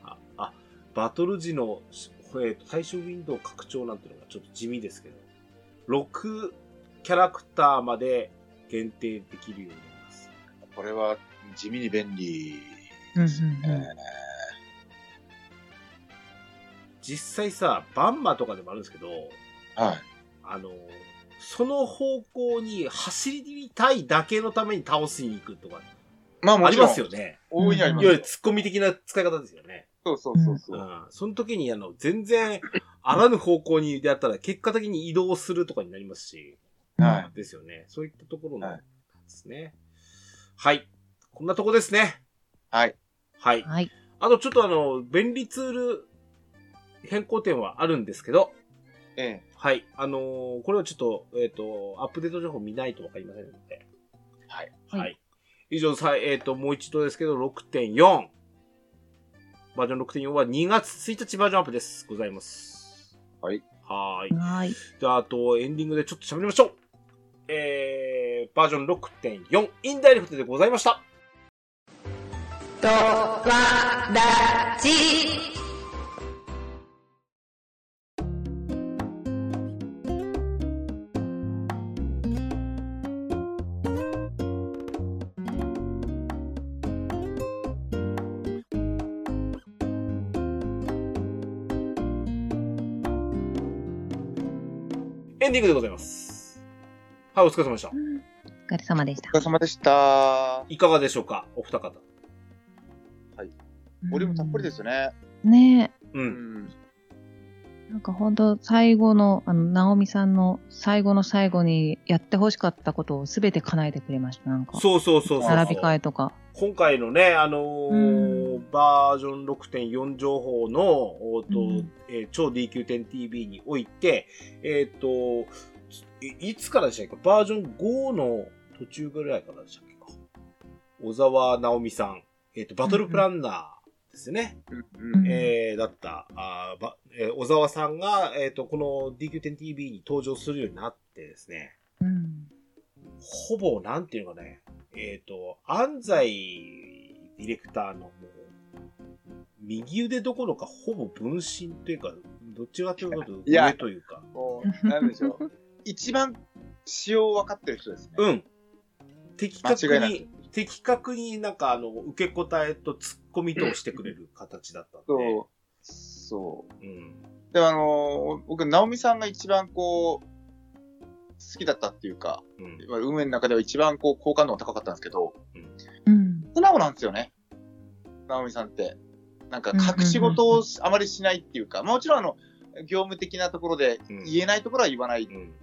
あ、あ、バトル時の、えーっと、対象ウィンドウ拡張なんていうのがちょっと地味ですけど、6キャラクターまで限定できるようになります。これは地味に便利。うんうんうん実際さ、バンマとかでもあるんですけど、はい。あの、その方向に走りたいだけのために倒しに行くとか、まあ、あもりちろまんすよ。ね。大いにありいまわすゆるよ。突っ込み的な使い方ですよね。そうそうそうそうう。ん。その時に、あの、全然、あらぬ方向にやったら、結果的に移動するとかになりますし、はい。ですよね。そういったところの、はいですね。はい。こんなとこですね。はい。はい。はい。あと、ちょっとあの、便利ツール変更点はあるんですけど、ええ。はい。あのーこれはちょっと、えっ、と、アップデート情報見ないとわかりませんので。はい。はい。以上、さえっ、と、もう一度ですけど、6.4。バージョン6.4は2月1日バージョンアップです。ございます。はい。はーい。はい。じゃあ、あと、エンディングでちょっと喋りましょう。えー、バージョン6.4、インダイレクトでございました。とわらじエンディングでございます。はい、お疲れ様でした。疲れ様でしたお疲。れ様でした。いかがでしょうかお二方。ボリュームたっぷりですよね。うん。ねう。うんん。え。なんか本当最後の、あの、ナオミさんの最後の最後にやってほしかったことを全て叶えてくれました。なんか、そうそうそうそう。並び替えとか。今回のね、あのーうバージョン6.4情報の、おーとうんえー超 DQ10TV において、えっ、と、いいつからでしたっけバージョン5の途中ぐらいからでしたっけか小沢直美さん、えっ、と、バトルプランナーですね。うんうんえーだった、あーばえー小沢さんが、えっ、と、この DQ10TV に登場するようになってですね、うん。ほぼ、なんていうのかね、えっ、と、安西ディレクターのもう、右腕どころかほぼ分身というか、どっちがというといや上というか、も う、なんでしょう。一番、仕様分かってる人ですね。うん。的確間違いなに、的確になんかあの、受け答えと突っ込みとをしてくれる形だったんで。そう。そう。うん。でもあのー僕、直美さんが一番こう、好きだったっていうか、うん。運営の中では一番こう、好感度が高かったんですけど、うん。素直なんですよね。直美さんって。なんか隠し事をあまりしないっていうか、まあもちろんあの、業務的なところでうん言えないところは言わないっうん。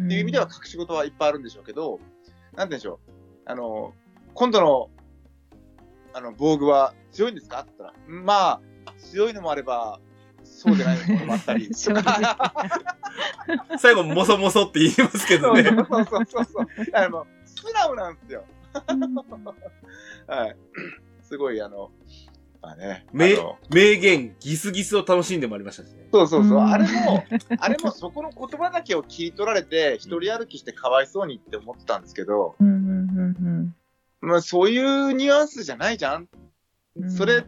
うん。って。ていう意味では隠し事はいっぱいあるんでしょうけど、なんて言うんでしょう。あの、今度の、あの、防具は強いんですかって言ったら、まあ、強いのもあれば、そうじゃないのもあったりとか最後、もそもそって言いますけどそうね。そうそうそうそう。あの、素直なんですよ。はい。すごい、あの、まあね。あ名の、名言、ギスギスを楽しんでもありましたしね。そうそうそう。うんあれも、あれもそこの言葉だけを切り取られて、一人歩きしてかわいそうにって思ってたんですけど、うんうんまあそういうニュアンスじゃないじゃん。うんうん。それ、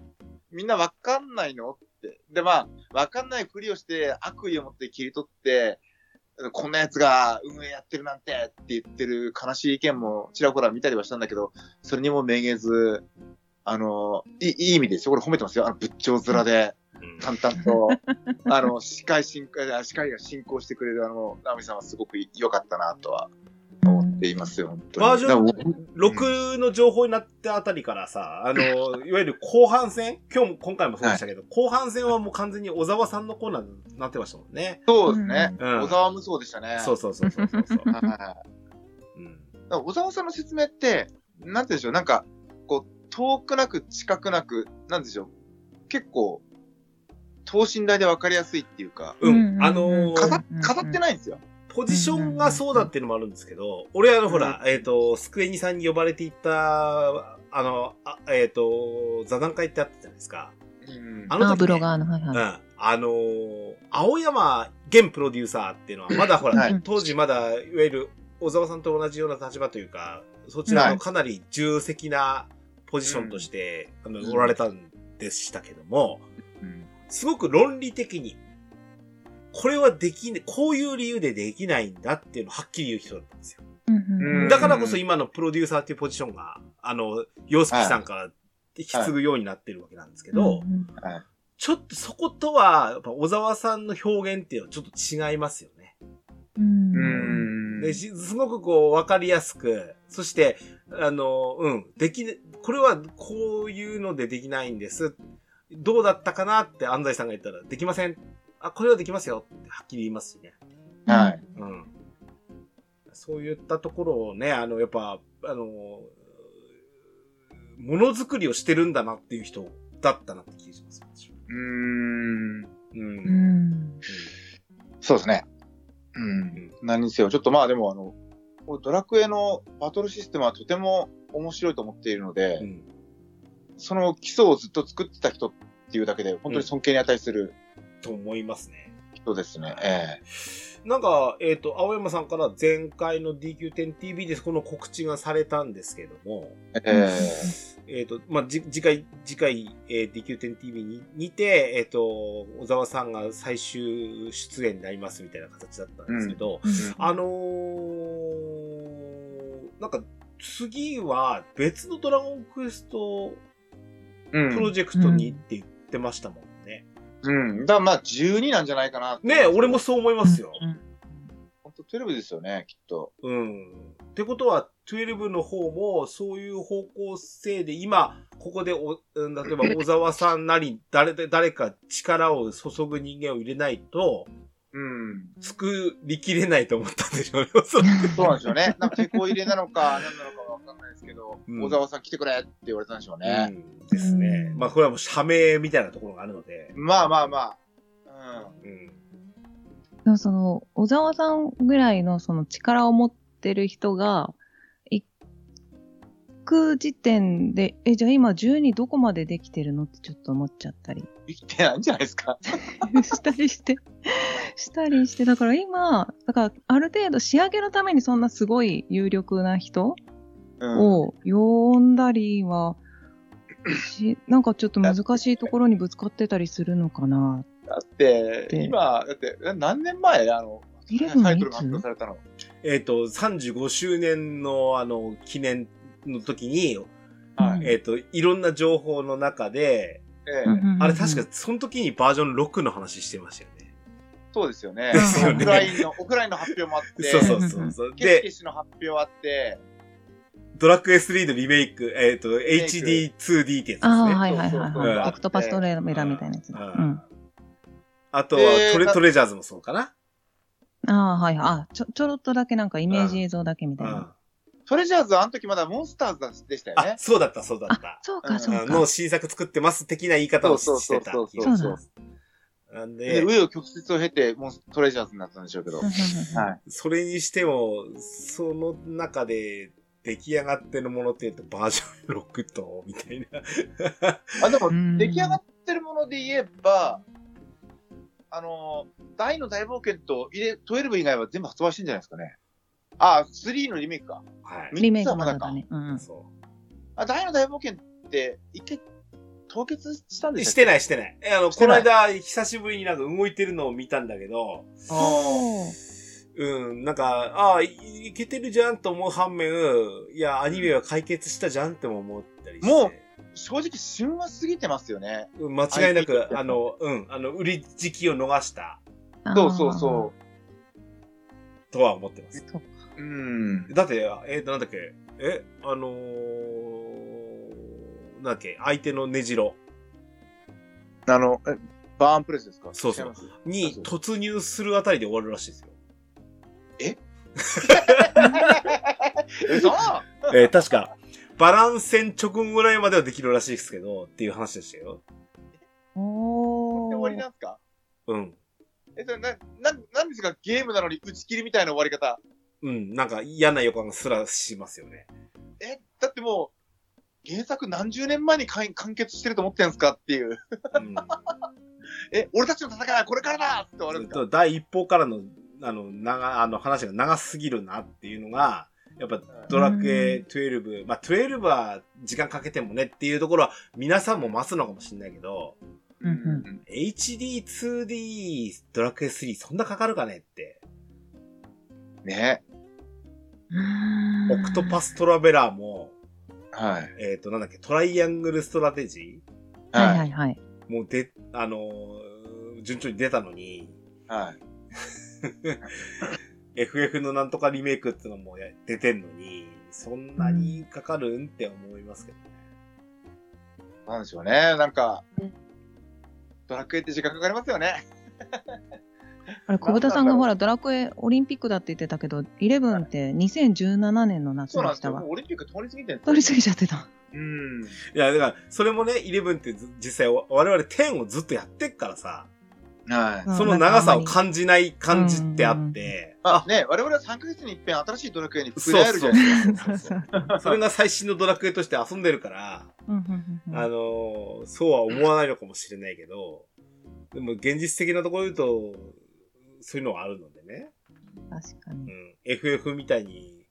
みんなわかんないのって。で、まあ、わかんないふりをして、悪意を持って切り取って、こんな奴が運営やってるなんてって言ってる悲しい意見もちらほら見たりはしたんだけど、それにもめげず、あの、いいいい意味ですよ。これ褒めてますよ。あの、仏頂面で。うん淡々と、あの、司会進行、あ司会が進行してくれるあの、ナオミさんはすごく良かったなとは思っていますよ、本当に。バージョンだから6の情報になったあたりからさ、 あの、いわゆる後半戦、今日も、今回もそうでしたけど、後半戦はもう完全に小沢さんのコーナーになってましたもんね。そうですね。うん小沢もそうでしたね。そうそうそうそうそうそう。はいだかうんら小沢さんの説明って、なんて言うんでしょう、なんか、こう、遠くなく近くなく、なんでしょう、結構、等身大で分かりやすいっていうか、う。うんんあの飾ー、っ飾ってないんですよ。ポジションがそうだっていうのもあるんですけど、俺あの、ほら、えっと、スクエニさんに呼ばれていった、あの、あえっと、座談会ってあったじゃないですか。うんあの時ねあ、ブロガーの、はいはうい。んあのー青山現プロデューサーっていうのは、まだほら、はい当時まだ、いわゆる小沢さんと同じような立場というか、そちらはのいかなり重責なポジションとして、あうの、んおられたんでしたけども、うんすごく論理的に、これはできね、こういう理由でできないんだっていうのをはっきり言う人だったんですよ。うんうんうんだからこそ今のプロデューサーっていうポジションが、あの、洋介さんから引き継ぐようになってるわけなんですけど、うんちょっとそことは、やっぱ小沢さんの表現っていうのはちょっと違いますよね。うんううんん。でしすごくこう、わかりやすく、そして、あの、うん、できね、これはこういうのでできないんです。どうだったかなって安西さんが言ったら、できません。あ、これはできますよってはっきり言いますしね。はい。うん。そういったところをね、あの、やっぱ、あの、ものづくりをしてるんだなっていう人だったなって気がします。私はうーん。うん。ううんん。そうですね。うんん。何にせよ、ちょっとまあでもあの、こうドラクエのバトルシステムはとても面白いと思っているので、うんその基礎をずっと作ってた人っていうだけで、本当に尊敬に値すると思いますね。人ですね。ええなんか、えっ、と、青山さんから前回の DQ10TV でこの告知がされたんですけども、ええっ、と、まあ、じ、次回、次回、えー DQ10TV ににて、えっ、と、小沢さんが最終出演になりますみたいな形だったんですけど、あのー、なんか、次は別のドラゴンクエストうプロん。ジェクトにって言ってましたもんね。うん。だからまあ12なんじゃないかな。ねえ俺も。そう思いますよ。うん本当12ですよね、きっと。うん。ってことは、12の方も、そういう方向性で、今、ここでお、うん例え ば小沢さんなり、誰で、誰か力を注ぐ人間を入れないと、うん。作りきれないと思ったんでしょうね。おそらくそうなんですよね。 なんか、手こ入れなのか、何なのかわかんないですけど、うん小沢さん来てくれって言われたんでしょうね。 うんですね。まあ、これはもう社名みたいなところがあるので、まあまあまあ。うん。でもその、小沢さんぐらいのその力を持ってる人が、行く時点で、え、じゃあ今12どこまでできてるのってちょっと思っちゃったりう ん。生きてないんじゃないですか。したりして、したりして、だから今、だからある程度仕上げのためにそんなすごい有力な人うん。を呼んだ りは、しなんかちょっと難しいところにぶつかってたりするのかな。だって、で今、だって、え何年前あの、 11タイトルが発表されたの。えっ、と、35周年の、あの、記念の時に、はい。えっ、と、いろんな情報の中で、ええうんうんうんあれ確かその時にバージョン6の話してましたよね。そうですよね。ですよオねフラインの、オフラインの発表もあって、そうそうそうそう。ケシケで、シの発表あって、ドラクエ3のリメイク、えっ、と、メイク HD2D ってやつですね。ああ、あはいはいはいそうそうはそい。うオクトパストレメラみたいなやつだ。あうん。とはでトレ、なトレジャーズもそうかな。ああ、はいはい。あ、ちょ、ちょろっとだけなんかイメージ映像だけみたいうんな。トレジャーズはあの時まだモンスターズでしたよあね、。そうだった、そうだった。そううか、んそうのか。新作作ってます的な言い方をしそうしそうてたそう気がそうしそうます。なんで、で、上を曲折を経て、もうトレジャーズになったんでしょうけど。うんうんうんはい。それにしても、その中で出来上がってるものって言うとバージョン6と、みたいな。あでもうん出来上がってるもので言えば、あの大の大冒険と入れ12以外は全部発売してんじゃないですかね。あ、3のリメイクか。はい。みリメイクまだだね。うんうん。そあ大の大冒険って一回凍結したんう。ででししたってない、してない。えあの、しこてのない間、久しぶりになんか動いてるのを見たんだけど、けあうん、なんか、ああ、いいけてるじゃんと思う反面、いや、アニメは解決したじゃんっても思ったりして。もー正直、旬は過ぎてますよね。うん間違いな相手く、あの、うん、あの、売り時期を逃したそうそうそとは思ってます。う。そうう。うん。だって、えーと、なんだっけ、え、あのー、なんだっけ、相手の根城あの、えバーンプレスですかそうそう違いますに突入するあたりで終わるらしいですよ。 嘘えー確か、バラン戦直後ぐらいまではできるらしいですけど、っていう話でしたよ。で終おわりーなんですかうん。え、それな、な、なんですかゲームなのに打ち切りみたいな終わり方。うん、なんか嫌な予感がすらしますよね。え、だってもう、原作何十年前に完完結してると思ってんすかっていう。うん。え、俺たちの戦いはこれからだって終わるんですか第一報からの、あの、長、あの話が長すぎるなっていうのが、やっぱドラクエ12、まあ12は時間かけてもねっていうところは皆さんも待つのかもしれないけど、うんうん。 HD2D ドラクエ3そんなかかるかねって。ね。オクトパストラベラーも、はい。えっ、となんだっけ、トライアングルストラテジはいはいはい。ーもうで、あのー順調に出たのに、はい。 FF のなんとかリメイクってのもや出てんのに、そんなにかかるんって思いますけどね。なんでしょうね。なんかうん、ドラクエって時間かかりますよね。あれ、小豚さんがほら、ドラクエオリンピックだって言ってたけど、11って2017年の夏そうなんででしすよ。たわもう。オリンピック通り過ぎてるん通りです過ぎちゃってた。ようん。いや、だから、それもね、11ってず実際我々10をずっとやってっからさ、はい。うんその長さをなんか感じない感じってあって、まあね、我々は3ヶ月に一遍新しいドラクエに触そうれ合えるじそゃうないですそそううそそうう。それが最新のドラクエとして遊んでるから、うんうんうんうんあのーそうは思わないのかもしれないけど、でも現実的なところで言うと、そういうのはあるのでね。確かうに。ん。FF みたいに、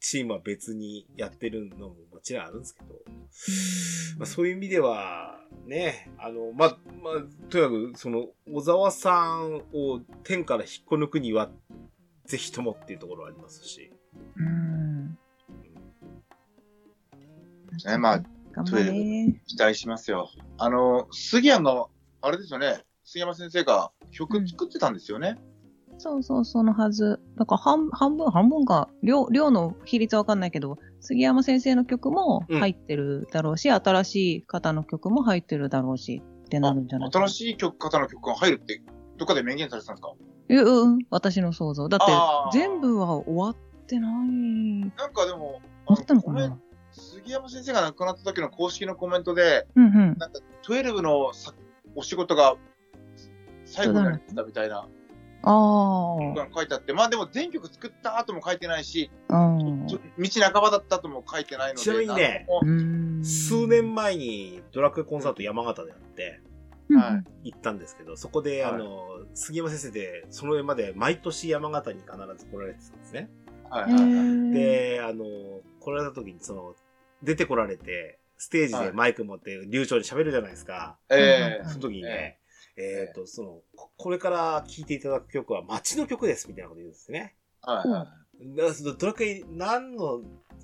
チームは別にやってるのももちろんあるんですけど、まあ、そういう意味では、ね、あの、まあ、まあ、とにかく、その、小沢さんを天から引っこ抜くには、ぜひともっていうところはありますし。うん。か。ね、まあ、頑張れ。期待しますよ。あの、杉谷の、あれですよね。杉山先生が曲作ってたんですよね。そうそう、そのはず。だから半半分、半分か、量量の比率はわかんないけど、杉山先生の曲も入ってるだろうし、新しい方の曲も入ってるだろうし、ってなるんじゃないかな新しい曲、方の曲が入るって、どっかで明言されてたんですかいやうん、私の想像。だあっーて、全部は終わってない。なんかでも、終わったのかあのな杉山先生が亡くなった時の公式のコメントで、うんうん。なんか、12のさお仕事が最後になったみたいなあのが書いてあって、まあでも全曲作った後も書いてないし、あ。あちょー道半ばだったとも書いてないので、ちなみにねなんとうもーん。数年前にドラクエコンサート山形であってはい行ったんですけど、そこで、はいあの、杉山先生で、その上まで毎年山形に必ず来られてたんですね。はいはへいはいー、で、あの、来られた時に、その、出てこられて、ステージでマイク持って流暢に喋るじゃないですか。ええはいその時にね、ええっ、と、その、ここれから聴いていただく曲は街の曲です、みたいなこと言うんですね。はいはいなそのドラクエ何の、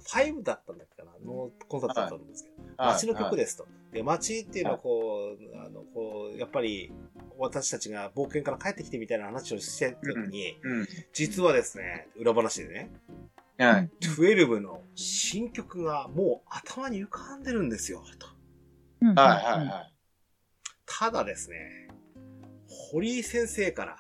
5だったんだっけかなのコンサートだったと思うんですけど、はい。街の曲で。ですと。で、街っていうのはこう、あの、こう、やっぱり、私たちが冒険から帰ってきてみたいな話をしてた時に、うん。実はですね、裏話でね、はい。 12の新曲がもう頭に浮かんでるんですよ、と。うんうんはいはいはい。ただですね、堀井先生から、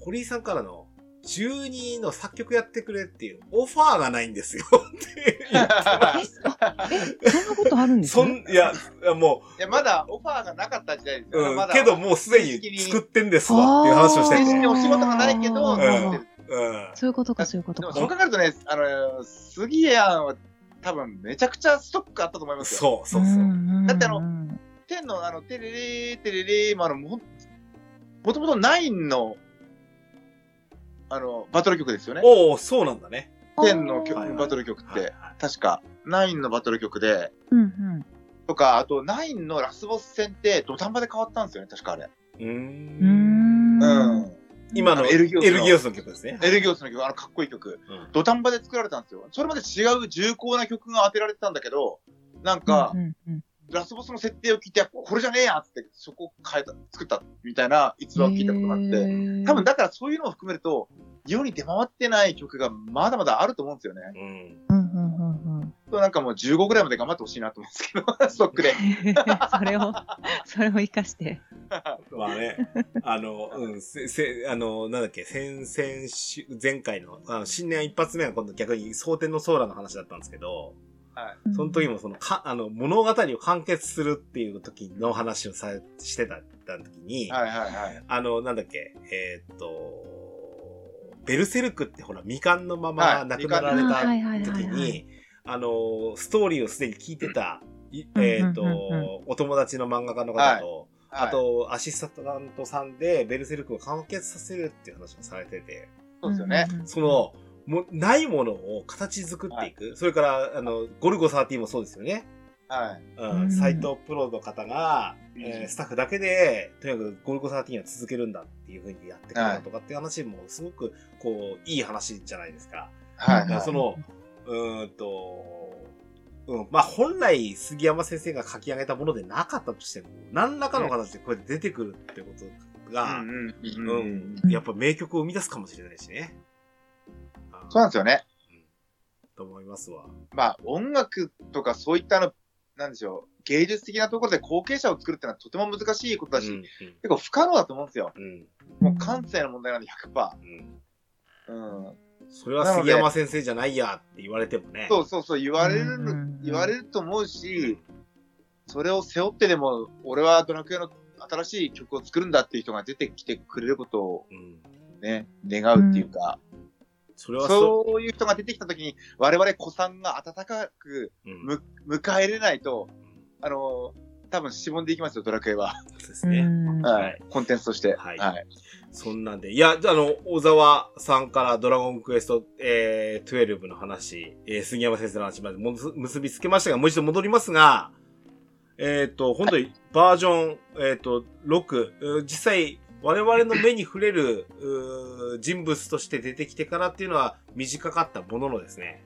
堀井さんからの12の作曲やってくれっていうオファーがない んですよって言ってましえ、そんなことあるんでた。すそかん、いや、いやもいや、まだオファーがなかった時代ですう、よ。うんまだけどもうすでに作ってんですわっていう話をして正て式にあお仕事がないけど、うん作ってるうん。そういうことか、そういうことでもか。そう考えるとね、あの、杉谷は多分めちゃくちゃストックあったと思いますよ。そうそうそう。だだってあのの、天のあの、テレレー、テレレーもあの、もうもともと9の、あの、バトル曲ですよね。おおそうなんだね。天の曲、はいはいバトル曲っはいはいて、確か、9のバトル曲で、うんうん。とか、あと、9のラスボス戦って、土壇場で変わったんですよね、確かあれ。うーうーん。ん。うん。今のあのエエルルギギオオスのスの曲ですね。エルギオスの曲、あの、かっこいい曲。うん土壇場で作られたんですよ。それまで違う重厚な曲が当てられてたんだけど、なんかう、んうんラスボスの設定を聞いて、これじゃねえやっつって、そこを変えた、作った、みたいな逸話を聞いたことがあって。へー多分だからそういうのを含めると、世に出回ってない曲がまだまだあると思うんですよね。うん。うんうんうん うん。なんかもう15ぐらいまで頑張ってほしいなと思うんですけど、ス トックで。それを、それを生かして。まあね、あの、うん、せ、せ、あの、なんだっけ、先々週、前回の、あの新年一発目が今度逆に、蒼天のソーラの話だったんですけど、その時もその、か、あの、物語を完結するっていう時の話をさ、してた、た時に、はいはいはい。あの、なんだっけ、えーっと、ベルセルクってほら、未完のままはい亡くなられあーはいはいたはい時はいに、あの、ストーリーをすでに聞いてた、いうんえーっとうんうんうん、お友達の漫画家の方と、はいあ、と、アシスタントさんでベルセルクを完結させるっていう話もされてて、そうですよね。。そ、の、もうないものを形作っていく。それから、あの、ゴルゴ13もそうですよね。はい。う、うんん斎藤プロの方が、うんえースタッフだけで、とにかくゴルゴ13は続けるんだっていうふうにやってくれたとかっていう話もすごく、こう、いい話じゃないですか。はいだからそはの、うーんと、うん、まあ本来杉山先生が書き上げたものでなかったとしても、何らかの形でこうやって出てくるってことが、い。うんうんううんん、うん。やっぱ名曲を生み出すかもしれないしね。そうなんですでよね。す、うんと思いますわ。まあ音楽とかそういったあの、なんでしょう、芸術的なところで後継者を作るってのはとても難しいことだし、うん、結構不可能だと思うんですよ。うん、うんもう感性の問題なんで100%。うん。うん。それは杉山先生じゃないやって言われてもね。そうそうそう、言われるうんうんうん、言われると思うし、それを背負ってでも、俺はドラクエの新しい曲を作るんだっていう人が出てきてくれることをうん。ね、願うっていうか、それはそそういう人が出てきたときに、我々子さんが温かくう。うん。む迎え入れないとう、んあのー、多分しぼんでいきますよ、ドラクエは。そうですね。はい、はいコンテンツとして。ははいい。そんなんで。いや、あの、小沢さんからドラゴンクエスト、えー、12の話、えー、杉山先生の話までもつ結びつけましたが、もう一度戻りますが、えっ、と、本当にバージョン、えっ、と、6、うー実際、我々の目に触れる、うー人物として出てきてからっていうのは短かったもののですね、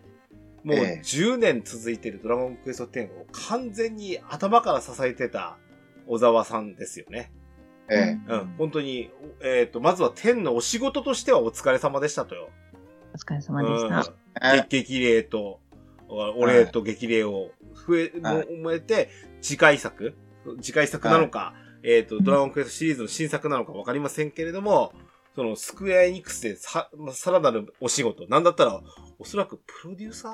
もうええ10年続いてるドラゴンクエスト10を完全に頭から支えてた小沢さんですよね。えええ。うん、本当に、えっ、と、まずは天のお仕事としてはお疲れ様でしたとよ。お疲れ様でした。うんげ激励と、おお礼と激励を増え、もはいもえて、次回作次回作なのか、えっ、と、ドラゴンクエストシリーズの新作なのかわかりませんけれども、その、スクエアエニックスでさ、まあさらなるお仕事、なんだったら、おそらくプロデューサ ー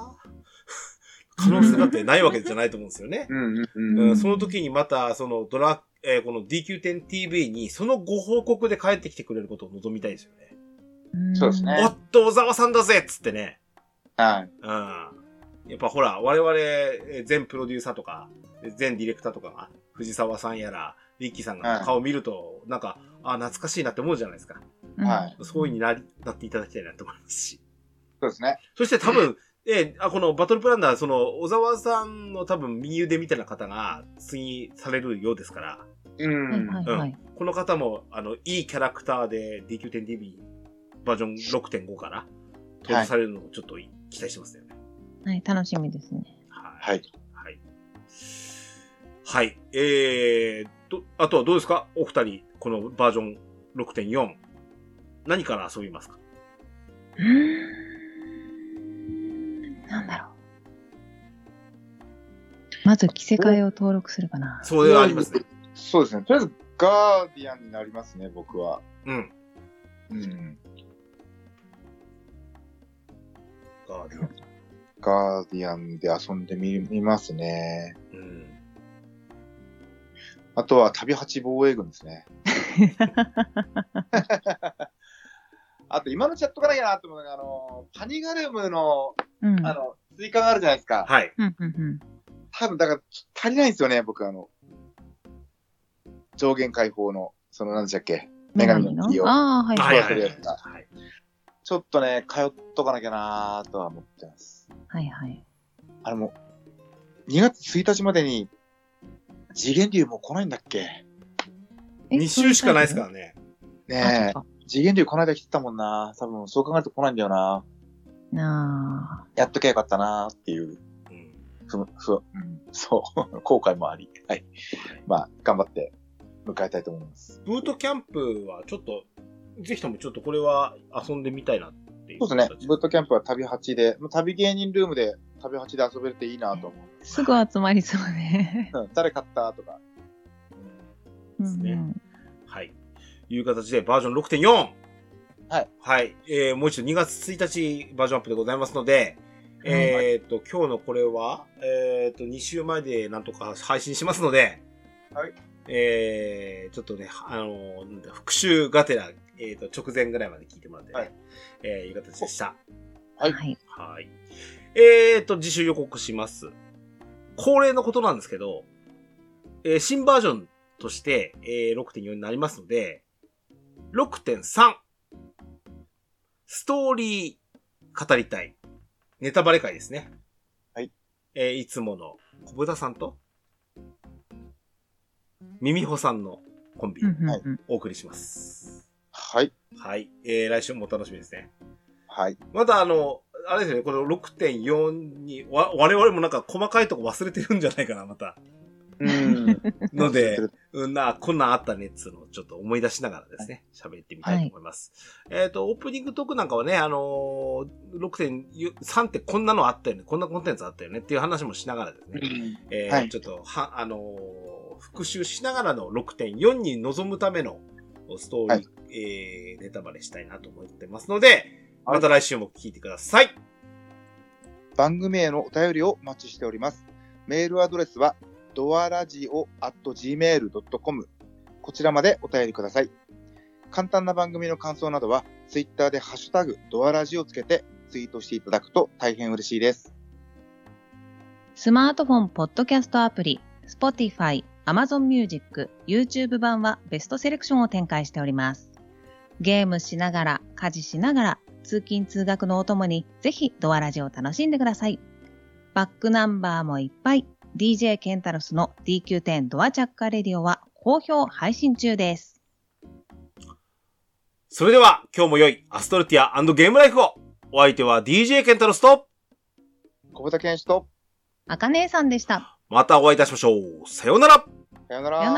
可能性だってないわけじゃないと思うんですよね。うんうんうん。うん、その時にまた、そのドラ、えーこの DQ10TV に、そのご報告で帰ってきてくれることを望みたいですよね。んそうですねおっと、小沢さんだぜっつってね。はい。うん。やっぱほら、我々、えー全プロデューサーとか、全ディレクターとかが、藤沢さんやら、リッキーさんがはい顔を見ると、なんか、あ、懐かしいなって思うじゃないですか。うんはいそういう風になり、なっていただきたいなと思いますし。そうですね。そして多分、えーあ、このバトルプランナー、その、小沢さんの多分右腕みたいな方が、次されるようですから、うはいん。はいうんはい。この方も、あの、いいキャラクターで DQ10TV バージョン6.5から登場されるのをちょっと期待してますよね。はい、楽しみですね。は。はいい。はい。はい。えー、と、あとはどうですかお二人、このバージョン6.4。何から遊びますかうーんなんだろう。まず着せ替えを登録するかな。それはありますね。そうですね。とりあえず、ガーディアンになりますね、僕は。うん。うん。ガーディアンガーディアンで遊んでみみますね。うん。あとは、旅八防衛軍です ね。あと、今のチャットからいいなと思うのが、あの、パニガルムの、うん。あの、追加があるじゃないですか。はい。うんうんうん。多分、だから、足りないんですよね、僕、あの、上限解放の、その、何でしたっけ。女神の起用ああ、はいははいいははいい。はい。はいちょっとね、通っとかなきゃなーとは思ってます。はいはい。あれも、2月1日までに、次元流もう来ないんだっけえ2週しかないですからね。ねえ。あ次元流この間来てたもんな。多分そう考えると来ないんだよな。なやっときゃよかったなっていう、うん。ふ、ふ、うん、そう、 後悔もあり。はい。まあ、頑張って迎えたいと思います。ブートキャンプはちょっと、ぜひともちょっとこれは遊んでみたいなっていう。そうですね。ブートキャンプは旅8で、もう旅芸人ルームで旅8で遊べるっていいなと思うあ、すぐ集まりそうね。うん。誰買ったとか。うすねんはい。いう形でバージョン6.4。はい。はい。えー、もう一度2月1日バージョンアップでございますので、えーっと、今日のこれは、えーっと、2週前でなんとか配信しますので、はい。えー、ちょっとね、あのーなんだ復習がてら、えーっと、直前ぐらいまで聞いてもらってね、はいえー、いう形でした。はいはい。はい。えーと、次週予告します。恒例のことなんですけど、えー新バージョンとして、えー6.4になりますので、6.3! ストーリー語りたい。ネタバレ会ですね。はい。えーいつもの小豚さんと、ミミホさんのコンビう、んうんはいうんお送りします。はい。はい。えー来週もお楽しみですね。はい。まだあの、あれですね、この6.4に、わ、我々もなんか細かいとこ忘れてるんじゃないかな、また。 うん。、のでうんな、こんなんあったねっつうのをちょっと思い出しながらですね、喋、ってみたいと思います。えっ、と、オープニングトークなんかはね、あのー、6.3ってこんなのあったよね、こんなコンテンツあったよねっていう話もしながらですね、えーはいちょっと、は、あのー復習しながらの6.4に臨むためのストーリー、はいえーネタバレしたいなと思ってますので、はいまた来週も聞いてください。番組へのお便りをお待ちしております。メールアドレスは、ドアラジオ gmail.com。こちらまでお便りください。簡単な番組の感想などは、ツイッターでハッシュタグ、ドアラジをつけてツイートしていただくと大変嬉しいです。スマートフォン、ポッドキャストアプリ、Spotify、Amazon Music、YouTube 版はベストセレクションを展開しております。ゲームしながら、家事しながら、通勤通学のお供に、ぜひドアラジオを楽しんでください。バックナンバーもいっぱい、DJ ケンタロスの DQ10 ドアチャッカレディオは好評配信中です。それでは、今日も良いアストルティアゲームライフをお相手は DJ ケンタロスと、小畑健志と、あかねえさんでした。またお会いいたしましょう。さようならさよなら。さようなら